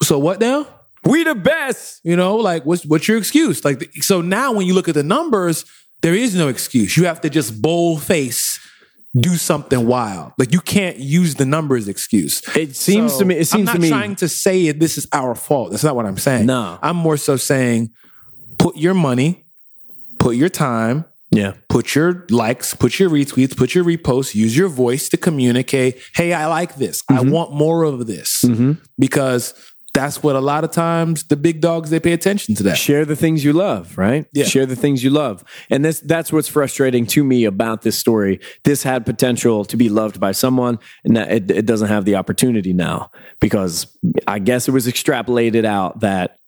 [SPEAKER 1] so what now?
[SPEAKER 2] We the best.
[SPEAKER 1] You know, like what's what's your excuse? Like the- so now when you look at the numbers, there is no excuse. You have to just bold face do something wild. Like you can't use the numbers excuse.
[SPEAKER 2] It seems
[SPEAKER 1] So,
[SPEAKER 2] to me. It seems
[SPEAKER 1] I'm not
[SPEAKER 2] to me.
[SPEAKER 1] trying to say it, this is our fault. That's not what I'm saying.
[SPEAKER 2] No.
[SPEAKER 1] I'm more so saying put your money, put your time,
[SPEAKER 2] yeah.
[SPEAKER 1] put your likes, put your retweets, put your reposts, use your voice to communicate, hey, I like this.
[SPEAKER 2] Mm-hmm.
[SPEAKER 1] I want more of this. Because that's what a lot of times the big dogs they pay attention to that.
[SPEAKER 2] share the things you love right
[SPEAKER 1] Yeah.
[SPEAKER 2] share the things you love and this that's what's frustrating to me about this story this had potential to be loved by someone and that it, it doesn't have the opportunity now because i guess it was extrapolated out that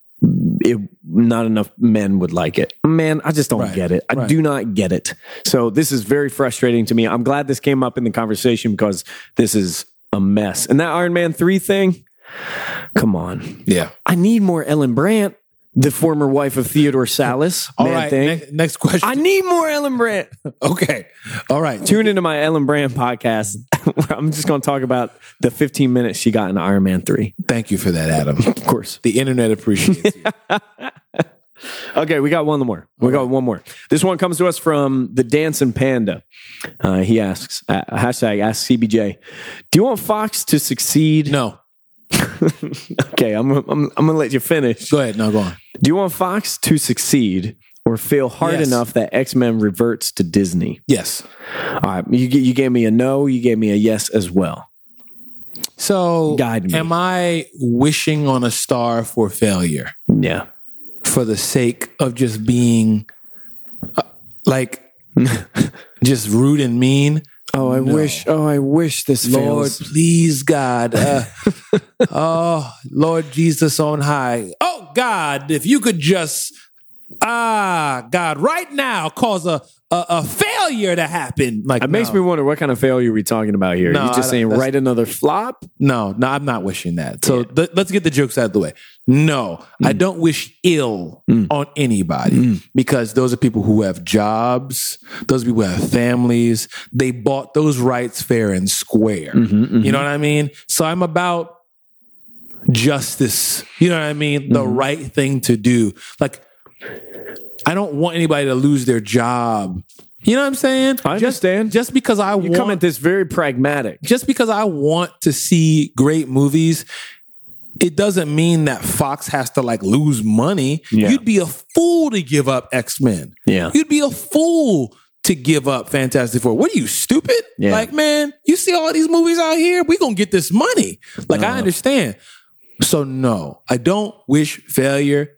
[SPEAKER 2] it, not enough men would like it man i just don't get it i do not get it so this is very frustrating to me i'm glad this came up in the conversation because this is a mess and that iron man 3 thing come on
[SPEAKER 1] Yeah.
[SPEAKER 2] I need more Ellen Brandt, the former wife of Theodore <laughs> Salas.
[SPEAKER 1] All
[SPEAKER 2] man
[SPEAKER 1] right.
[SPEAKER 2] thing.
[SPEAKER 1] ne- next question.
[SPEAKER 2] I need more Ellen Brandt.
[SPEAKER 1] <laughs> okay. All right.
[SPEAKER 2] <laughs> Tune into my Ellen Brandt podcast. <laughs> where I'm just going to talk about the 15 minutes she got in Iron Man 3.
[SPEAKER 1] Thank you for that,
[SPEAKER 2] <laughs>
[SPEAKER 1] Adam.
[SPEAKER 2] Of course.
[SPEAKER 1] The internet appreciates you.
[SPEAKER 2] Okay, we got one more. We got one more. This one comes to us from the Dancing Panda. Uh, he asks, uh, hashtag ask CBJ, do you want Fox to succeed?
[SPEAKER 1] No.
[SPEAKER 2] Okay, I'm, I'm, I'm going to let you finish.
[SPEAKER 1] Go ahead. No, go on.
[SPEAKER 2] Do you want Fox to succeed or fail hard
[SPEAKER 1] Yes.
[SPEAKER 2] enough that X Men reverts to Disney?
[SPEAKER 1] Yes.
[SPEAKER 2] All right, you g- you gave me a no, you gave me a yes as well.
[SPEAKER 1] So,
[SPEAKER 2] Guide me.
[SPEAKER 1] am I wishing on a star for failure
[SPEAKER 2] Yeah,
[SPEAKER 1] for the sake of just being uh, like
[SPEAKER 2] <laughs>
[SPEAKER 1] just rude and mean?
[SPEAKER 2] Oh, I wish. Oh, I wish this
[SPEAKER 1] Lord, please, God.
[SPEAKER 2] <laughs>
[SPEAKER 1] Uh, oh, Lord Jesus on high. Oh, God, if you could just ah, God, right now cause a a, a failure to happen. Like
[SPEAKER 2] It makes me wonder what kind of failure we talking about here.
[SPEAKER 1] No,
[SPEAKER 2] you just
[SPEAKER 1] I-
[SPEAKER 2] saying
[SPEAKER 1] that's-
[SPEAKER 2] write another flop?
[SPEAKER 1] No, no, I'm not wishing that. So th- let's get the jokes out of the way. No, I
[SPEAKER 2] Mm.
[SPEAKER 1] don't wish ill on anybody because those are people who have jobs. Those people who have families. They bought those rights fair and square.
[SPEAKER 2] Mm-hmm,
[SPEAKER 1] You know what I mean? So I'm about justice. You know what I mean? The
[SPEAKER 2] Mm-hmm.
[SPEAKER 1] right thing to do. Like, I don't want anybody to lose their job. You know what I'm saying?
[SPEAKER 2] I understand.
[SPEAKER 1] Just, just because I
[SPEAKER 2] You
[SPEAKER 1] want
[SPEAKER 2] come at this very pragmatic.
[SPEAKER 1] just because I want to see great movies, it doesn't mean that Fox has to like lose money.
[SPEAKER 2] Yeah.
[SPEAKER 1] You'd be a fool to give up X Men.
[SPEAKER 2] Yeah.
[SPEAKER 1] You'd be a fool to give up Fantastic Four. What are you stupid?
[SPEAKER 2] Yeah.
[SPEAKER 1] Like, man, you see all these movies out here. We gonna get this money. Like,
[SPEAKER 2] Uh-huh.
[SPEAKER 1] I understand. So no, I don't wish failure.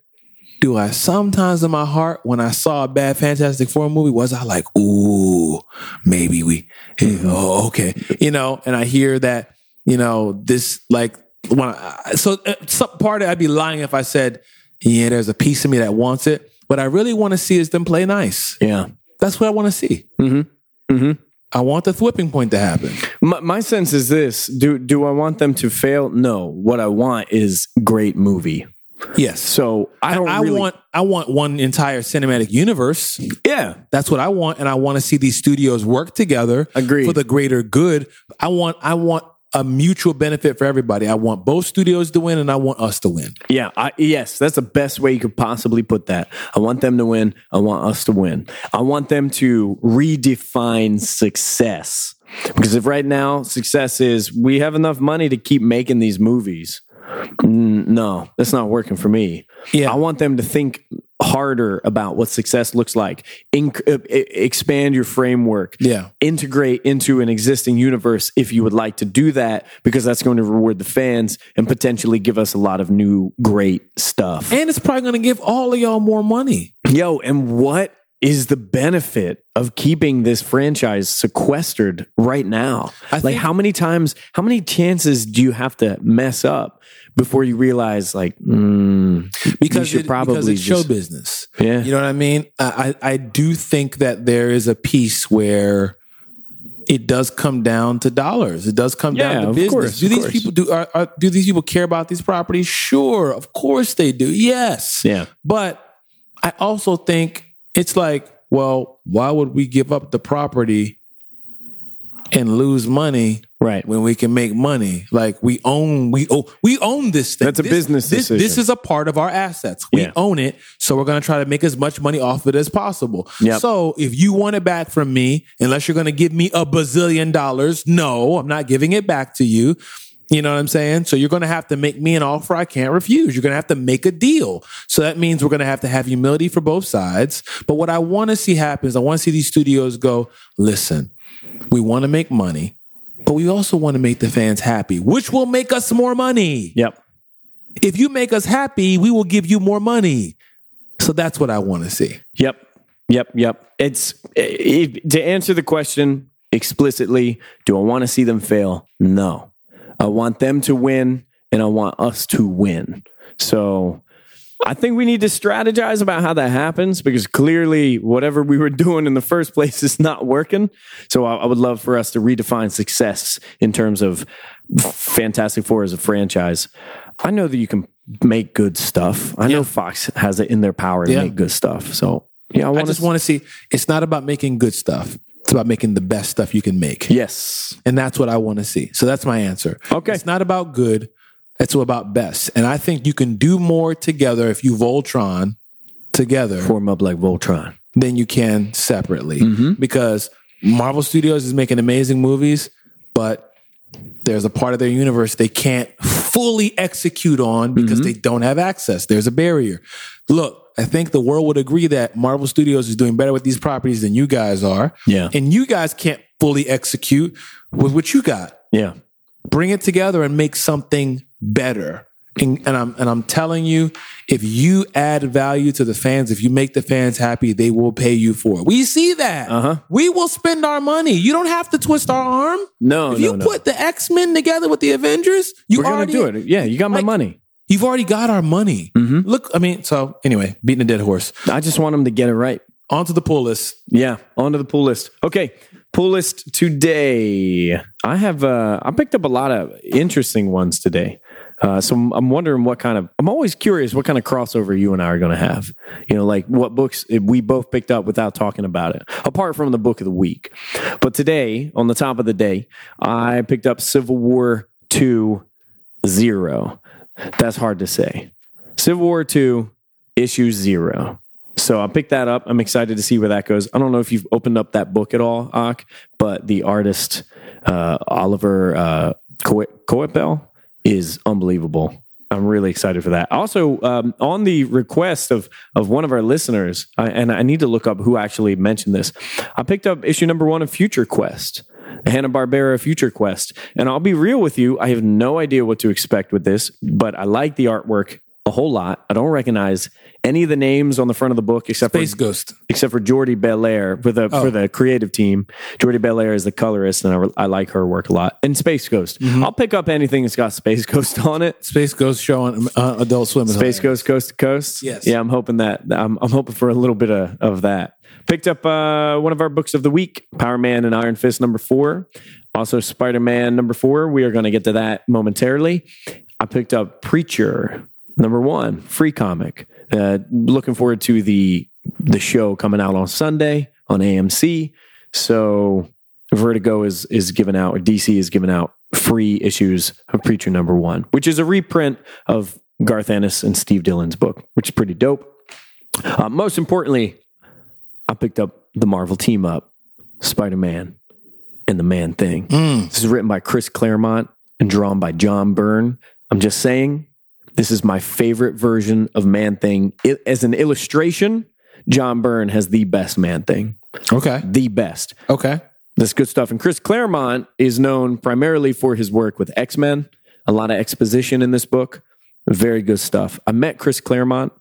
[SPEAKER 1] Do I sometimes in my heart when I saw a bad Fantastic Four movie was I like, ooh, maybe we, eh,
[SPEAKER 2] Mm-hmm.
[SPEAKER 1] oh okay, you know? And I hear that you know this like when I, so uh, some part of I'd be lying if I said yeah, there's a piece of me that wants it. What I really want to see is them play nice.
[SPEAKER 2] Yeah.
[SPEAKER 1] That's what I want to see. Mm-hmm.
[SPEAKER 2] Mhm.
[SPEAKER 1] I want the whipping point to happen.
[SPEAKER 2] My, my sense is this: do do I want them to fail? No. What I want is great movie.
[SPEAKER 1] Yes.
[SPEAKER 2] So I don't.
[SPEAKER 1] I
[SPEAKER 2] really-
[SPEAKER 1] want I want one entire cinematic universe.
[SPEAKER 2] Yeah.
[SPEAKER 1] That's what I want, and I want to see these studios work together
[SPEAKER 2] Agreed.
[SPEAKER 1] for the greater good. I want I want a mutual benefit for everybody. I want both studios to win, and I want us to win.
[SPEAKER 2] Yeah. I, yes. That's the best way you could possibly put that. I want them to win. I want us to win. I want them to redefine success because if right now success is we have enough money to keep making these movies. mm, No, that's not working for me.
[SPEAKER 1] Yeah.
[SPEAKER 2] I want them to think harder about what success looks like. Inc- uh, e- expand your framework.
[SPEAKER 1] Yeah.
[SPEAKER 2] integrate into an existing universe if you would like to do that, because that's going to reward the fans and potentially give us a lot of new great stuff.
[SPEAKER 1] And it's probably going to give all of y'all more money.
[SPEAKER 2] Yo, and what is the benefit of keeping this franchise sequestered right now?
[SPEAKER 1] I
[SPEAKER 2] like,
[SPEAKER 1] think-
[SPEAKER 2] how many times, how many chances do you have to mess up before you realize, like, mm,
[SPEAKER 1] because
[SPEAKER 2] should
[SPEAKER 1] it,
[SPEAKER 2] probably
[SPEAKER 1] because it's
[SPEAKER 2] just-
[SPEAKER 1] show business.
[SPEAKER 2] Yeah.
[SPEAKER 1] you know what I mean. I, I I do think that there is a piece where it does come down to dollars. It does come
[SPEAKER 2] Yeah,
[SPEAKER 1] down to
[SPEAKER 2] of
[SPEAKER 1] business.
[SPEAKER 2] course,
[SPEAKER 1] do
[SPEAKER 2] of
[SPEAKER 1] these
[SPEAKER 2] course.
[SPEAKER 1] people do are, are, do these people care about these properties? Sure, of course they do. Yes,
[SPEAKER 2] yeah,
[SPEAKER 1] but I also think it's like, well, why would we give up the property and lose money
[SPEAKER 2] right.
[SPEAKER 1] when we can make money. Like we own, we owe, we own this thing.
[SPEAKER 2] That's a
[SPEAKER 1] This-
[SPEAKER 2] business
[SPEAKER 1] this,
[SPEAKER 2] decision.
[SPEAKER 1] This is a part of our assets. We
[SPEAKER 2] Yeah.
[SPEAKER 1] own it, so we're going to try to make as much money off of it as possible.
[SPEAKER 2] Yep.
[SPEAKER 1] So if you want it back from me, unless you're going to give me a bazillion dollars, no, I'm not giving it back to you. You know what I'm saying? So you're going to have to make me an offer I can't refuse. You're going to have to make a deal. So that means we're going to have to have humility for both sides. But what I want to see happens, I want to see these studios go, listen, we want to make money, but we also want to make the fans happy, which will make us more money.
[SPEAKER 2] Yep.
[SPEAKER 1] If you make us happy, we will give you more money. So that's what I want to see.
[SPEAKER 2] Yep. Yep. Yep. It's it, to answer the question explicitly do I want to see them fail? No. I want them to win and I want us to win. So I think we need to strategize about how that happens because clearly whatever we were <laughs> doing in the first place is not working. So I, I would love for us to redefine success in terms of Fantastic Four as a franchise. I know that you can make good stuff. I know Fox has it in their power to
[SPEAKER 1] Yeah.
[SPEAKER 2] make good stuff. So yeah, I
[SPEAKER 1] I
[SPEAKER 2] want
[SPEAKER 1] just
[SPEAKER 2] to.
[SPEAKER 1] want to see it's not about making good stuff. It's about making the best stuff you can make.
[SPEAKER 2] yes.
[SPEAKER 1] And that's what I want to see. So that's my answer.
[SPEAKER 2] Okay.
[SPEAKER 1] It's not about good. It's about best. And I think you can do more together if you Voltron together
[SPEAKER 2] Form up like Voltron.
[SPEAKER 1] than you can separately because Marvel Studios is making amazing movies, but there's a part of their universe they can't fully execute on because they don't have access. There's a barrier. Look, I think the world would agree that Marvel Studios is doing better with these properties than you guys are.
[SPEAKER 2] Yeah.
[SPEAKER 1] And you guys can't fully execute with what you got
[SPEAKER 2] Yeah.
[SPEAKER 1] bring it together and make something better. And, and I'm and I'm telling you, if you add value to the fans, if you make the fans happy, they will pay you for it. We see that.
[SPEAKER 2] Uh-huh.
[SPEAKER 1] We will spend our money. You don't have to twist our arm.
[SPEAKER 2] No.
[SPEAKER 1] if
[SPEAKER 2] no.
[SPEAKER 1] you
[SPEAKER 2] no.
[SPEAKER 1] put the X Men together with the Avengers, you
[SPEAKER 2] We're gonna
[SPEAKER 1] already
[SPEAKER 2] do it. Yeah, you got my
[SPEAKER 1] like-
[SPEAKER 2] money.
[SPEAKER 1] You've already got our money.
[SPEAKER 2] Mhm.
[SPEAKER 1] Look, I mean, so anyway, beating a dead horse.
[SPEAKER 2] I just want them to get it right.
[SPEAKER 1] Onto the pull list.
[SPEAKER 2] Yeah, onto the pool list. Okay, pool list today. I have uh, I picked up a lot of interesting ones today. Uh, so I'm- I'm wondering what kind of I'm always curious what kind of crossover you and I are going to have. You know, like what books eh, we both picked up without talking about it, apart from the book of the week. But today, on the top of the day, I picked up Civil War Two Zero. That's hard to say. Civil War Two issue zero. So I picked that up. I'm excited to see where that goes. I don't know if you've opened up that book at all, Ak, but the artist uh, Oliver uh, Coe- Coepel is unbelievable. I'm really excited for that. Also, um, on the request of of one of our listeners, I, and I need to look up who actually mentioned this. I picked up issue number one of Future Quest. Hanna Barbera Future Quest. And I'll be real with you, I have no idea what to expect with this, but I like the artwork a whole lot. I don't recognize any of the names on the front of the book except
[SPEAKER 1] Space
[SPEAKER 2] for
[SPEAKER 1] Ghost.
[SPEAKER 2] except for Jordi Belair for the for the creative team. Jordi Belair is the colorist, and I, I like her work a lot. And Space Ghost. I'll pick up anything that's got Space Ghost on it.
[SPEAKER 1] Space Ghost show on uh, Adult Swim. is
[SPEAKER 2] Space Ghost Coast to Coast.
[SPEAKER 1] Yes.
[SPEAKER 2] Yeah, I'm hoping that I'm, I'm hoping for a little bit of, of that. Picked up uh, one of our books of the week, Power Man and Iron Fist number four. Also Spider Man number four. We are going to get to that momentarily. I picked up Preacher number one, free comic. Uh, looking forward to the the show coming out on Sunday on AMC. So Vertigo is is giving out or DC is giving out free issues of Preacher number 1, which is a reprint of Garth Ennis and Steve Dillon's book, which is pretty dope. Uh, most importantly, I picked up the Marvel team up, Spider-Man and the Man Thing.
[SPEAKER 1] Mm,
[SPEAKER 2] This is written by Chris Claremont and drawn by John Byrne. I'm just saying, this is my favorite version of Man Thing. I- as an illustration, John Byrne has the best Man Thing,
[SPEAKER 1] Okay.
[SPEAKER 2] the best.
[SPEAKER 1] Okay.
[SPEAKER 2] That's good stuff. And Chris Claremont is known primarily for his work with X Men. A lot of exposition in this book. Very good stuff. I met Chris Claremont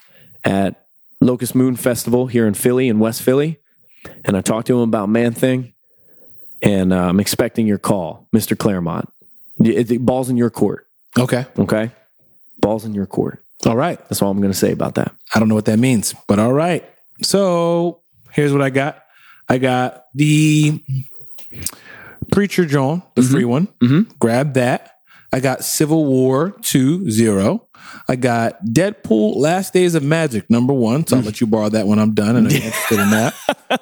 [SPEAKER 2] at Locust Moon Festival here in Philly, in West Philly, and I talked to him about Man Thing. And uh, I'm expecting your call, Mr. Claremont. Y- the ball's in your court,
[SPEAKER 1] Okay.
[SPEAKER 2] okay? Ball's in your court.
[SPEAKER 1] All right.
[SPEAKER 2] That's all I'm going to say about that.
[SPEAKER 1] I don't know what that means, but all right. So here's what I got. I got the Preacher John, the free
[SPEAKER 2] Mm-hmm.
[SPEAKER 1] one. Grab that. I got Civil War 2 0. I got Deadpool Last Days of Magic, number one. So I'll let you borrow that when I'm done. I know you're interested in
[SPEAKER 2] <laughs>
[SPEAKER 1] that.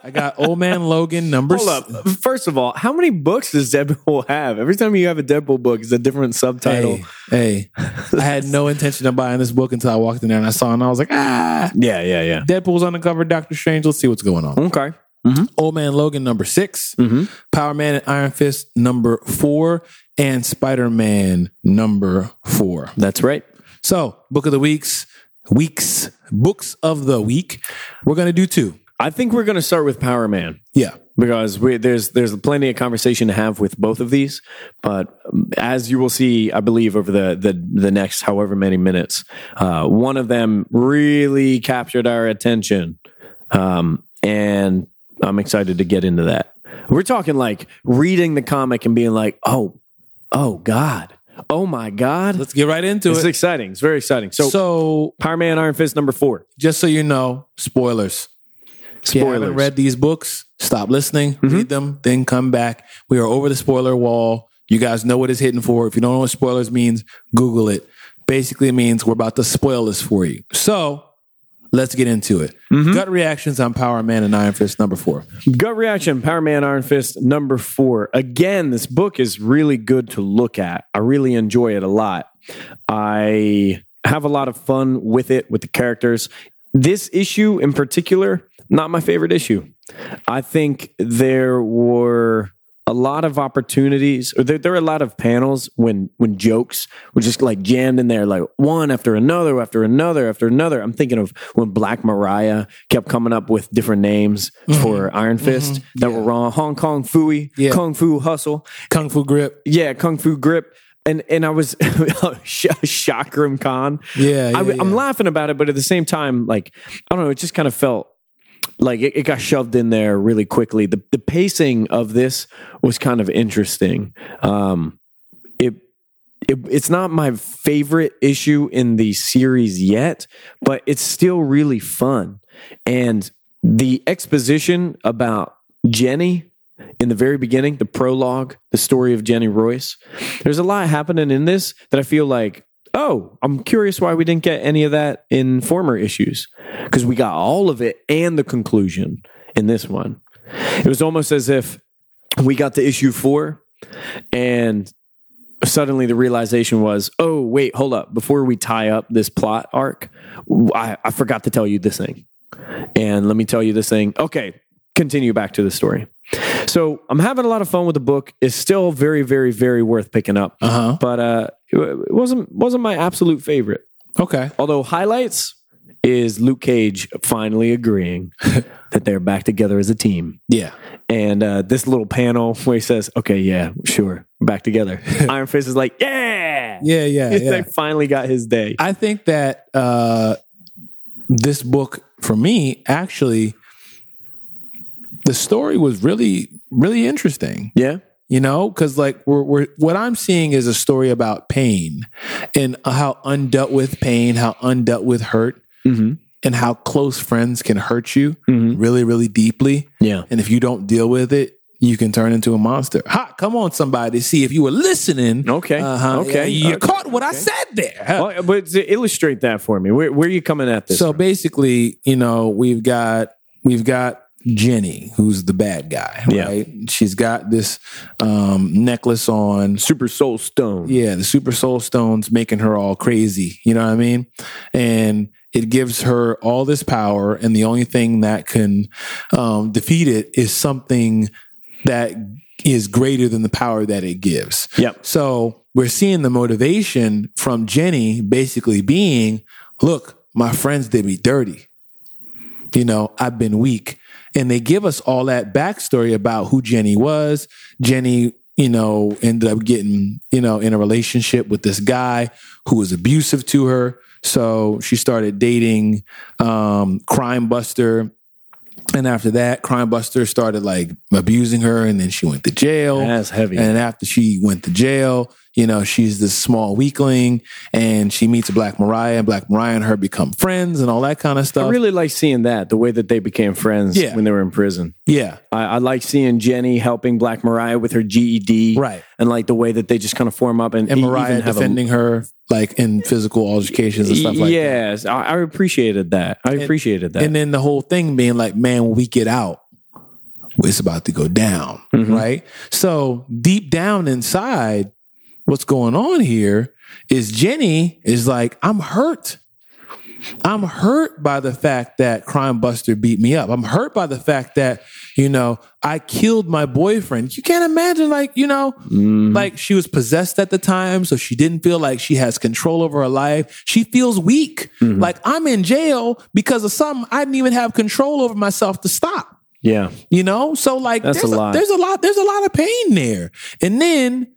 [SPEAKER 1] I got Old Man Logan, number
[SPEAKER 2] Hold
[SPEAKER 1] s-
[SPEAKER 2] up. First of all, how many books does Deadpool have? Every time you have a Deadpool book, it's a different subtitle.
[SPEAKER 1] Hey, hey. I had no intention of buying this book until I walked in there and I saw it and I was like, ah,
[SPEAKER 2] Yeah, yeah, yeah.
[SPEAKER 1] Deadpool's on the cover, Doctor Strange. Let's see what's going on.
[SPEAKER 2] Okay.
[SPEAKER 1] Old Man Logan number 6
[SPEAKER 2] Mhm.
[SPEAKER 1] Power Man and Iron Fist number four, and Spider Man number four.
[SPEAKER 2] That's right.
[SPEAKER 1] So, book of the weeks, weeks, books of the week. We're gonna do two.
[SPEAKER 2] I think we're going to start with Power Man
[SPEAKER 1] Yeah.
[SPEAKER 2] because we, there's there's plenty of conversation to have with both of these. But um, as you will see, I believe over the the, the next however many minutes, uh, one of them really captured our attention, um, and I'm excited to get into that. We're talking like reading the comic and being like, oh, oh God, oh my God,
[SPEAKER 1] Let's get right into
[SPEAKER 2] it's
[SPEAKER 1] it.
[SPEAKER 2] exciting. It's very exciting. So,
[SPEAKER 1] so,
[SPEAKER 2] Power Man Iron Fist number four.
[SPEAKER 1] just so you know, spoilers. If you
[SPEAKER 2] Spoilers.
[SPEAKER 1] haven't read these books, stop listening, read them, then come back. We are over the spoiler wall. You guys know what it's hitting for. If you don't know what spoilers means, Google it. Basically, it means we're about to spoil this for you. So let's get into it. Gut reactions on Power Man and Iron Fist number four.
[SPEAKER 2] Gut reaction, Power Man Iron Fist number four. Again, this book is really good to look at. I really enjoy it a lot. I have a lot of fun with it, with the characters. This issue in particular, not my favorite issue. I think there were a lot of opportunities or there, there were a lot of panels when when jokes were just like jammed in there like one after another after another after another i'm thinking of when black mariah kept coming up with different names for iron fist that were wrong hong kong fooey
[SPEAKER 1] Yeah.
[SPEAKER 2] kung fu hustle
[SPEAKER 1] Kung Fu Grip.
[SPEAKER 2] yeah kung fu grip and and i was <laughs> Sh- chakram khan
[SPEAKER 1] Yeah.
[SPEAKER 2] I,
[SPEAKER 1] yeah, yeah.
[SPEAKER 2] am laughing about it, but at the same time, like I don't know, it just kind of felt like it, it got shoved in there really quickly. The the pacing of this was kind of interesting. Um, it it, it's not my favorite issue in the series yet, but it's still really fun. And the exposition about Jenny in the very beginning, the prologue, the story of Jenny Royce, there's a lot happening in this that I feel like, oh, I'm curious why we didn't get any of that in former issues because we got all of it and the conclusion in this one. It was almost as if we got to issue four and suddenly the realization was, oh, wait, hold up. Before we tie up this plot arc, I, I forgot to tell you this thing. And let me tell you this thing. Okay, continue back to the story. So I'm having a lot of fun with the book. It's still very, very, very worth picking up.
[SPEAKER 1] Uh
[SPEAKER 2] But uh, it it wasn't wasn't my absolute favorite.
[SPEAKER 1] huh. Okay.
[SPEAKER 2] Although highlights is Luke Cage finally agreeing that they're back together as a team.
[SPEAKER 1] Yeah.
[SPEAKER 2] And uh, this little panel where he says, "Okay, yeah, sure, back
[SPEAKER 1] <laughs>
[SPEAKER 2] together." Iron Fist is like, "Yeah, <laughs>
[SPEAKER 1] Yeah. Yeah.
[SPEAKER 2] It's
[SPEAKER 1] yeah.
[SPEAKER 2] like finally got his day."
[SPEAKER 1] I think that uh, this book for me actually, the story was really really interesting.
[SPEAKER 2] yeah,
[SPEAKER 1] You know, because like we're, we're what I'm seeing is a story about pain and how undealt with pain, how undealt with hurt,
[SPEAKER 2] mm-hmm.
[SPEAKER 1] and how close friends can hurt you
[SPEAKER 2] Mm-hmm.
[SPEAKER 1] really really deeply.
[SPEAKER 2] yeah,
[SPEAKER 1] And if you don't deal with it, you can turn into a monster. Ha! Come on, somebody. See if you were listening.
[SPEAKER 2] okay,
[SPEAKER 1] Uh-huh.
[SPEAKER 2] okay.
[SPEAKER 1] You,
[SPEAKER 2] Uh,
[SPEAKER 1] caught what I said there. Huh.
[SPEAKER 2] well, Oh, but to illustrate that for me, where, where are you coming at this?
[SPEAKER 1] so
[SPEAKER 2] from?
[SPEAKER 1] basically, you know, we've got we've got Jenny, who's the bad guy,
[SPEAKER 2] Yeah.
[SPEAKER 1] right? She's got this um, necklace on.
[SPEAKER 2] Super Soul Stone.
[SPEAKER 1] Yeah, the Super Soul Stone's making her all crazy. You know what I mean? And it gives her all this power, and the only thing that can um, defeat it is something that is greater than the power that it gives.
[SPEAKER 2] Yep.
[SPEAKER 1] So we're seeing the motivation from Jenny basically being, look, my friends did me dirty. You know, I've been weak. And they give us all that backstory about who Jenny was. Jenny, you know, ended up getting, you know, in a relationship with this guy who was abusive to her. So she started dating um, Crime Buster. And after that, Crime Buster started like abusing her and then she went to jail.
[SPEAKER 2] That's heavy.
[SPEAKER 1] And after she went to jail, you know, she's this small weakling and she meets Black Mariah and Black Mariah and her become friends and all that kind of
[SPEAKER 2] I
[SPEAKER 1] stuff.
[SPEAKER 2] really like seeing that the way that they became friends
[SPEAKER 1] Yeah.
[SPEAKER 2] when they were in prison.
[SPEAKER 1] yeah.
[SPEAKER 2] I, I like seeing Jenny helping Black Mariah with her GED,
[SPEAKER 1] Right.
[SPEAKER 2] And like the way that they just kind of form up and,
[SPEAKER 1] And
[SPEAKER 2] e-
[SPEAKER 1] Mariah
[SPEAKER 2] even have a-
[SPEAKER 1] defending her like in physical altercations and stuff like that.
[SPEAKER 2] yes, I, I appreciated that. I appreciated that.
[SPEAKER 1] And then the whole thing being like, man, when we get out, it's about to go down,
[SPEAKER 2] Mm-hmm.
[SPEAKER 1] right? So deep down inside, what's going on here is Jenny is like, I'm hurt. I'm hurt by the fact that Crime Buster beat me up. I'm hurt by the fact that, you know, I killed my boyfriend. You can't imagine, like, you know, like she was possessed at the time, so she didn't feel like she has control over her life. She feels weak. Like, I'm in jail because of something I didn't even have control over myself to stop.
[SPEAKER 2] yeah,
[SPEAKER 1] You know, so like
[SPEAKER 2] That's
[SPEAKER 1] there's
[SPEAKER 2] a lot.
[SPEAKER 1] there's a lot there's a lot of pain there. And then,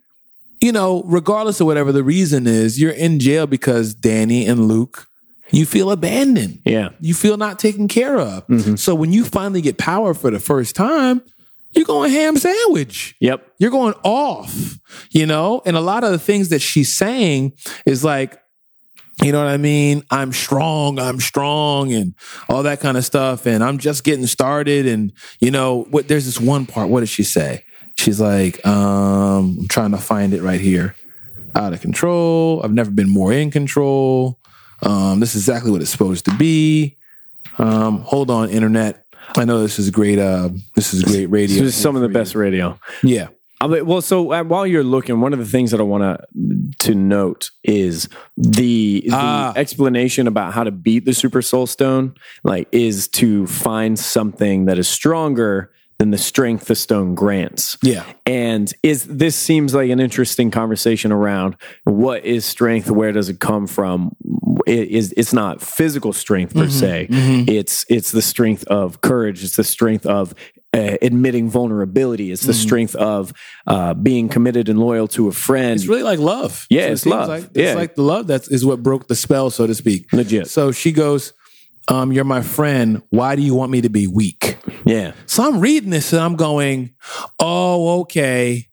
[SPEAKER 1] you know, regardless of whatever the reason is, you're in jail because Danny and Luke, you feel abandoned.
[SPEAKER 2] yeah,
[SPEAKER 1] You feel not taken care of.
[SPEAKER 2] Mm-hmm.
[SPEAKER 1] So when you finally get power for the first time, you're going ham sandwich
[SPEAKER 2] yep.
[SPEAKER 1] you're going off, you know? And a lot of the things that she's saying is like, you know what I mean? I'm strong, I'm strong, and all that kind of stuff. And I'm just getting started. And, you know, what there's this one part. What did she say? She's like, um, I'm trying to find it right here. Out of control. I've never been more in control. Um, this is exactly what it's supposed to be. Um, hold on, internet. I know this is great. Uh, this is great radio.
[SPEAKER 2] This is some of the best radio.
[SPEAKER 1] yeah.
[SPEAKER 2] I mean, well, so uh, while you're looking, one of the things that I want to to note is the, the
[SPEAKER 1] Ah.
[SPEAKER 2] explanation about how to beat the Super Soul Stone. Like, is to find something that is stronger than the strength the stone grants.
[SPEAKER 1] Yeah.
[SPEAKER 2] and is this seems like an interesting conversation around what is strength where does it come from it is it's not physical strength
[SPEAKER 1] Mm-hmm.
[SPEAKER 2] per se it's it's the strength of courage it's the strength of uh, admitting vulnerability it's the
[SPEAKER 1] Mm-hmm.
[SPEAKER 2] strength of uh, being committed and loyal to a friend
[SPEAKER 1] It's really like love.
[SPEAKER 2] Yeah,
[SPEAKER 1] So it
[SPEAKER 2] it's
[SPEAKER 1] seems
[SPEAKER 2] love.
[SPEAKER 1] Like, it's
[SPEAKER 2] Yeah.
[SPEAKER 1] like the love that is what broke the spell, so to speak.
[SPEAKER 2] Legit.
[SPEAKER 1] So she goes, um, "You're my friend. Why do you want me to be weak?"
[SPEAKER 2] yeah
[SPEAKER 1] So I'm reading this and I'm going, "Oh, okay.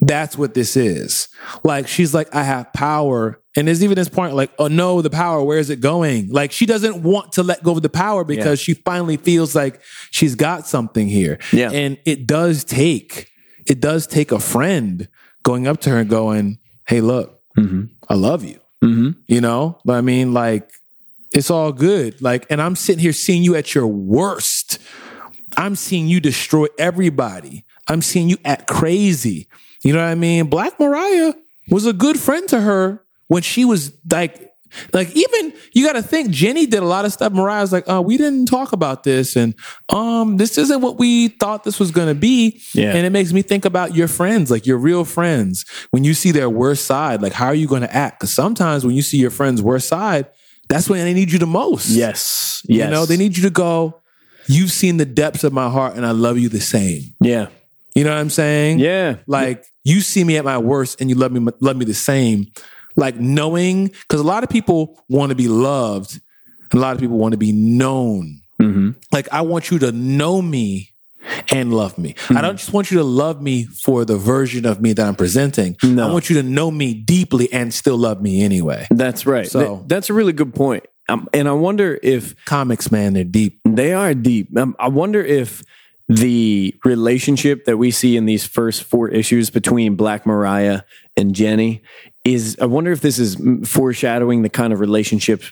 [SPEAKER 1] That's what this is. Like she's like, I have power. And there's even this point, like, oh no, the power, where is it going? Like she doesn't want to let go of the power because she finally feels like she's got something here.
[SPEAKER 2] Yeah.
[SPEAKER 1] And it does take, it does take a friend going up to her and going, Hey, look, I love you. You know? But I mean, like, it's all good. Like, and I'm sitting here seeing you at your worst. I'm seeing you destroy everybody. I'm seeing you act crazy. You know what I mean? Black Mariah was a good friend to her when she was like, like even you got to think Jenny did a lot of stuff. Mariah's like, uh, we didn't talk about this, and um, this isn't what we thought this was gonna be.
[SPEAKER 2] Yeah.
[SPEAKER 1] and it makes me think about your friends, like your real friends. When you see their worst side, like how are you gonna act? Because sometimes when you see your friend's worst side, that's when they need you the most.
[SPEAKER 2] Yes. Yes.
[SPEAKER 1] You know, they need you to go, you've seen the depths of my heart and I love you the same.
[SPEAKER 2] Yeah.
[SPEAKER 1] You know what I'm saying?
[SPEAKER 2] Yeah.
[SPEAKER 1] Like you see me at my worst and you love me love me the same. Like knowing cuz a lot of people want to be loved and a lot of people want to be known.
[SPEAKER 2] Mm-hmm.
[SPEAKER 1] Like I want you to know me and love me.
[SPEAKER 2] Mm-hmm.
[SPEAKER 1] I don't just want you to love me for the version of me that I'm presenting. I want you to know me deeply and still love me anyway.
[SPEAKER 2] That's right.
[SPEAKER 1] So-
[SPEAKER 2] Th- that's a really good point. Um, and I wonder if
[SPEAKER 1] Comics, man, they're deep.
[SPEAKER 2] They are deep. Um, I wonder if the relationship that we see in these first four issues between Black Mariah and Jenny is, I wonder if this is mm, foreshadowing the kind of relationship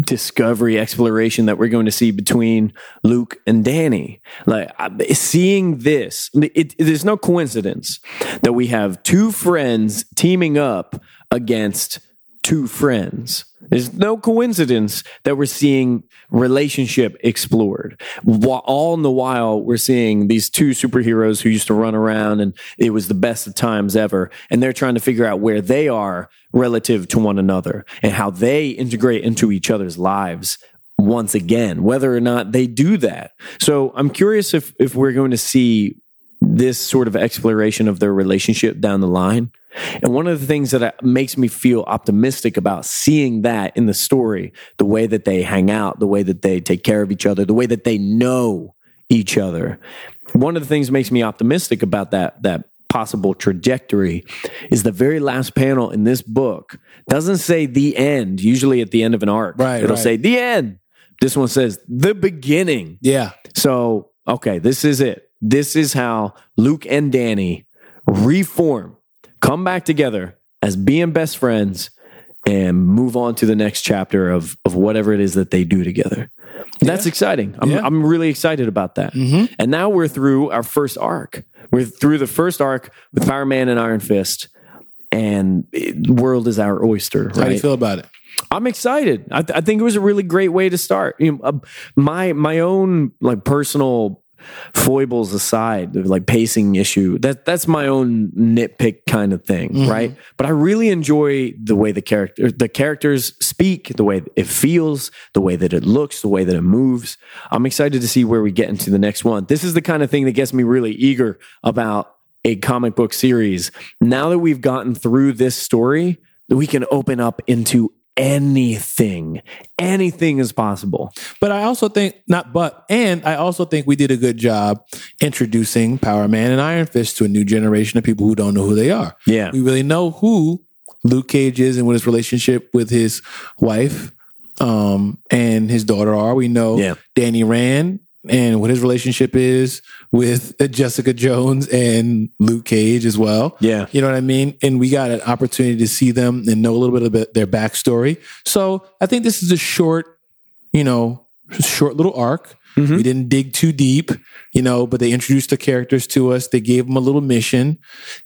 [SPEAKER 2] discovery exploration that we're going to see between Luke and Danny. Like I- seeing this, it, it- there's no coincidence that we have two friends teaming up against two friends. There's no coincidence that we're seeing relationship explored. While, all in the while, we're seeing these two superheroes who used to run around and it was the best of times ever. And they're trying to figure out where they are relative to one another and how they integrate into each other's lives once again, whether or not they do that. So I'm curious if, if we're going to see this sort of exploration of their relationship down the line. And one of the things that I- makes me feel optimistic about seeing that in the story, the way that they hang out, the way that they take care of each other, the way that they know each other. One of the things that makes me optimistic about that that possible trajectory is the very last panel in this book doesn't say the end. Usually at the end of an arc,
[SPEAKER 1] Right,
[SPEAKER 2] it'll
[SPEAKER 1] right.
[SPEAKER 2] say the end. This one says the beginning.
[SPEAKER 1] Yeah.
[SPEAKER 2] So, okay, this is it. This is how Luke and Danny reform, come back together as being best friends, and move on to the next chapter of, of whatever it is that they do together. That's exciting. I'm,
[SPEAKER 1] Yeah. Mm-hmm.
[SPEAKER 2] I'm really excited about that. And now we're through our first arc. We're through the first arc with Power Man and Iron Fist, and it, world is our oyster. Right?
[SPEAKER 1] How do you feel about it?
[SPEAKER 2] I'm excited. I, th- I think it was a really great way to start. You know, uh, my my own like personal foibles aside, the, like pacing issue. That that's my own nitpick kind of thing, right? But I really enjoy the way the character the characters speak, the way it feels, the way that it looks, the way that it moves. I'm excited to see where we get into the next one. This is the kind of thing that gets me really eager about a comic book series. Now that we've gotten through this story, we can open up into anything. Anything is possible.
[SPEAKER 1] But I also think not but and I also think we did a good job introducing Power Man and Iron Fist to a new generation of people who don't know who they are.
[SPEAKER 2] Yeah.
[SPEAKER 1] We really know who Luke Cage is and what his relationship with his wife um and his daughter are. We know
[SPEAKER 2] Yeah.
[SPEAKER 1] Danny Rand and what his relationship is with <laughs> uh, Jessica Jones and Luke Cage as well.
[SPEAKER 2] Yeah.
[SPEAKER 1] You know what I mean? And we got an opportunity to see them and know a little bit about their backstory. So I think this is a short, you know, short little arc. We didn't dig too deep, you know, but they introduced the characters to us. They gave them a little mission,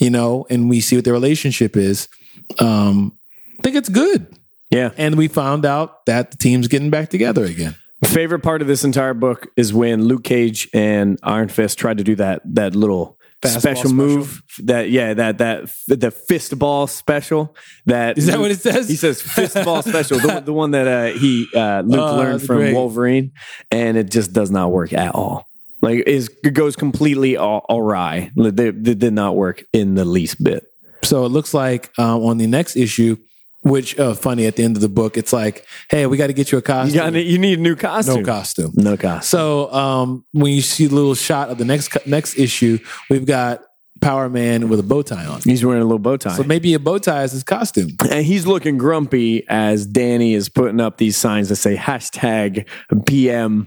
[SPEAKER 1] you know, and we see what their relationship is. Um, I think it's good.
[SPEAKER 2] Yeah.
[SPEAKER 1] And we found out that the team's getting back together again.
[SPEAKER 2] Favorite part of this entire book is when Luke Cage and Iron Fist tried to do that that little
[SPEAKER 1] Fastball
[SPEAKER 2] special, move that yeah that that the fist ball special that
[SPEAKER 1] Is that what it says?
[SPEAKER 2] he says fist ball
[SPEAKER 1] <laughs>
[SPEAKER 2] special the, the one that uh, he uh, Luke
[SPEAKER 1] Oh,
[SPEAKER 2] learned
[SPEAKER 1] that's
[SPEAKER 2] from
[SPEAKER 1] great.
[SPEAKER 2] Wolverine and it just does not work at all like is it goes completely all, awry Like, they- they did not work in the least bit
[SPEAKER 1] So it looks like um, on the next issue, which uh, funny at the end of the book, it's like, hey, we got to get you a costume.
[SPEAKER 2] You, got, you need a new costume.
[SPEAKER 1] no costume.
[SPEAKER 2] No costume.
[SPEAKER 1] So um, when you see the little shot of the next next issue, we've got Power Man with a bow tie on.
[SPEAKER 2] He's wearing a little bow tie.
[SPEAKER 1] So maybe a bow tie is his costume.
[SPEAKER 2] and he's looking grumpy as Danny is putting up these signs that say hashtag PM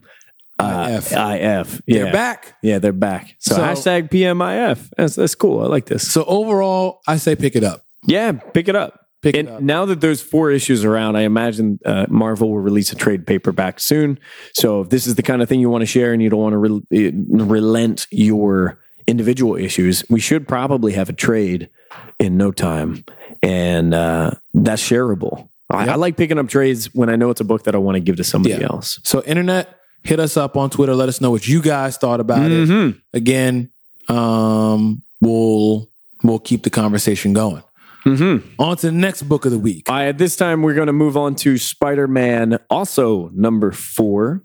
[SPEAKER 2] uh,
[SPEAKER 1] IF.
[SPEAKER 2] IF. Yeah.
[SPEAKER 1] They're back.
[SPEAKER 2] Yeah, they're back. So,
[SPEAKER 1] So-
[SPEAKER 2] hashtag PMIF. That's, that's cool. I like this.
[SPEAKER 1] So overall, I say pick it up.
[SPEAKER 2] Yeah, pick it up.
[SPEAKER 1] Pick it
[SPEAKER 2] and
[SPEAKER 1] up.
[SPEAKER 2] now that there's four issues around, I imagine uh, Marvel will release a trade paperback soon. So if this is the kind of thing you want to share and you don't want to re- eh, relent your individual issues, we should probably have a trade in no time, and uh, that's shareable. I, I like picking up trades when I know it's a book that I want to give to somebody
[SPEAKER 1] Yeah.
[SPEAKER 2] else.
[SPEAKER 1] So internet, hit us up on Twitter. Let us know what you guys thought about it.
[SPEAKER 2] Mhm.
[SPEAKER 1] Again, um, we'll we'll keep the conversation going.
[SPEAKER 2] Mhm.
[SPEAKER 1] On to the next book of the week.
[SPEAKER 2] All right, at this time, we're going to move on to Spider Man, also number four.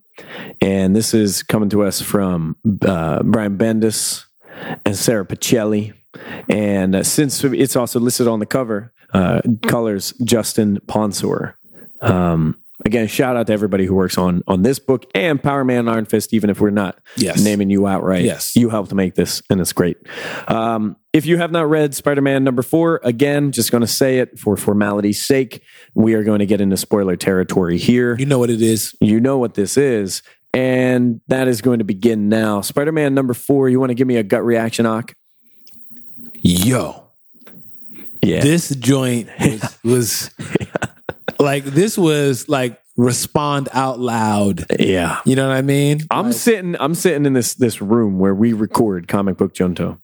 [SPEAKER 2] And this is coming to us from uh, Brian Bendis and Sarah Pacelli. And uh, since it's also listed on the cover, uh, colors Justin Ponsor. Um, again, shout out to everybody who works on on this book and Power Man Iron Fist, even if we're not
[SPEAKER 1] Yes.
[SPEAKER 2] naming you outright.
[SPEAKER 1] Yes.
[SPEAKER 2] You helped make this, and it's great. Um, if you have not read Spider Man number four, again, just going to say it for formality's sake, we are going to get into spoiler territory here.
[SPEAKER 1] You know what it is.
[SPEAKER 2] You know what this is. And that is going to begin now. Spider Man number four, you want to give me a gut reaction, Ock?
[SPEAKER 1] Yo,
[SPEAKER 2] Yeah.
[SPEAKER 1] this joint was,
[SPEAKER 2] <laughs>
[SPEAKER 1] was like this was like respond out loud.
[SPEAKER 2] yeah.
[SPEAKER 1] You know what I mean?
[SPEAKER 2] I'm sitting. I'm sitting in this this room where we record comic book junto,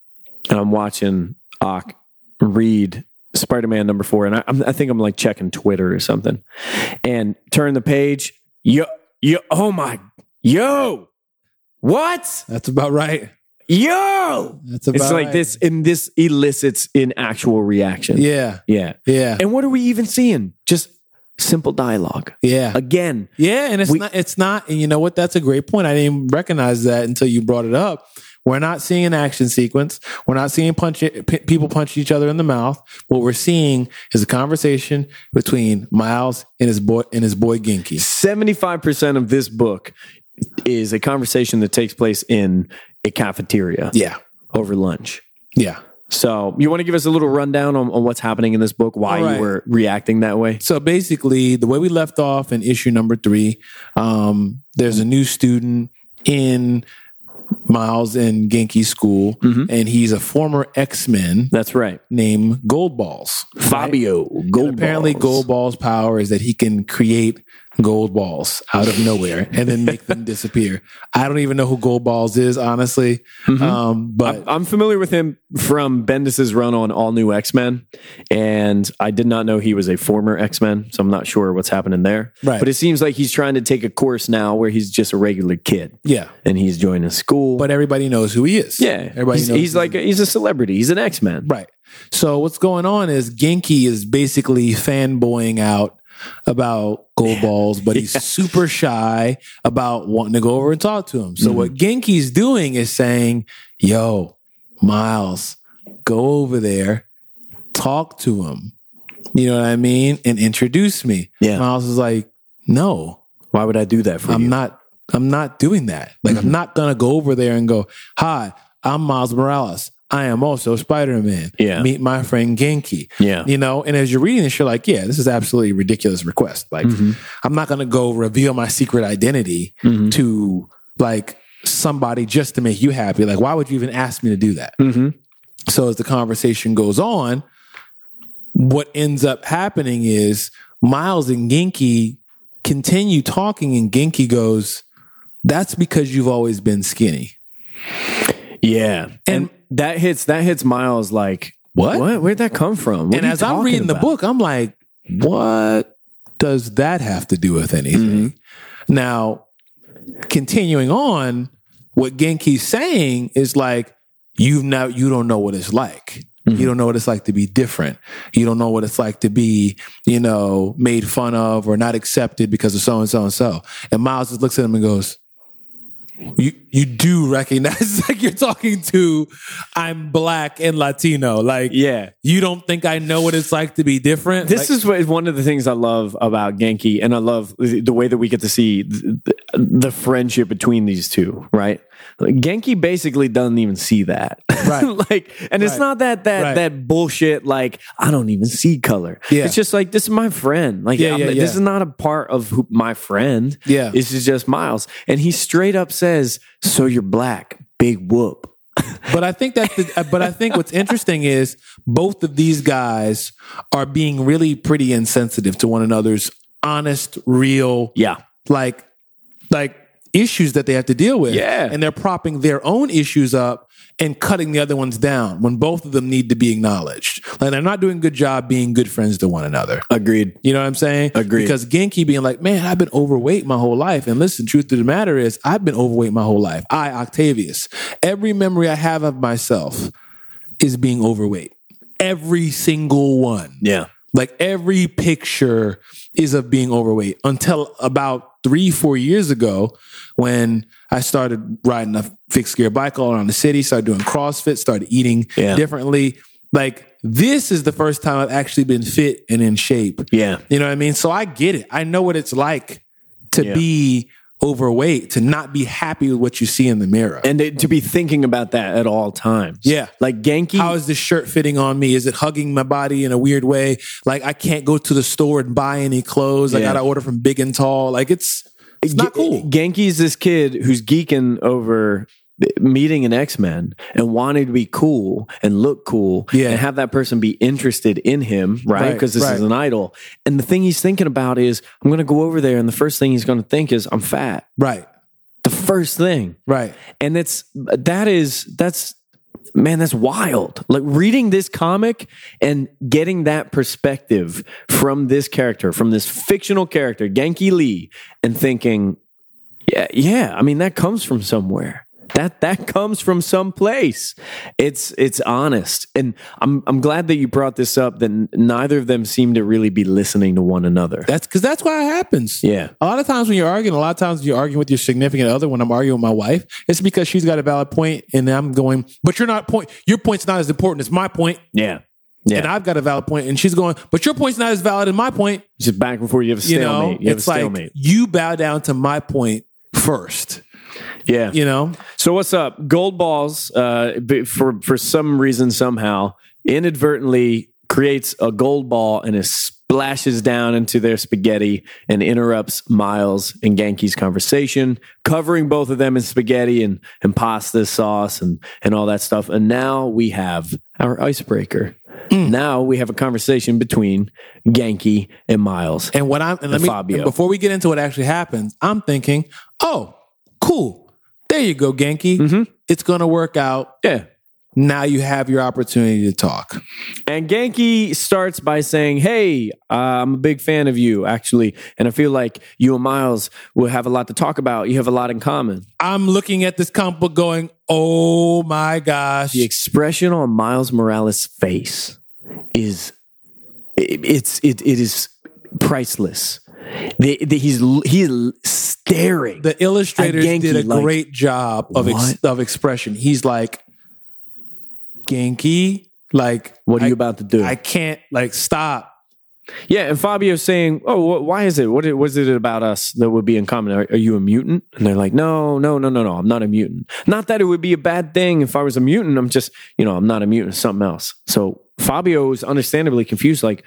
[SPEAKER 2] and I'm watching Ock read Spider Man number four, and I, I'm, I think I'm like checking Twitter or something, and turn the page. Yo, yo, oh my, yo, what,
[SPEAKER 1] That's about right.
[SPEAKER 2] yo?
[SPEAKER 1] That's about
[SPEAKER 2] It's like
[SPEAKER 1] right.
[SPEAKER 2] this, and this elicits an actual reaction.
[SPEAKER 1] Yeah.
[SPEAKER 2] yeah.
[SPEAKER 1] Yeah.
[SPEAKER 2] And what are we even seeing? Just simple dialogue
[SPEAKER 1] Yeah.
[SPEAKER 2] again.
[SPEAKER 1] Yeah, and it's
[SPEAKER 2] We-
[SPEAKER 1] not it's not and you know what that's a great point. I didn't even recognize that until you brought it up. We're not seeing an action sequence. We're not seeing punch p- people punch each other in the mouth. What we're seeing is a conversation between Miles and his boy and his boy Genki.
[SPEAKER 2] 75% of this book is a conversation that takes place in a cafeteria
[SPEAKER 1] Yeah.
[SPEAKER 2] over lunch.
[SPEAKER 1] Yeah.
[SPEAKER 2] So, you want to give us a little rundown on, on what's happening in this book, why
[SPEAKER 1] All right.
[SPEAKER 2] you were reacting that way?
[SPEAKER 1] So basically, the way we left off in issue number three, um, there's a new student in Miles and Genki's school,
[SPEAKER 2] Mm-hmm.
[SPEAKER 1] and he's a former X Men
[SPEAKER 2] That's right.
[SPEAKER 1] named Goldballs.
[SPEAKER 2] Fabio Gold.
[SPEAKER 1] Apparently,
[SPEAKER 2] Balls.
[SPEAKER 1] Gold Ball's power is that he can create gold balls out of nowhere and then make
[SPEAKER 2] <laughs>
[SPEAKER 1] them disappear. I don't even know who Gold Balls is, honestly. Um, but
[SPEAKER 2] Mm-hmm. I'm familiar with him from Bendis's run on All New X Men, and I did not know he was a former X Men, so I'm not sure what's happening there.
[SPEAKER 1] Right.
[SPEAKER 2] But it seems like he's trying to take a course now where he's just a regular kid,
[SPEAKER 1] yeah,
[SPEAKER 2] and he's joining school.
[SPEAKER 1] but everybody knows who he is.
[SPEAKER 2] Yeah,
[SPEAKER 1] everybody
[SPEAKER 2] he's,
[SPEAKER 1] knows.
[SPEAKER 2] he's
[SPEAKER 1] who-
[SPEAKER 2] like a, he's a celebrity. He's an X Man.
[SPEAKER 1] right. So what's going on is Genki is basically fanboying out about gold balls, but he's super shy about wanting to go over and talk to him. So what Genki's doing is saying, "Yo, Miles, go over there, talk to him." You know what I mean? And introduce me.
[SPEAKER 2] Yeah.
[SPEAKER 1] Miles is like, "No,
[SPEAKER 2] Why would I do that for
[SPEAKER 1] I'm
[SPEAKER 2] you? Mm-hmm.
[SPEAKER 1] not. I'm not doing that. Like, I'm not gonna go over there and go, "Hi, I'm Miles Morales. I am also Spider Man.
[SPEAKER 2] Yeah.
[SPEAKER 1] meet my friend Genki."
[SPEAKER 2] Yeah.
[SPEAKER 1] you know. And as you're reading this, you're like, "Yeah, this is absolutely ridiculous request. Like,
[SPEAKER 2] Mm-hmm.
[SPEAKER 1] I'm not gonna go reveal my secret identity
[SPEAKER 2] Mm-hmm.
[SPEAKER 1] to like somebody just to make you happy. Like, why would you even ask me to do that?"
[SPEAKER 2] Mhm.
[SPEAKER 1] So as the conversation goes on, what ends up happening is Miles and Genki continue talking, and Genki goes, "That's because you've always been skinny."
[SPEAKER 2] Yeah, and,
[SPEAKER 1] And-
[SPEAKER 2] that hits that hits Miles like
[SPEAKER 1] What?
[SPEAKER 2] What? Where'd that come from? What
[SPEAKER 1] and
[SPEAKER 2] are you
[SPEAKER 1] as I'm
[SPEAKER 2] talking
[SPEAKER 1] reading the
[SPEAKER 2] about?
[SPEAKER 1] book, I'm like, "What does that have to do with anything?"
[SPEAKER 2] Mm-hmm.
[SPEAKER 1] Now, continuing on, what Genki's saying is like, "You've now you don't know what it's like."
[SPEAKER 2] Mm-hmm.
[SPEAKER 1] You don't know what it's like to be different. You don't know what it's like to be, you know, made fun of or not accepted because of so and so and so. And Miles just looks at him and goes, you you do recognize <laughs> like you're talking to I'm black and Latino. Like
[SPEAKER 2] Yeah.
[SPEAKER 1] you don't think I know what it's like to be different.
[SPEAKER 2] This is what, one of the things I love about Genki, and I love the the way that we get to see the, the friendship between these two. Right, like, Genki basically doesn't even see that.
[SPEAKER 1] Right.
[SPEAKER 2] <laughs> like, and it's
[SPEAKER 1] Right.
[SPEAKER 2] not that that
[SPEAKER 1] Right.
[SPEAKER 2] that bullshit. Like, I don't even see color.
[SPEAKER 1] Yeah.
[SPEAKER 2] it's just like this is my friend. Like,
[SPEAKER 1] Yeah,
[SPEAKER 2] I'm-
[SPEAKER 1] yeah, yeah.
[SPEAKER 2] this is not a part of who, my friend.
[SPEAKER 1] Yeah.
[SPEAKER 2] this is just Miles, and he straight up says, "So you're black, big whoop."
[SPEAKER 1] but I think that's the, uh, but I think what's interesting is both of these guys are being really pretty insensitive to one another's honest, real
[SPEAKER 2] Yeah,
[SPEAKER 1] like like issues that they have to deal with.
[SPEAKER 2] Yeah.
[SPEAKER 1] And they're propping their own issues up and cutting the other ones down when both of them need to be acknowledged. Like they're not doing a good job being good friends to one another.
[SPEAKER 2] agreed.
[SPEAKER 1] You know what I'm saying?
[SPEAKER 2] Agreed.
[SPEAKER 1] Because Genki being like, man, I've been overweight my whole life. And listen, truth of the matter is, I've been overweight my whole life. I, Octavius, every memory I have of myself is being overweight. Every single one.
[SPEAKER 2] Yeah,
[SPEAKER 1] Like every picture is of being overweight until about three, four years ago when I started riding a fixed gear bike all around the city, started doing CrossFit, started eating
[SPEAKER 2] Yeah.
[SPEAKER 1] differently. Like this is the first time I've actually been fit and in shape.
[SPEAKER 2] yeah,
[SPEAKER 1] You know what I mean? So I get it. I know what it's like to
[SPEAKER 2] Yeah.
[SPEAKER 1] be overweight, to not be happy with what you see in the mirror.
[SPEAKER 2] and to- to be thinking about that at all times.
[SPEAKER 1] Yeah.
[SPEAKER 2] like Genki.
[SPEAKER 1] How is this shirt fitting on me? Is it hugging my body in a weird way? Like I can't go to the store and buy any clothes. I
[SPEAKER 2] Yeah.
[SPEAKER 1] gotta order from Big and Tall. Like it's it's not
[SPEAKER 2] Ge-
[SPEAKER 1] cool.
[SPEAKER 2] Genki's this kid who's geeking over meeting an X-Men and wanting to be cool and look cool
[SPEAKER 1] Yeah.
[SPEAKER 2] and have that person be interested in him, right?
[SPEAKER 1] Right,
[SPEAKER 2] Because this
[SPEAKER 1] right.
[SPEAKER 2] is an idol. And the thing he's thinking about is I'm going to go over there and the first thing he's going to think is I'm fat.
[SPEAKER 1] Right.
[SPEAKER 2] The first thing.
[SPEAKER 1] Right.
[SPEAKER 2] And it's that is that's man that's wild. Like reading this comic and getting that perspective from this character, from this fictional character, Genki Lee, and thinking, yeah, yeah, I mean that comes from somewhere. That that comes from someplace. It's it's honest. And I'm I'm glad that you brought this up that n- neither of them seem to really be listening to one another.
[SPEAKER 1] That's because that's why it happens.
[SPEAKER 2] Yeah.
[SPEAKER 1] A lot of times when you're arguing, a lot of times you're arguing with your significant other. When I'm arguing with my wife, it's because she's got a valid point, and I'm going, "But you're not point. Your point's not as important as my point."
[SPEAKER 2] Yeah. Yeah.
[SPEAKER 1] and I've got a valid point, and she's going, but your point's not as valid as my point.
[SPEAKER 2] Just back before you have a
[SPEAKER 1] You know,
[SPEAKER 2] stalemate. you have a
[SPEAKER 1] it's like
[SPEAKER 2] stalemate.
[SPEAKER 1] you bow down to my point first.
[SPEAKER 2] yeah.
[SPEAKER 1] You know,
[SPEAKER 2] So what's up? Gold balls uh, b- for for some reason somehow inadvertently creates a gold ball and it splashes down into their spaghetti and interrupts Miles and Genki's conversation, covering both of them in spaghetti and and pasta sauce and and all that stuff. And now we have our icebreaker. Now we have a conversation between Genki and Miles.
[SPEAKER 1] and what I'm and let
[SPEAKER 2] And
[SPEAKER 1] me
[SPEAKER 2] Fabio.
[SPEAKER 1] and before we get into what actually happens, I'm thinking, oh, cool, there you go, Genki.
[SPEAKER 2] Mm-hmm.
[SPEAKER 1] It's gonna work out.
[SPEAKER 2] Yeah.
[SPEAKER 1] Now you have your opportunity to talk.
[SPEAKER 2] And Genki starts by saying, Hey, uh, I'm a big fan of you, actually. And I feel like you and Miles will have a lot to talk about. You have a lot in common.
[SPEAKER 1] I'm looking at this comic book, going, oh my gosh,
[SPEAKER 2] The expression on Miles Morales' face is it- it's it, it is priceless. The, the, he's l- he's l- staring.
[SPEAKER 1] the illustrators
[SPEAKER 2] At Genki,
[SPEAKER 1] did a
[SPEAKER 2] like,
[SPEAKER 1] great job of ex-
[SPEAKER 2] what?
[SPEAKER 1] of expression. He's like, Genki, like,
[SPEAKER 2] what are
[SPEAKER 1] I-
[SPEAKER 2] you about to do?
[SPEAKER 1] I can't like stop.
[SPEAKER 2] yeah, and Fabio's saying, "Oh, wh- why is it? What i- what is it about us that would be in common? Are, are you a mutant?" And they're like, "No, no, no, no, no. I'm not a mutant. Not that it would be a bad thing if I was a mutant. I'm just, you know, I'm not a mutant. It's something else." So Fabio is understandably confused. Like,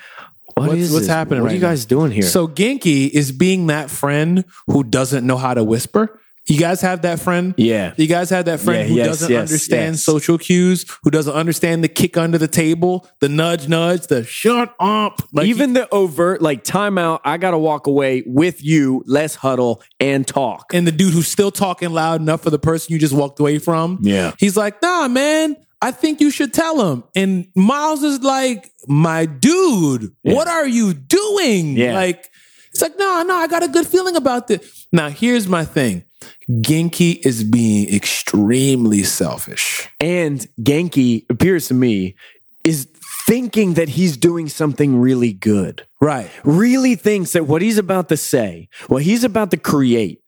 [SPEAKER 2] what's,
[SPEAKER 1] What's- what's happening
[SPEAKER 2] What
[SPEAKER 1] right
[SPEAKER 2] are you
[SPEAKER 1] now?"
[SPEAKER 2] guys doing here?
[SPEAKER 1] So Genki is being that friend who doesn't know how to whisper. You guys have that friend?
[SPEAKER 2] yeah,
[SPEAKER 1] You guys have that friend
[SPEAKER 2] Yeah,
[SPEAKER 1] who
[SPEAKER 2] yes,
[SPEAKER 1] doesn't
[SPEAKER 2] yes,
[SPEAKER 1] understand
[SPEAKER 2] yes.
[SPEAKER 1] social cues, who doesn't understand the kick under the table, the nudge nudge, the shut up. Like
[SPEAKER 2] even the overt like timeout. I gotta walk away with you. Let's huddle and talk.
[SPEAKER 1] and the dude who's still talking loud enough for the person you just walked away from.
[SPEAKER 2] Yeah.
[SPEAKER 1] He's like, nah, man, I think you should tell him. And Miles is like, my dude, what are you doing?
[SPEAKER 2] Yeah.
[SPEAKER 1] Like, it's like, nah, nah, I got a good feeling about this. Now, here's my thing Genki is being extremely selfish.
[SPEAKER 2] And Genki appears to me is thinking that he's doing something really good.
[SPEAKER 1] Right.
[SPEAKER 2] really thinks that what he's about to say, what he's about to create,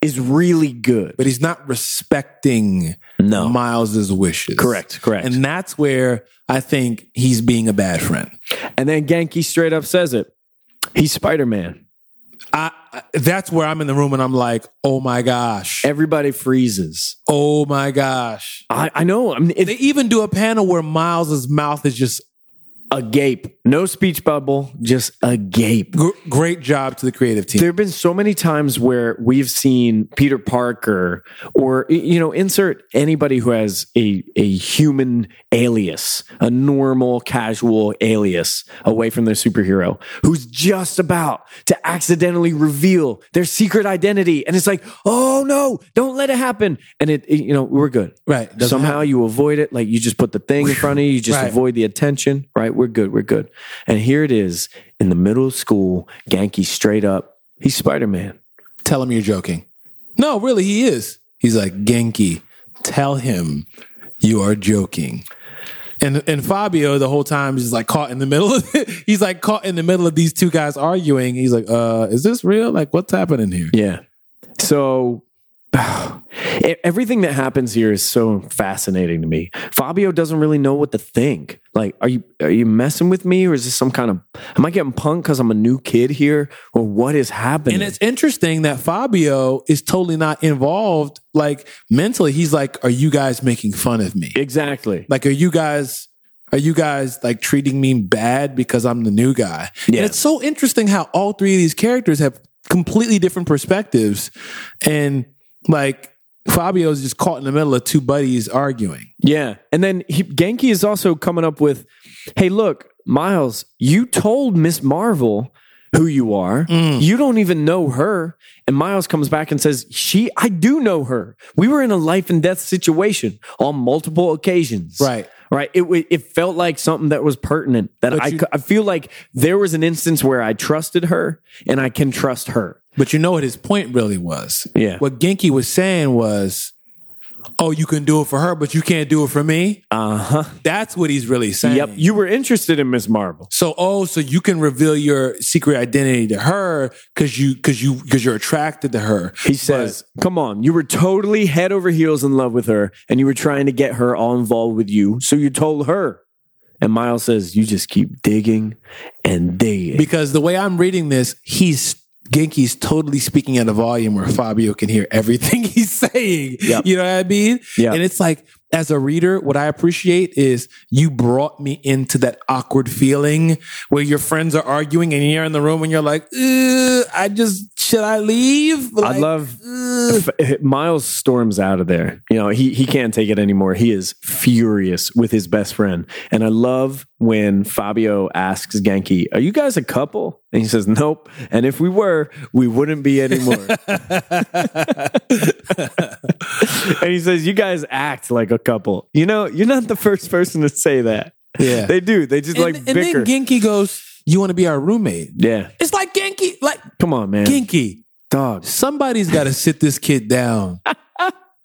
[SPEAKER 2] is really good.
[SPEAKER 1] but he's not respecting
[SPEAKER 2] No.
[SPEAKER 1] Miles's wishes.
[SPEAKER 2] Correct, correct.
[SPEAKER 1] And that's where I think he's being a bad friend.
[SPEAKER 2] And then Genki straight up says it. He's Spider Man.
[SPEAKER 1] I I- that's where I'm in the room and I'm like, "Oh my gosh.
[SPEAKER 2] Everybody freezes.
[SPEAKER 1] Oh my gosh."
[SPEAKER 2] I, I know. I mean,
[SPEAKER 1] They
[SPEAKER 2] it's
[SPEAKER 1] even do a panel where Miles's mouth is just
[SPEAKER 2] a gape. No speech bubble, just a gape.
[SPEAKER 1] gr- great job to the creative team.
[SPEAKER 2] There have been so many times where we've seen Peter Parker or, y- you know, insert anybody who has a, a human alias, a normal, casual alias away from their superhero who's just about to accidentally reveal their secret identity. And it's like, oh no, don't let it happen. And it, it- you know, we're good.
[SPEAKER 1] Right. Doesn't
[SPEAKER 2] Somehow
[SPEAKER 1] happen.
[SPEAKER 2] you avoid it. Like you just put the thing in front of you, you just
[SPEAKER 1] Right.
[SPEAKER 2] avoid the attention, right? We're good. We're good. And here it is in the middle of school, Genki straight up. He's Spider Man.
[SPEAKER 1] tell him you're joking. No, really, he is. He's like, Genki, tell him you are joking. And and Fabio the whole time is like caught in the middle of <laughs> it. He's like caught in the middle of these two guys arguing. He's like, uh, is this real? Like what's happening here?
[SPEAKER 2] Yeah. So <sighs> e- everything that happens here is so fascinating to me. Fabio doesn't really know what to think. Like, are you are you messing with me, or is this some kind of? Am I getting punked because I'm a new kid here, or what is happening?
[SPEAKER 1] And it's interesting that Fabio is totally not involved. Like mentally, he's like, Are you guys making fun of me?
[SPEAKER 2] exactly.
[SPEAKER 1] Like, are you guys are you guys like treating me bad because I'm the new guy?
[SPEAKER 2] Yeah.
[SPEAKER 1] And it's so interesting how all three of these characters have completely different perspectives. And like Fabio's just caught in the middle of two buddies arguing.
[SPEAKER 2] Yeah. And then he, Genki is also coming up with hey, look, Miles, you told Miss Marvel who you are.
[SPEAKER 1] Mm.
[SPEAKER 2] You don't even know her. And Miles comes back and says, she, I do know her. We were in a life and death situation on multiple occasions.
[SPEAKER 1] Right.
[SPEAKER 2] Right. It, wa- it felt like something that was pertinent that I,
[SPEAKER 1] you-
[SPEAKER 2] c- I feel like there was an instance where I trusted her and I can trust her.
[SPEAKER 1] But you know what his point really was?
[SPEAKER 2] Yeah.
[SPEAKER 1] What Genki was saying was, Oh, you can do it for her, but you can't do it for me.
[SPEAKER 2] Uh huh.
[SPEAKER 1] That's what he's really saying.
[SPEAKER 2] Yep. You were interested in Miss Marvel.
[SPEAKER 1] So oh, so you can reveal your secret identity to her because you because you because you're attracted to her.
[SPEAKER 2] He says, Come on, you were totally head over heels in love with her, and you were trying to get her all involved with you, so you told her. And Miles says, You just keep digging and digging.
[SPEAKER 1] because the way I'm reading this, he's Genki's totally speaking at a volume where Fabio can hear everything <laughs> he's saying.
[SPEAKER 2] Yep.
[SPEAKER 1] You know what I mean?
[SPEAKER 2] Yeah.
[SPEAKER 1] And it's like, as a reader, what I appreciate is you brought me into that awkward feeling where your friends are arguing and you're in the room and you're like, "Ugh, I just, should I leave?
[SPEAKER 2] I
[SPEAKER 1] Like,
[SPEAKER 2] love
[SPEAKER 1] "Ugh."
[SPEAKER 2] F- eh, Miles storms out of there. You know, he he can't take it anymore. He is furious with his best friend. And I love when Fabio asks Genki, "Are you guys a couple?" And he says, "Nope." And if we were, we wouldn't
[SPEAKER 1] <laughs>
[SPEAKER 2] be anymore. and he says, "You guys act like a couple." You know, you're not the first person to say that.
[SPEAKER 1] Yeah.
[SPEAKER 2] They do. They just like
[SPEAKER 1] and, and
[SPEAKER 2] bicker.
[SPEAKER 1] then Genki goes, You want to be our roommate?
[SPEAKER 2] yeah.
[SPEAKER 1] It's like Genki, like
[SPEAKER 2] Come on, man.
[SPEAKER 1] Genki,
[SPEAKER 2] Dog.
[SPEAKER 1] somebody's got to sit this kid
[SPEAKER 2] <laughs>
[SPEAKER 1] down.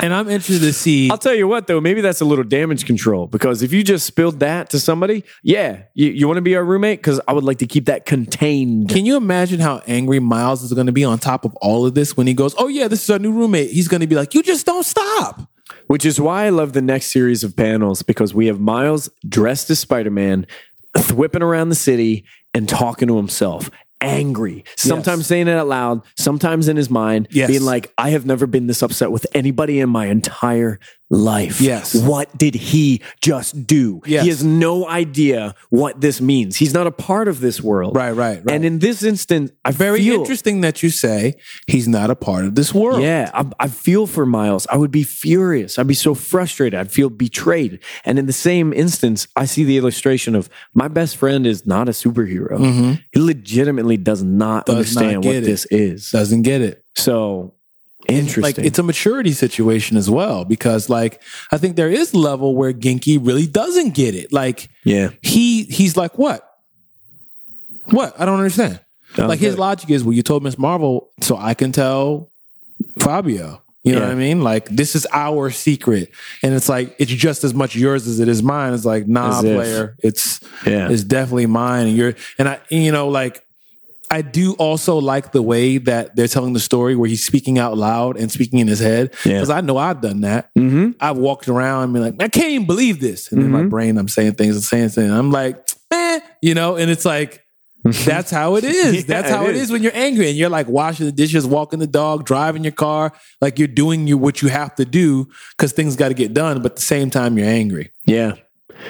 [SPEAKER 1] And I'm interested to see.
[SPEAKER 2] I'll tell you what, though, maybe that's a little damage control because if you just spilled that to somebody, yeah, you, you want to be our roommate because I would like to keep that contained.
[SPEAKER 1] Can you imagine how angry Miles is going to be on top of all of this when he goes, "Oh yeah, this is our new roommate." He's going to be like, "You just don't stop."
[SPEAKER 2] Which is why I love the next series of panels because we have Miles dressed as Spider Man, thwipping around the city and talking to himself, angry, sometimes saying it out loud, sometimes in his mind,
[SPEAKER 1] Yes.
[SPEAKER 2] being like, I have never been this upset with anybody in my entire life.
[SPEAKER 1] Yes.
[SPEAKER 2] What did he just do?
[SPEAKER 1] Yes.
[SPEAKER 2] He has no idea what this means. He's not a part of this world.
[SPEAKER 1] Right, right, right.
[SPEAKER 2] And in this instance, I
[SPEAKER 1] Very
[SPEAKER 2] feel,
[SPEAKER 1] interesting that you say he's not a part of this world.
[SPEAKER 2] yeah, I, I feel for Miles. I would be furious. I'd be so frustrated. I'd feel betrayed. And in the same instance, I see the illustration of my best friend is not a superhero. He legitimately does not
[SPEAKER 1] Mm-hmm. Does
[SPEAKER 2] understand
[SPEAKER 1] not
[SPEAKER 2] what
[SPEAKER 1] get it.
[SPEAKER 2] this is.
[SPEAKER 1] Doesn't get it.
[SPEAKER 2] So interesting.
[SPEAKER 1] Like it's a maturity situation as well because like I think there is level where Genki really doesn't get it. Like
[SPEAKER 2] yeah,
[SPEAKER 1] he he's like what what i don't understand like his
[SPEAKER 2] get it.
[SPEAKER 1] logic is well you told miss marvel so i can tell fabio you know
[SPEAKER 2] Yeah.
[SPEAKER 1] what i mean like this is our secret and it's like it's just as much yours as it is mine it's like nah
[SPEAKER 2] As if.
[SPEAKER 1] player it's
[SPEAKER 2] Yeah.
[SPEAKER 1] it's definitely mine and you're and i you know like I do also like the way that they're telling the story where he's speaking out loud and speaking in his head.
[SPEAKER 2] Yeah.
[SPEAKER 1] Because I know I've done that.
[SPEAKER 2] Mm-hmm.
[SPEAKER 1] I've walked around and been like, I can't even believe this. And in my
[SPEAKER 2] Mhm.
[SPEAKER 1] brain, I'm saying things and saying things. I'm like, eh, you know, and it's
[SPEAKER 2] <laughs>
[SPEAKER 1] like, that's how it is.
[SPEAKER 2] Yeah,
[SPEAKER 1] that's how
[SPEAKER 2] it
[SPEAKER 1] it
[SPEAKER 2] is.
[SPEAKER 1] is when you're angry and you're like washing the dishes, walking the dog, driving your car. Like you're doing you what you have to do because things got to get done. But at the same time, you're angry.
[SPEAKER 2] Yeah.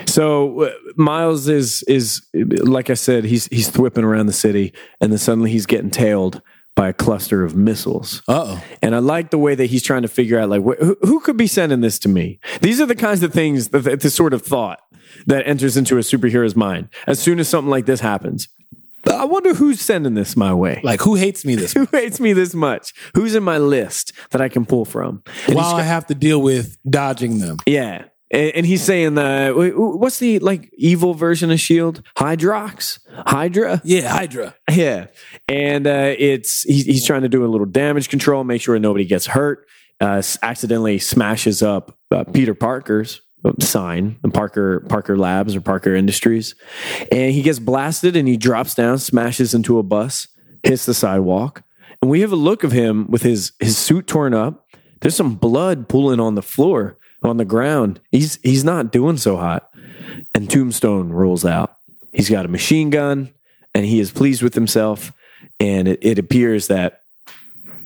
[SPEAKER 2] So uh, Miles is is like I said, he's he's thwipping around the city, and then suddenly he's getting tailed by a cluster of missiles.
[SPEAKER 1] Uh oh.
[SPEAKER 2] And I like the way that he's trying to figure out, like, wh- who, who could be sending this to me? These are the kinds of things, that, that- the sort of thought that enters into a superhero's mind as soon as something like this happens. I wonder who's sending this my way. <laughs>
[SPEAKER 1] Like who hates me this
[SPEAKER 2] who hates me this much? Who's in my list that I can pull from? And
[SPEAKER 1] while I have to deal with dodging them?
[SPEAKER 2] he's- yeah. And, and he's saying, uh, wh- wh- what's the like evil version of Shield? E Hydrox? Hydra?
[SPEAKER 1] Yeah, Hydra.
[SPEAKER 2] <laughs> Yeah, and uh, it's he's, he's trying to do a little damage control, make sure nobody gets hurt. Uh, s- accidentally smashes up uh, Peter Parker's uh, sign, the Parker Parker Labs or Parker Industries, and he gets blasted and he drops down, smashes into a bus, hits the sidewalk, and we have a look of him with his his suit torn up. There's some blood pooling on the floor on the ground. He's he's not doing so hot, and Tombstone rolls out. He's got a machine gun and he is pleased with himself. And it, it appears that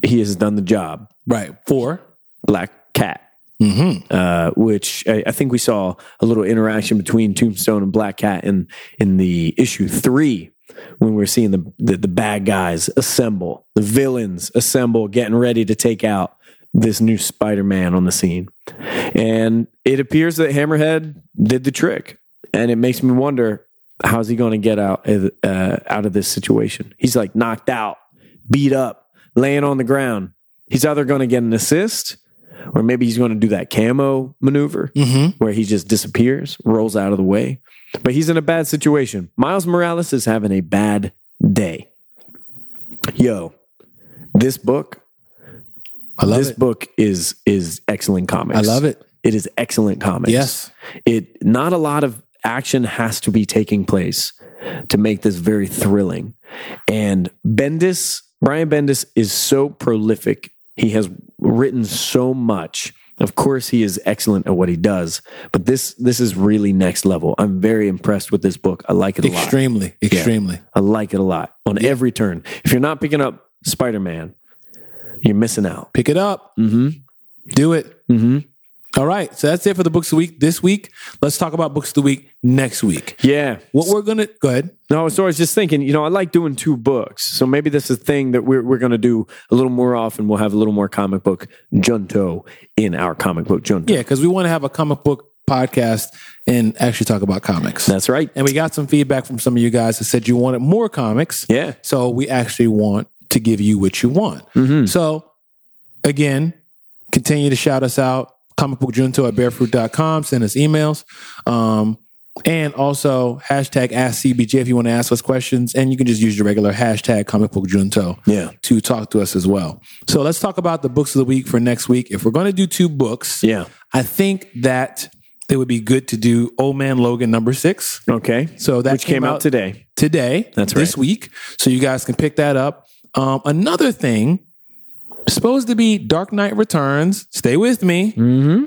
[SPEAKER 2] he has done the job.
[SPEAKER 1] Right. 4
[SPEAKER 2] Black Cat,
[SPEAKER 1] Mm-hmm.
[SPEAKER 2] uh, which I, I think we saw a little interaction between Tombstone and Black Cat in in the issue three when we're seeing the the, the bad guys assemble, the villains assemble, getting ready to take out this new Spider-Man on the scene. And it appears that Hammerhead did the trick. And it makes me wonder how's he going to get out of- uh, out of this situation? He's like knocked out, beat up, laying on the ground. He's either going to get an assist or maybe he's going to do that camo maneuver
[SPEAKER 1] Mm-hmm.
[SPEAKER 2] where he just disappears, rolls out of the way. But he's in a bad situation. Miles Morales is having a bad day. Yo, this book,
[SPEAKER 1] I love
[SPEAKER 2] this
[SPEAKER 1] it.
[SPEAKER 2] book is is excellent comics.
[SPEAKER 1] I love it.
[SPEAKER 2] It is excellent comics.
[SPEAKER 1] Yes.
[SPEAKER 2] It not a lot of action has to be taking place to make this very thrilling. And Bendis, Brian Bendis is so prolific. He has written so much. Of course he is excellent at what he does, but this this is really next level. I'm very impressed with this book. I like it a lot.
[SPEAKER 1] Extremely. Extremely.
[SPEAKER 2] I like it a lot on every turn. If you're not picking up Spider-Man, you're missing out.
[SPEAKER 1] Pick it up.
[SPEAKER 2] Mhm.
[SPEAKER 1] Do it.
[SPEAKER 2] Mhm.
[SPEAKER 1] All right. So that's it for the books of the week this week. Let's talk about books of the week next week.
[SPEAKER 2] Yeah.
[SPEAKER 1] What we're gonna go ahead.
[SPEAKER 2] No, so I was just thinking, you know, I like doing two books. So maybe this is a thing that we're, we're going to do a little more often. We'll have a little more comic book junto in our comic book junto.
[SPEAKER 1] Yeah, because we want to have a comic book podcast and actually talk about comics.
[SPEAKER 2] That's right.
[SPEAKER 1] And we got some feedback from some of you guys that said you wanted more comics.
[SPEAKER 2] Yeah.
[SPEAKER 1] So we actually want to give you what you want.
[SPEAKER 2] Mm-hmm.
[SPEAKER 1] So again, continue to shout us out. Comicbookjunto at barefruit.com. Send us emails. Um, and also hashtag ask CBJ if you want to ask us questions. And you can just use your regular hashtag comicbookjunto
[SPEAKER 2] Yeah.
[SPEAKER 1] to talk to us as well. So let's talk about the books of the week for next week. If we're going to do two books,
[SPEAKER 2] Yeah.
[SPEAKER 1] I think that it would be good to do Old Man Logan number six.
[SPEAKER 2] Okay.
[SPEAKER 1] So that
[SPEAKER 2] Which came, out today.
[SPEAKER 1] today.
[SPEAKER 2] That's
[SPEAKER 1] This
[SPEAKER 2] right.
[SPEAKER 1] week. So you guys can pick that up. Um, another thing, supposed to be Dark Knight Returns. Stay with me.
[SPEAKER 2] Mm-hmm.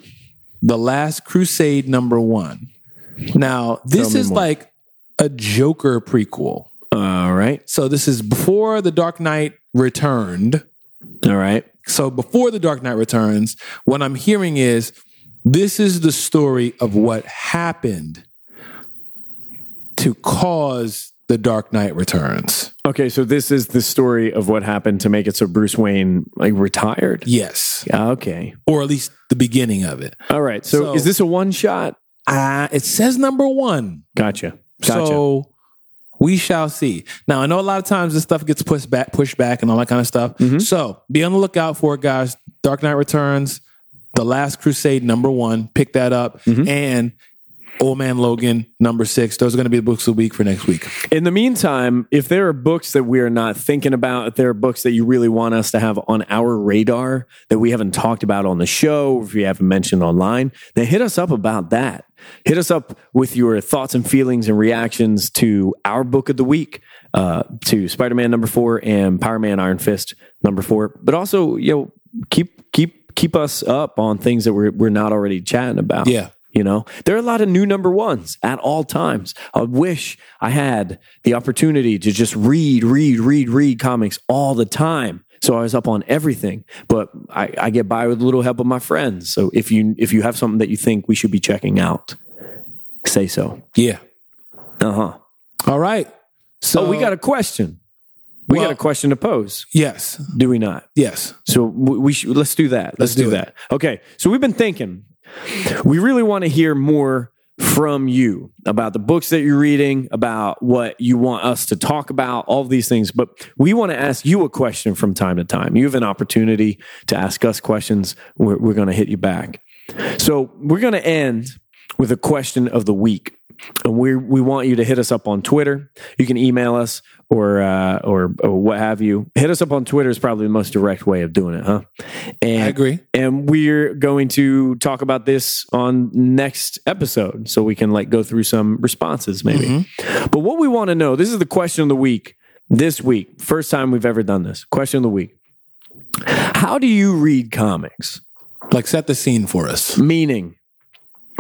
[SPEAKER 1] The Last Crusade number one. Now, this
[SPEAKER 2] me
[SPEAKER 1] is
[SPEAKER 2] more.
[SPEAKER 1] like a Joker prequel.
[SPEAKER 2] All right.
[SPEAKER 1] So this is before the Dark Knight returned.
[SPEAKER 2] All right.
[SPEAKER 1] So before the Dark Knight Returns, what I'm hearing is this is the story of what happened to cause the Dark Knight Returns.
[SPEAKER 2] Okay. So this is the story of what happened to make it so Bruce Wayne like retired.
[SPEAKER 1] Yes,
[SPEAKER 2] Okay.
[SPEAKER 1] or at least the beginning of it.
[SPEAKER 2] All right. So,
[SPEAKER 1] So-
[SPEAKER 2] is this a one shot?
[SPEAKER 1] Uh, it says number one.
[SPEAKER 2] Gotcha. Gotcha.
[SPEAKER 1] So we shall see. Now I know a lot of times this stuff gets pushed back, pushed back, and all that kind of stuff. So be on the lookout for it, guys. Dark Knight Returns, The Last Crusade, number one. Pick that up. And Old Man Logan, number six. Those are going to be the books of the week for next week.
[SPEAKER 2] In the meantime, if there are books that we are not thinking about, if there are books that you really want us to have on our radar that we haven't talked about on the show, if we haven't mentioned online, then hit us up about that. Hit us up with your thoughts and feelings and reactions to our book of the week, uh, to Spider Man number four and Power Man Iron Fist number four. But also, you know, keep keep keep us up on things that we're we're not already chatting about.
[SPEAKER 1] Yeah.
[SPEAKER 2] You know, there are a lot of new number ones at all times. I wish I had the opportunity to just read, read, read, read comics all the time. So I was up on everything, but I, I get by with a little help of my friends. So if you if you have something that you think we should be checking out, say so.
[SPEAKER 1] Yeah.
[SPEAKER 2] Uh huh.
[SPEAKER 1] All right. Uh-huh. So
[SPEAKER 2] oh, we got a question. We
[SPEAKER 1] Well-
[SPEAKER 2] got a question to pose.
[SPEAKER 1] Yes.
[SPEAKER 2] Do we not?
[SPEAKER 1] Yes.
[SPEAKER 2] So we we should, let's do that. Let's,
[SPEAKER 1] do
[SPEAKER 2] do,
[SPEAKER 1] it.
[SPEAKER 2] that. Okay. So we've been thinking. We really want to hear more from you about the books that you're reading, about what you want us to talk about, all of these things. But we want to ask you a question from time to time. You have an opportunity to ask us questions. We're, we're going to hit you back. So we're going to end with a question of the week. And we we want you to hit us up on Twitter. You can email us or uh, or, or what have you. Hit us up on Twitter is probably the most direct way of doing it, huh? And
[SPEAKER 1] I agree.
[SPEAKER 2] and we're going to talk about this on next episode so we can like go through some responses maybe.
[SPEAKER 1] Mm-hmm.
[SPEAKER 2] But what we want to know, this is the question of the week this week. First time we've ever done this. Question of the week. How do you read comics?
[SPEAKER 1] Like set the scene for us.
[SPEAKER 2] Meaning,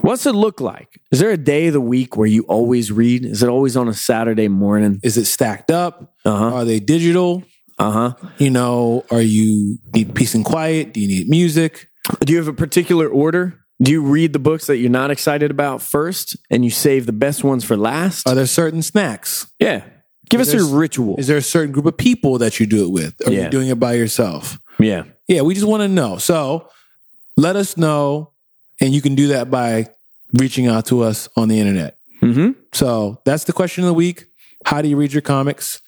[SPEAKER 2] what's it look like? Is there a day of the week where you always read? Is it always on a Saturday morning?
[SPEAKER 1] Is it stacked up?
[SPEAKER 2] Uh huh.
[SPEAKER 1] Are they digital?
[SPEAKER 2] Uh huh.
[SPEAKER 1] You know, are you need peace and quiet? Do you need music?
[SPEAKER 2] Do you have a particular order? Do you read the books that you're not excited about first and you save the best ones for last?
[SPEAKER 1] Are there certain snacks?
[SPEAKER 2] yeah. Give us your
[SPEAKER 1] there's-
[SPEAKER 2] ritual.
[SPEAKER 1] Is there a certain group of people that you do it with? Are
[SPEAKER 2] Yeah.
[SPEAKER 1] you doing it by yourself?
[SPEAKER 2] yeah.
[SPEAKER 1] Yeah, we just want to know. So let us know, and you can do that by reaching out to us on the internet.
[SPEAKER 2] hmm
[SPEAKER 1] So that's the question of the week. How do you read your comics?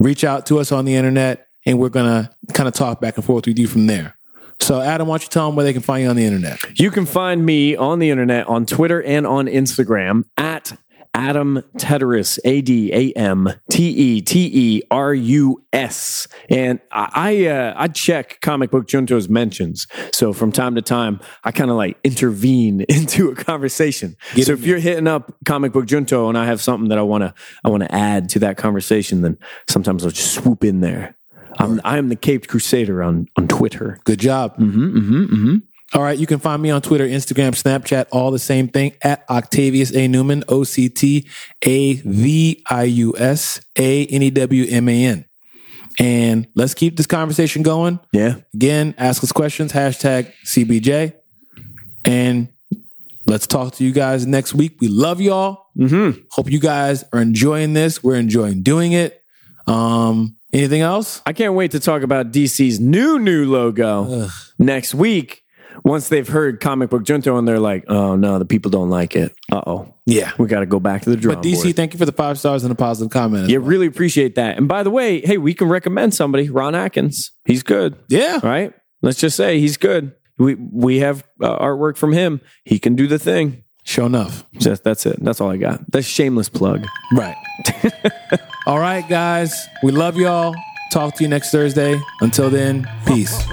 [SPEAKER 1] Reach out to us on the internet, and we're gonna kind of talk back and forth with you from there. So Adam, why don't you tell them where they can find you on the internet?
[SPEAKER 2] You can find me on the internet on Twitter and on Instagram at Adam Teterus, A D A M T E T E R U S. And I I, uh, I check comic book Junto's mentions. So from time to time, I kind of like intervene <laughs> into a conversation. so if you're hitting up comic book Junto and I have something that I want to I want to add to that conversation, then sometimes I'll just swoop in there. I'm, I am the Caped Crusader on, on Twitter.
[SPEAKER 1] Good job.
[SPEAKER 2] Mm-hmm,
[SPEAKER 1] All right, you can find me on Twitter, Instagram, Snapchat, all the same thing at Octavius A. Newman, O C T A V I U S A N E W M A N. And let's keep this conversation going.
[SPEAKER 2] Yeah.
[SPEAKER 1] Again, ask us questions, hashtag CBJ. And let's talk to you guys next week. We love y'all.
[SPEAKER 2] Mm-hmm.
[SPEAKER 1] Hope you guys are enjoying this. We're enjoying doing it. Um, anything else?
[SPEAKER 2] I can't wait to talk about DC's new new logo next week. Once they've heard comic book junto and they're like, "Oh no, the people don't like it. Uh oh,
[SPEAKER 1] Yeah.
[SPEAKER 2] we got to go back to the drawing
[SPEAKER 1] But DC,
[SPEAKER 2] board."
[SPEAKER 1] thank you for the five stars and the positive comment.
[SPEAKER 2] Yeah, really appreciate that. And by the way, hey, we can recommend somebody, Ron Atkins. He's good,
[SPEAKER 1] Yeah.
[SPEAKER 2] all right? Let's just say he's good. We we have uh, artwork from him. He can do the thing.
[SPEAKER 1] Sure enough.
[SPEAKER 2] Just, that's it. That's all I got. That's shameless plug.
[SPEAKER 1] Right. <laughs> All right, guys. We love y'all. Talk to you next Thursday. Until then, peace.